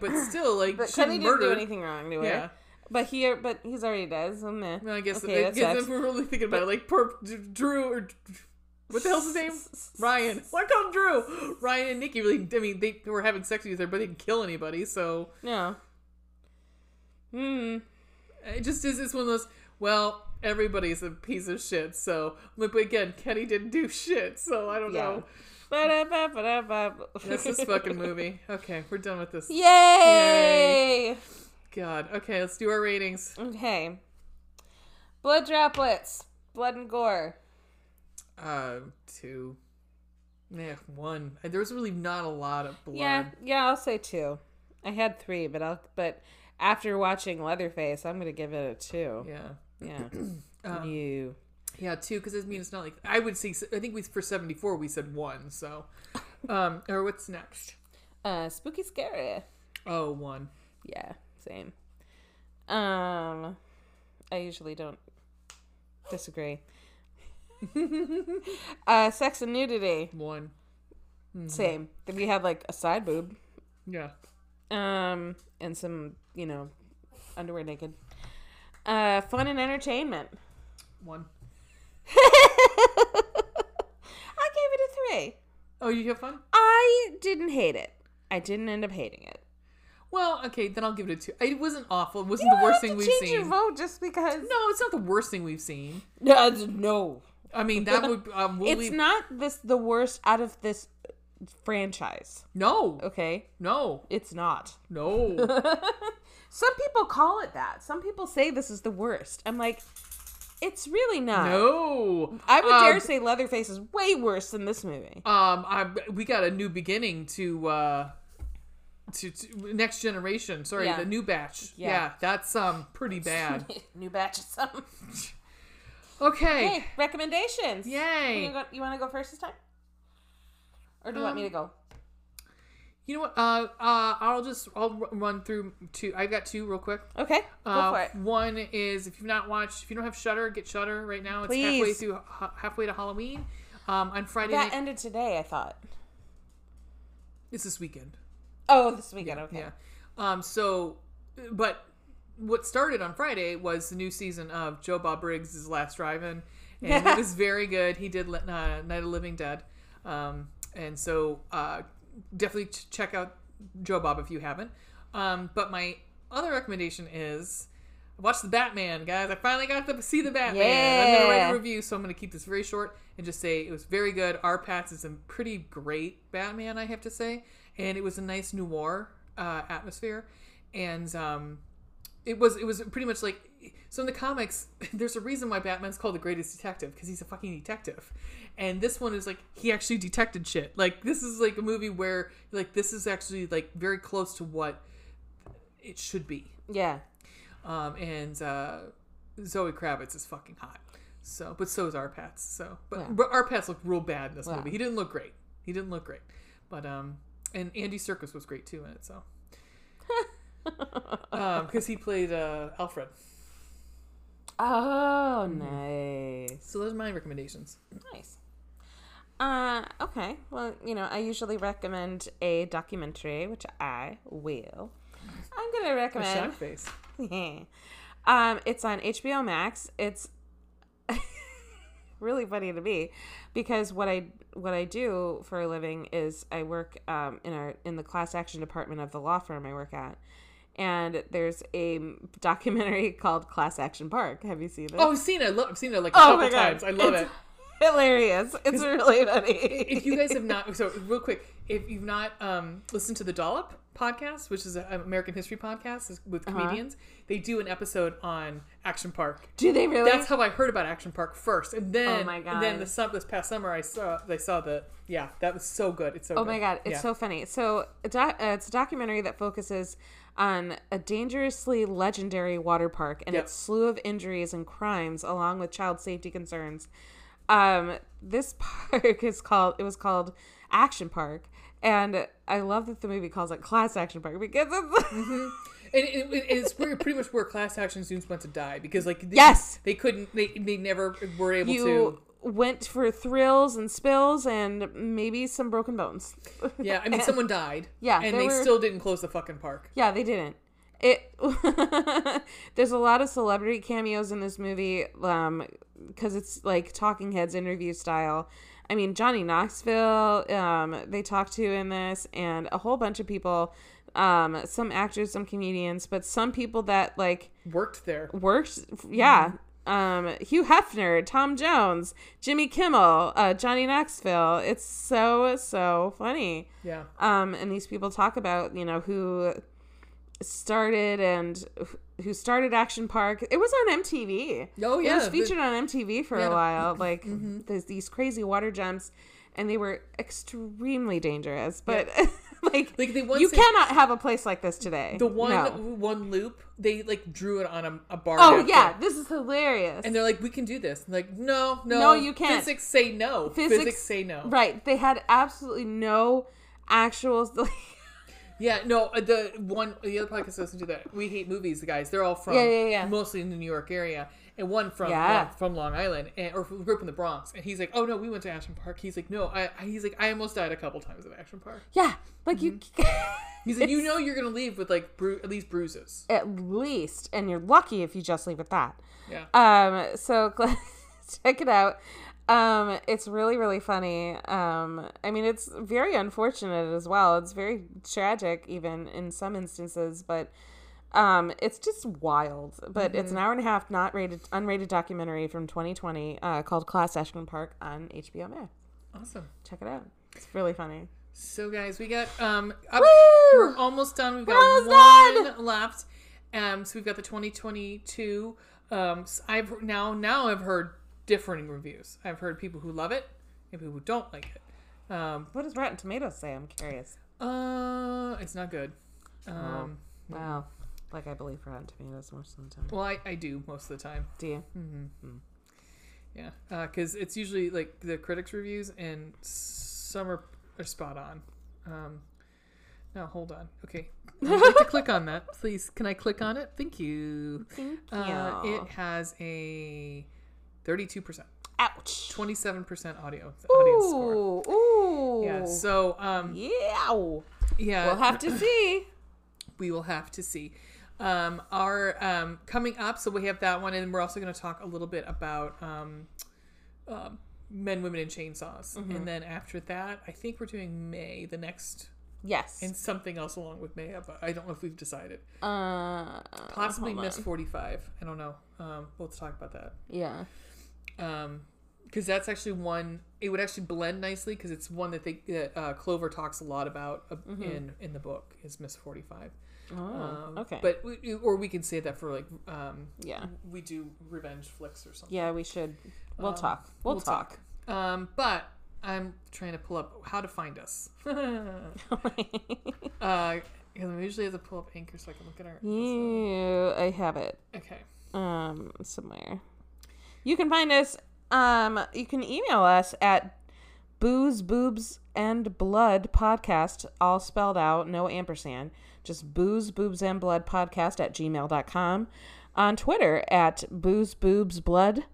but still, like, But shouldn't Kenny didn't murder. do anything wrong to her. Yeah. But he but he's already dead, so meh. No, I guess okay, that it, guess if sucks. we're really thinking about it. Like, poor D- Drew or D- what the hell's his name? Ryan. Why call him Drew? Ryan and Nikki really. I mean, they were having sex with each other, but they didn't kill anybody. So No. Hmm. it just is. It's one of those. Well, everybody's a piece of shit. So, but again, Kenny didn't do shit. So I don't Yeah. know. Ba-da-ba, ba-da-ba. That's this fucking movie. Okay, we're done with this. Yay! God. Okay, let's do our ratings. Okay. Blood droplets, blood and gore. Uh, two. Yeah, one. Uh, There was really not a lot of blood. Yeah, yeah, I'll say two. I had three, but I'll but after watching Leatherface, I'm gonna give it a two. Yeah. Yeah, you. Yeah, two. Because I mean, it's not like I would say. I think we for seventy four we said one. So, um, or what's next? Uh, spooky, scary. Oh, one. Yeah, same. Um, I usually don't disagree. uh, sex and nudity, One. same. We had like a side boob, Yeah. um, and some you know underwear naked. Uh, fun and entertainment. One. I gave it a three. Oh, you have fun? I didn't hate it. I didn't end up hating it. Well, okay, then I'll give it a two. It wasn't awful. It wasn't the worst thing we've change seen. your vote just because. no, it's not the worst thing we've seen. No, no. I mean, that would um, we'll It's leave- not this the worst out of this franchise. no, Okay, no, it's not. no. Some people call it that. Some people say this is the worst. I'm like, it's really not. No, I would um, dare say Leatherface is way worse than this movie. Um, I we got a new beginning to uh, to, to next generation. Sorry, Yeah. the new batch. Yeah. Yeah. that's um pretty bad. New batch of some. Okay, Hey, recommendations. You yay! wanna go- you want to go first this time, or do you want me to go? You know what? Uh, uh, I'll just I'll r- run through two. I've got two real quick. Okay, Uh, go for it. One is if you've not watched, if you don't have Shutter, get Shutter right now. It's halfway Please. through ha- halfway to Halloween. Um, on Friday, That night- ended today, I thought. it's this weekend. Oh, this weekend. okay. Yeah. Um, so, but what started on Friday was the new season of Joe Bob Briggs' Last Drive-In, and it was very good. He did uh, Night of the Living Dead, um, and so uh, definitely ch- check out Joe Bob if you haven't. Um, but my other recommendation is watch the Batman, guys. I finally got to see the Batman. I'm gonna write Yeah. a review, so I'm gonna keep this very short and just say it was very good. R. Patz is a pretty great Batman, I have to say, and it was a nice noir uh, atmosphere, and um, it was it was pretty much like so in the comics there's a reason why batman's called the greatest detective because he's a fucking detective and this one is like he actually detected shit like this is like a movie where like this is actually like very close to what it should be Yeah. um and uh zoe kravitz is fucking hot so but so is arpats so but, Yeah. but arpats looked real bad in this Yeah. movie he didn't look great he didn't look great but um and andy circus was great too in it so um because he played uh alfred Oh, nice. So those are my recommendations. Nice. Uh, okay. Well, you know, I usually recommend a documentary, which I will. I'm going to A recommend. shock face. um, it's on HBO Max. It's really funny to me because what I what I do for a living is I work um, in our in the class action department of the law firm I work at, and there's a documentary called Class Action Park. Have you seen this? Oh, I've seen it. I lo- I've seen it like a Oh my couple God. times. I love It's- it. hilarious! It's really funny. If you guys have not, so real quick, if you've not um, listened to the Dollop podcast, which is an American history podcast is- with Uh-huh. comedians, they do an episode on Action Park. do they really? That's how I heard about Action Park first, and then Oh my and then God. the sum this past summer I saw they saw the yeah that was so good. It's so Oh my god, it's so funny. So a doc, uh, it's a documentary that focuses on a dangerously legendary water park and Yep. its slew of injuries and crimes, along with child safety concerns. Um, this park is called. It was called Action Park, and I love that the movie calls it Class Action Park because it's and it, it- it's where, pretty much where class action students went to die because like they, Yes! they couldn't they they never were able to you went for thrills and spills and maybe some broken bones. yeah I mean someone died Yeah, and there they were- still didn't close the fucking park Yeah, they didn't. It there's a lot of celebrity cameos in this movie, um, because it's like Talking Heads interview style. I mean, Johnny Knoxville, um, they talked to in this, and a whole bunch of people, um, some actors, some comedians, but some people that like worked there worked. Yeah. Um, Hugh Hefner, Tom Jones, Jimmy Kimmel, uh, Johnny Knoxville. It's so, so funny yeah um, and these people talk about you know who started and who started Action Park. It was on MTV. Oh, it yeah, was the- featured on MTV for Yeah. Mm-hmm. a while. Like there's these crazy water jumps, and they were extremely dangerous. But like, Like, they once you said- cannot have a place like this today. the one No. one loop they like drew it on a, a bar Oh napkin. yeah, this is hilarious. and they're like we can do this And like no no No, you can't. physics say no physics, say no Right, they had absolutely no actual. Yeah, no, uh, the one the other podcast I listen to that we hate movies. The guys, they're all from Yeah, yeah, yeah. mostly in the New York area, and one from Yeah. Long- from Long Island, and, or grew up in the Bronx. And he's like, "Oh no, we went to Ashland Park." He's like, "No, I I- he's like I almost died a couple times at Ashland Park." yeah, like Mm-hmm. you. He's like, "You know, you're gonna leave with like bru- at least bruises." at least, and you're lucky if you just leave it that. Yeah, Um, so check it out. Um, it's really, really funny. Um, I mean, it's very unfortunate as well. It's very tragic, even in some instances, but um, it's just wild. But it's an hour and a half, not rated, unrated documentary from 2020 uh, called Class Ashland Park on HBO Max. awesome. Check it out. It's really funny. So guys, we got um up, Woo! we're almost done. We've got almost one left. Um so we've got the 2022 um s- I've now now I've heard differing reviews. I've heard people who love it and people who don't like it. Um What does Rotten Tomatoes say? I'm curious. uh it's not good. Um Oh, Wow. Like I believe Rotten Tomatoes most of the time. well I, I do most of the time. Do you? Hmm. Yeah. Uh cuz it's usually like the critics reviews and some are, are spot on. Um no, hold on. Okay. I'd like to click on that. Please, can I click on it? Thank you. Thank you. Uh, it has a 32%, Ouch. 27% audio audience score. Ooh, ooh. Yeah, so um, yeah. We'll yeah, have to see. we will have to see. Um, our um, coming up, so we have that one, and we're also going to talk a little bit about um, um men, women, and chainsaws. Mm-hmm. And then after that, I think we're doing May the next, Yes. and something else along with May, but I don't know if we've decided. Uh, Possibly hold Miss on. 45. I don't know. Um, we'll have to talk about that. Yeah. um because that's actually one it would actually blend nicely because it's one that they that, uh, clover talks a lot about uh, in in the book is miss 45 Mm-hmm. Oh, um, okay. but we, or we can say that for like um yeah. we do revenge flicks or something Yeah, we should. We'll Um, talk. We'll, we'll talk. talk. um but i'm trying to pull up how to find us uh 'cause i usually have to pull up anchor so i can look at our you, I have it okay um, somewhere. You can find us. Um, you can email us at booze, boobs, and blood podcast, all spelled out, no ampersand. Just booze, boobs, and blood podcast at gmail.com. On Twitter at booze, boobs, blood.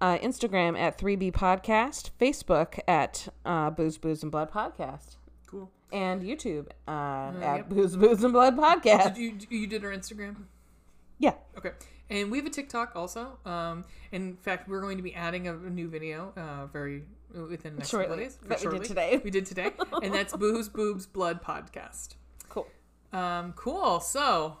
Uh, Instagram at 3B podcast. Facebook at uh, booze, boobs, and blood podcast. cool And YouTube uh, at yep. booze, boobs, and blood podcast. did you you did our instagram Yeah. Okay. And we have a TikTok also. Um, in fact, we're going to be adding a, a new video uh, very within the next couple of Shortly. days. That we did today. We did today. and that's Booze, Boobs, Blood podcast. Cool. Um, cool. So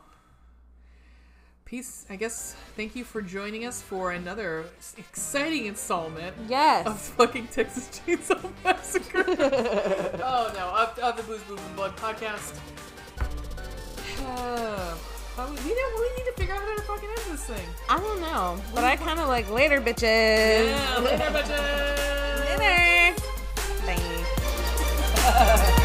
Peace. I guess thank you for joining us for another exciting installment of Yes. fucking Texas Chainsaw Massacre. oh no, of, of the Blues, Blues, and Blood podcast. Uh, but we, we, don't, we need to figure out how to fucking end this thing. I don't know, but I kind of like later, bitches. Yeah, later, bitches. Later. Bye.